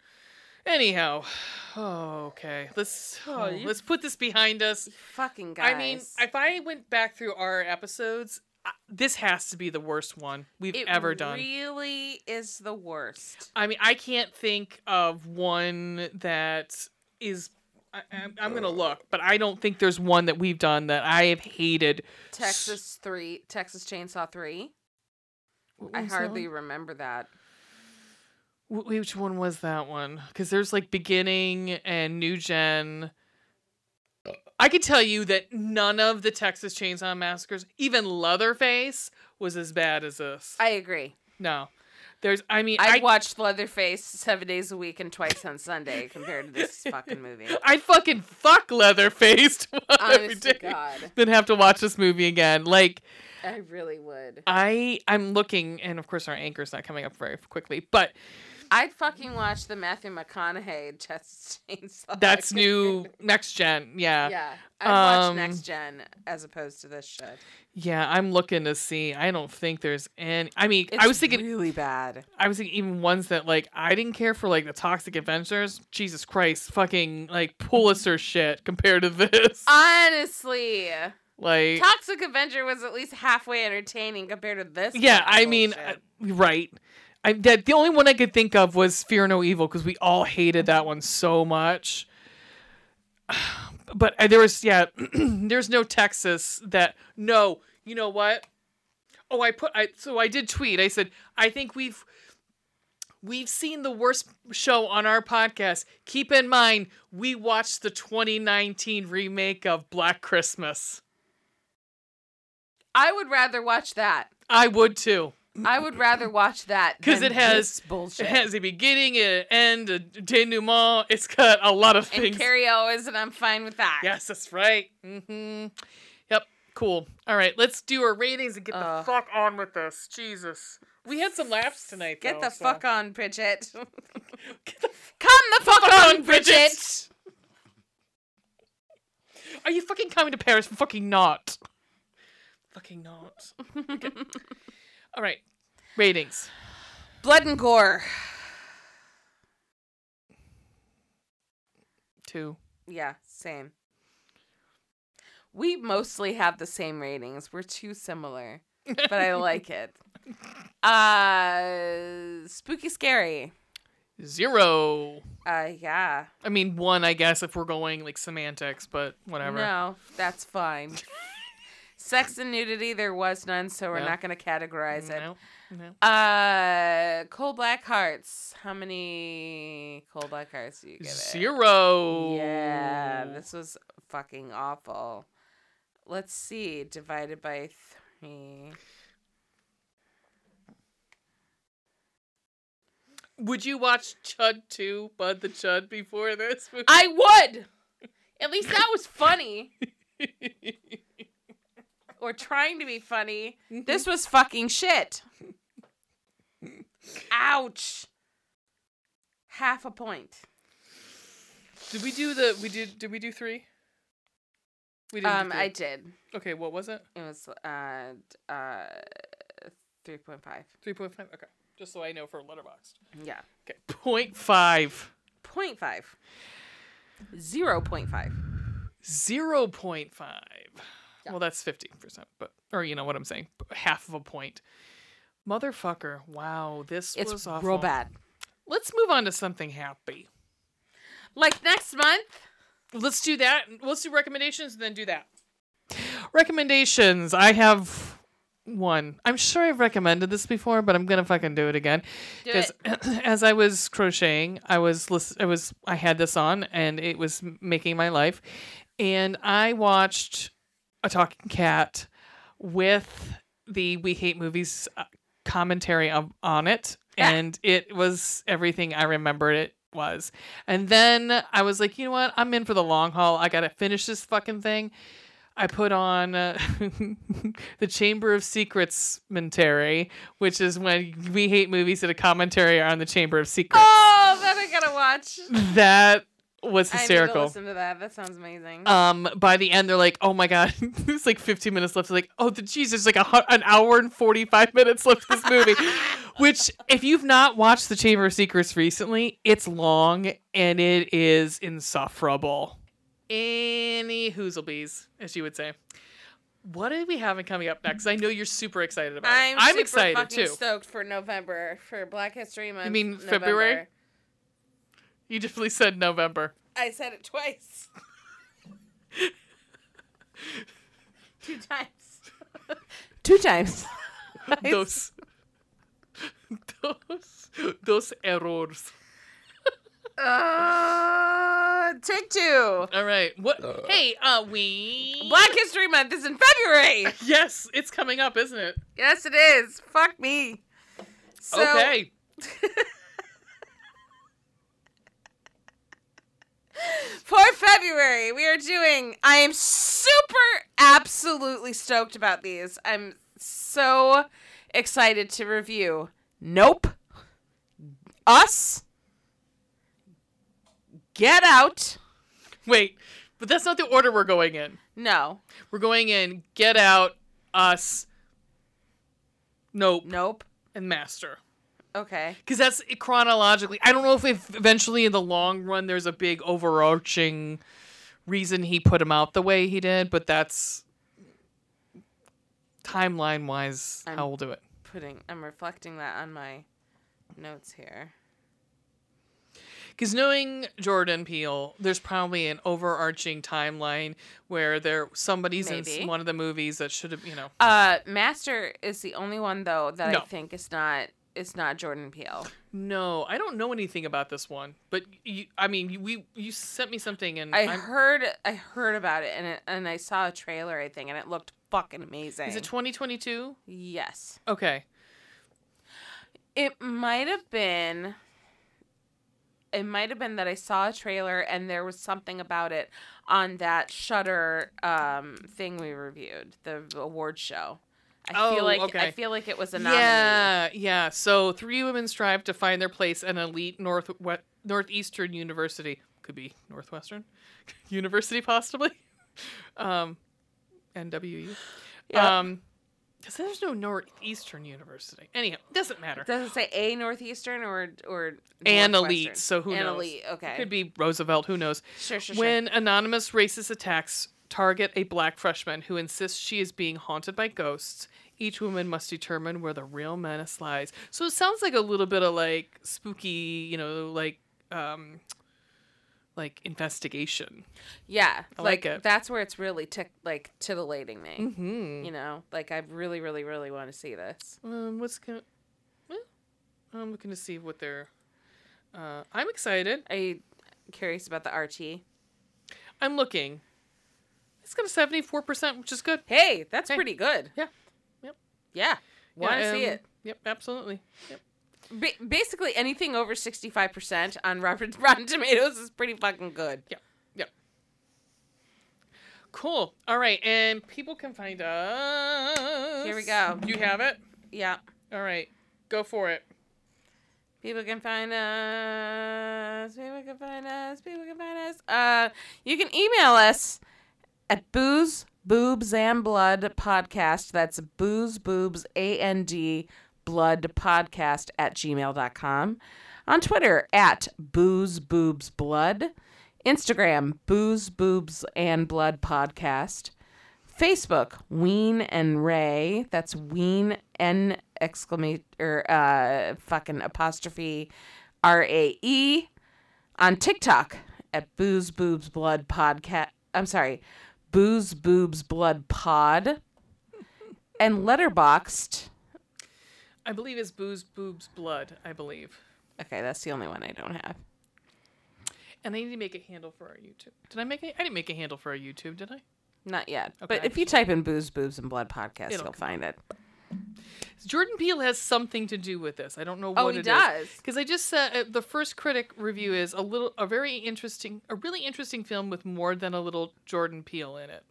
Speaker 2: Anyhow, (sighs) oh, okay, let's
Speaker 1: Oh,
Speaker 2: oh,
Speaker 1: you-
Speaker 2: let's put this behind us.
Speaker 1: Fucking guys.
Speaker 2: I mean, if I went back through our episodes, I, this has to be the worst one we've
Speaker 1: it
Speaker 2: ever done.
Speaker 1: really is the worst.
Speaker 2: I mean, I can't think of one that is. I, I'm, I'm gonna look, but I don't think there's one that we've done that I have hated.
Speaker 1: Texas 3, Texas Chainsaw 3.
Speaker 2: What
Speaker 1: I
Speaker 2: was that
Speaker 1: hardly
Speaker 2: one?
Speaker 1: remember that.
Speaker 2: Wh- Which one was that one? Because there's like beginning and new gen. I could tell you that none of the Texas Chainsaw Massacres, even Leatherface, was as bad as this.
Speaker 1: I agree.
Speaker 2: no, there's. I mean,
Speaker 1: I,
Speaker 2: I
Speaker 1: watched Leatherface seven days a week and twice on Sunday compared to
Speaker 2: (laughs)
Speaker 1: this fucking movie.
Speaker 2: I'd fucking fuck Leatherface (laughs) every
Speaker 1: Honest to
Speaker 2: day.
Speaker 1: God,
Speaker 2: Then have to watch this movie again. Like
Speaker 1: I really would.
Speaker 2: I, I'm looking, and of course our anchor's not coming up very quickly, but
Speaker 1: I'd fucking watch the Matthew McConaughey (laughs) Texas Chainsaw. (laughs)
Speaker 2: that's new next gen. Yeah, yeah,
Speaker 1: Yeah, I'd watch
Speaker 2: Um,
Speaker 1: Next Gen as opposed to this shit.
Speaker 2: I'm looking to see. I don't think there's any. I mean,
Speaker 1: It's
Speaker 2: I was thinking,
Speaker 1: really bad.
Speaker 2: I was thinking even ones that like I didn't care for, like the Toxic Adventures. Jesus Christ, fucking like Pulitzer shit compared to this. (laughs)
Speaker 1: Honestly,
Speaker 2: Like,
Speaker 1: Toxic Avenger was at least halfway entertaining compared to this.
Speaker 2: Yeah,
Speaker 1: fucking
Speaker 2: I mean,
Speaker 1: bullshit.
Speaker 2: I- right. I, that the only one I could think of was Fear No Evil because we all hated that one so much. But uh, there was yeah, (clears throat) there's no Texas that no. You know what? Oh, I put I so I did tweet. I said I think we've we've seen the worst show on our podcast. Keep in mind we watched the 2019 remake of Black Christmas.
Speaker 1: I would rather watch that.
Speaker 2: I would too.
Speaker 1: I would rather watch (laughs) that
Speaker 2: 'Cause
Speaker 1: than
Speaker 2: it has-
Speaker 1: this bullshit. (laughs)
Speaker 2: It has a beginning, an end, a denouement. It's got a lot of
Speaker 1: and
Speaker 2: things.
Speaker 1: Carrie Owens, and I'm fine with that.
Speaker 2: yes, that's right. hmm Yep. Cool. All right, let's do our ratings and get
Speaker 1: Uh.
Speaker 2: the fuck on with this. Jesus, we had some laughs tonight.
Speaker 1: Get
Speaker 2: though,
Speaker 1: the fuck
Speaker 2: so.
Speaker 1: on, Bridget. (laughs)
Speaker 2: Get the
Speaker 1: Come the fuck,
Speaker 2: fuck
Speaker 1: on, Bridget.
Speaker 2: Are you fucking coming to Paris? Fucking not.
Speaker 1: (laughs)
Speaker 2: Fucking not. (laughs) Okay. All right. Ratings.
Speaker 1: Blood and gore.
Speaker 2: Two.
Speaker 1: Yeah, same. We mostly have the same ratings. We're too similar, (laughs) but I like it. Uh, spooky, scary.
Speaker 2: Zero.
Speaker 1: Uh, yeah.
Speaker 2: I mean, one, I guess, if we're going like semantics, but whatever.
Speaker 1: No, that's fine. Sex and nudity, there was none, so we're
Speaker 2: No.
Speaker 1: not going to categorize it.
Speaker 2: Mm, No, no.
Speaker 1: Uh, coal black hearts. How many coal black hearts do you give it?
Speaker 2: Zero.
Speaker 1: Yeah, this was fucking awful. Let's see, divided by three.
Speaker 2: Would you watch Chud 2, Bud the Chud, before this movie?
Speaker 1: I would. At least that was funny. or trying to be funny. This was fucking shit. Ouch. Half a point.
Speaker 2: Did we do the we did did we do three? We didn't.
Speaker 1: Um,
Speaker 2: do
Speaker 1: I
Speaker 2: three.
Speaker 1: did.
Speaker 2: okay, what was it?
Speaker 1: It was uh d- uh, three point five.
Speaker 2: Three point five. Okay, just so I know for letterboxed.
Speaker 1: Yeah,
Speaker 2: Okay,
Speaker 1: (laughs)
Speaker 2: point five.
Speaker 1: point five. Zero point five.
Speaker 2: Zero point five.
Speaker 1: Yeah.
Speaker 2: Well, that's fifty percent, but or you know what I'm saying, b- half of a point. Motherfucker! Wow, this
Speaker 1: It's
Speaker 2: was
Speaker 1: real
Speaker 2: awful.
Speaker 1: bad.
Speaker 2: Let's move on to something happy.
Speaker 1: Like next month.
Speaker 2: Let's do that. Let's do recommendations and then do that. Recommendations. I have one. I'm sure I've recommended this before, but I'm gonna fucking do it again.
Speaker 1: Do
Speaker 2: (clears throat) as I was crocheting, I was list- I was I had this on and it was m- making my life, and I watched a talking cat with the We Hate Movies uh, commentary of, on it,
Speaker 1: Ah.
Speaker 2: and it was everything I remembered it was. And then I was like, you know what? I'm in for the long haul. I gotta finish this fucking thing. I put on uh, (laughs) the Chamber of Secrets commentary, which is when we hate movies that a commentary on the Chamber of Secrets.
Speaker 1: Oh, that I gotta watch.
Speaker 2: That was
Speaker 1: I need to
Speaker 2: hysterical.
Speaker 1: listen to that. That sounds amazing.
Speaker 2: Um, by the end, they're like, "Oh my god, (laughs) there's like 15 minutes left." They're like, "Oh, the Jesus, like a, hu- an hour and 45 minutes left of
Speaker 1: (laughs)
Speaker 2: this movie." Which, if you've not watched the Chamber of Secrets recently, it's long and it is insufferable. Any hoozlebees, as you would say. What do we have coming up next? I know you're super excited about
Speaker 1: I'm,
Speaker 2: it. I'm
Speaker 1: super
Speaker 2: excited
Speaker 1: fucking
Speaker 2: too.
Speaker 1: Stoked for November for Black History Month.
Speaker 2: mean
Speaker 1: November.
Speaker 2: February? you definitely said November.
Speaker 1: I said it
Speaker 2: (laughs)
Speaker 1: twice. Two times. (laughs) Two times.
Speaker 2: (laughs) Those, those, (laughs) those errors.
Speaker 1: (laughs) Uh, take two.
Speaker 2: All right. What? hey, uh, we.
Speaker 1: Black History Month is in February.
Speaker 2: Yes, it's coming up, isn't it?
Speaker 1: Yes, it is. Fuck me. So,
Speaker 2: okay.
Speaker 1: For February, we are doing. I am super absolutely stoked about these. I'm so excited to review. Nope. Us. Get out.
Speaker 2: Wait, but that's not the order we're going in.
Speaker 1: No.
Speaker 2: We're going in Get Out, Us, Nope,
Speaker 1: Nope.
Speaker 2: and Master.
Speaker 1: Okay.
Speaker 2: Because that's it chronologically. I don't know if, if eventually in the long run there's a big overarching reason he put him out the way he did, but that's timeline wise
Speaker 1: I'm-
Speaker 2: how we'll do it.
Speaker 1: Putting. I'm reflecting that on my notes here.
Speaker 2: Because knowing Jordan Peele, there's probably an overarching timeline where there somebody's in
Speaker 1: Maybe.
Speaker 2: s- one of the movies that should have, you know.
Speaker 1: Uh, Master is the only one though that
Speaker 2: No.
Speaker 1: I think is not is not Jordan Peele.
Speaker 2: No, I don't know anything about this one, but you, I mean, you, we you sent me something and
Speaker 1: I
Speaker 2: I'm-
Speaker 1: heard I heard about it and it, and I saw a trailer I think and it looked fucking amazing.
Speaker 2: is it 2022?
Speaker 1: yes.
Speaker 2: Okay,
Speaker 1: It might have been it might have been that I saw a trailer and there was something about it on that Shutter um thing we reviewed, the award show. I
Speaker 2: Oh,
Speaker 1: feel like
Speaker 2: okay.
Speaker 1: I feel like it was a nominee.
Speaker 2: yeah, yeah. So three women strive to find their place at an elite northwest northeastern university. Could be northwestern (laughs) university, possibly. (laughs) Um, NWU.
Speaker 1: Yeah.
Speaker 2: Um, because there's no Northeastern University. Anyhow, doesn't matter.
Speaker 1: Does it say a Northeastern or or
Speaker 2: An
Speaker 1: Northwestern?
Speaker 2: elite, so who
Speaker 1: An
Speaker 2: knows?
Speaker 1: elite, okay.
Speaker 2: Could be Roosevelt. Who knows?
Speaker 1: Sure, sure, sure.
Speaker 2: When anonymous racist attacks target a black freshman who insists she is being haunted by ghosts, Each woman must determine where the real menace lies. So it sounds like a little bit of like spooky, you know, like um like investigation.
Speaker 1: Yeah,
Speaker 2: I
Speaker 1: like,
Speaker 2: like it.
Speaker 1: that's where it's really tick like titillating me.
Speaker 2: Hmm.
Speaker 1: You know, like I really, really, really want to see this.
Speaker 2: Um, what's gonna? Well, I'm looking to see what they're. Uh, I'm excited.
Speaker 1: Are you curious about the RT?
Speaker 2: I'm looking. It's got a 74 percent, which is good.
Speaker 1: Hey, that's
Speaker 2: Hey.
Speaker 1: pretty good.
Speaker 2: Yeah. Yep.
Speaker 1: Yeah. Want to
Speaker 2: Yeah,
Speaker 1: see
Speaker 2: um,
Speaker 1: it?
Speaker 2: Yep, absolutely. Yep.
Speaker 1: Ba- basically, anything over sixty-five percent on Robert Rotten (laughs) Tomatoes is pretty fucking good.
Speaker 2: Cool. All right, and people can find us.
Speaker 1: Here we go.
Speaker 2: You have it.
Speaker 1: Yeah.
Speaker 2: All right, go for it.
Speaker 1: People can find us. People can find us. People can find us. Uh, you can email us at booze, boobs, and blood podcast. That's booze, boobs, A N D, blood podcast at gmail.com. On Twitter at booze, boobs, blood. Instagram, booze, boobs, and blood podcast. Facebook, Ween and Ray. That's Ween N exclamation or uh, fucking apostrophe R A E on TikTok at Booze Boobs Blood Podcast. I'm sorry, Booze Boobs Blood Pod and Letterboxed.
Speaker 2: I believe it's booze, boobs, blood. I believe.
Speaker 1: Okay, that's the only one I don't have.
Speaker 2: And I need to make a handle for our YouTube. Did I make? A, I didn't make a handle for our YouTube, did I?
Speaker 1: Not yet,
Speaker 2: Okay.
Speaker 1: but if you type in "booze, boobs, and blood" podcast,
Speaker 2: It'll
Speaker 1: you'll find it.
Speaker 2: Jordan Peele has something to do with this. I don't know
Speaker 1: Oh,
Speaker 2: what
Speaker 1: he
Speaker 2: it is.
Speaker 1: does.
Speaker 2: Because I just said uh, the first critic review is a little, a very interesting, a really interesting film with more than a little Jordan Peele in it.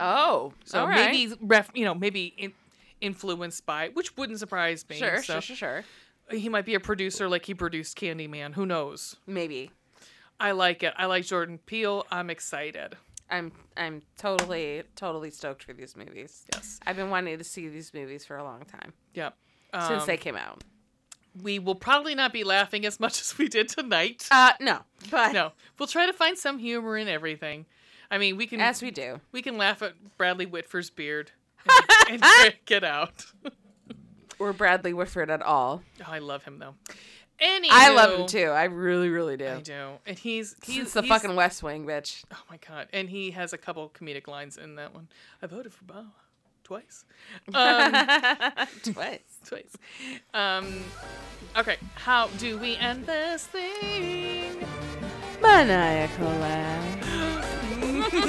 Speaker 1: Oh,
Speaker 2: So
Speaker 1: all right.
Speaker 2: maybe ref, you know, maybe in, influenced by, which wouldn't surprise me.
Speaker 1: sure,
Speaker 2: So
Speaker 1: sure, sure, sure.
Speaker 2: He might be a producer, like he produced Candyman. Who knows?
Speaker 1: Maybe
Speaker 2: I like it. I like Jordan Peele. I'm excited.
Speaker 1: I'm I'm totally totally stoked for these movies.
Speaker 2: Yes.
Speaker 1: I've been wanting to see these movies for a long time
Speaker 2: Yep.
Speaker 1: since
Speaker 2: Um,
Speaker 1: they came out.
Speaker 2: we will probably not be laughing as much (laughs) as we did tonight.
Speaker 1: Uh, no, but
Speaker 2: no, we'll try to find some humor in everything. I mean, we can
Speaker 1: as we do,
Speaker 2: We can laugh at Bradley
Speaker 1: (laughs)
Speaker 2: Whitford's beard and, and drink it out. (laughs) Oh,
Speaker 1: or Bradley Whitford at all.
Speaker 2: I love him though. Anywho,
Speaker 1: I love him too. I really, really do.
Speaker 2: I do, and he's he's
Speaker 1: Since the
Speaker 2: he's-
Speaker 1: fucking West Wing, bitch.
Speaker 2: oh my god, and he has a couple comedic lines in that one. I voted for Bob
Speaker 1: (laughs)
Speaker 2: twice, um,
Speaker 1: Twice. (laughs)
Speaker 2: (laughs) twice. Um, okay, how do we end this thing?
Speaker 1: Maniacal laugh.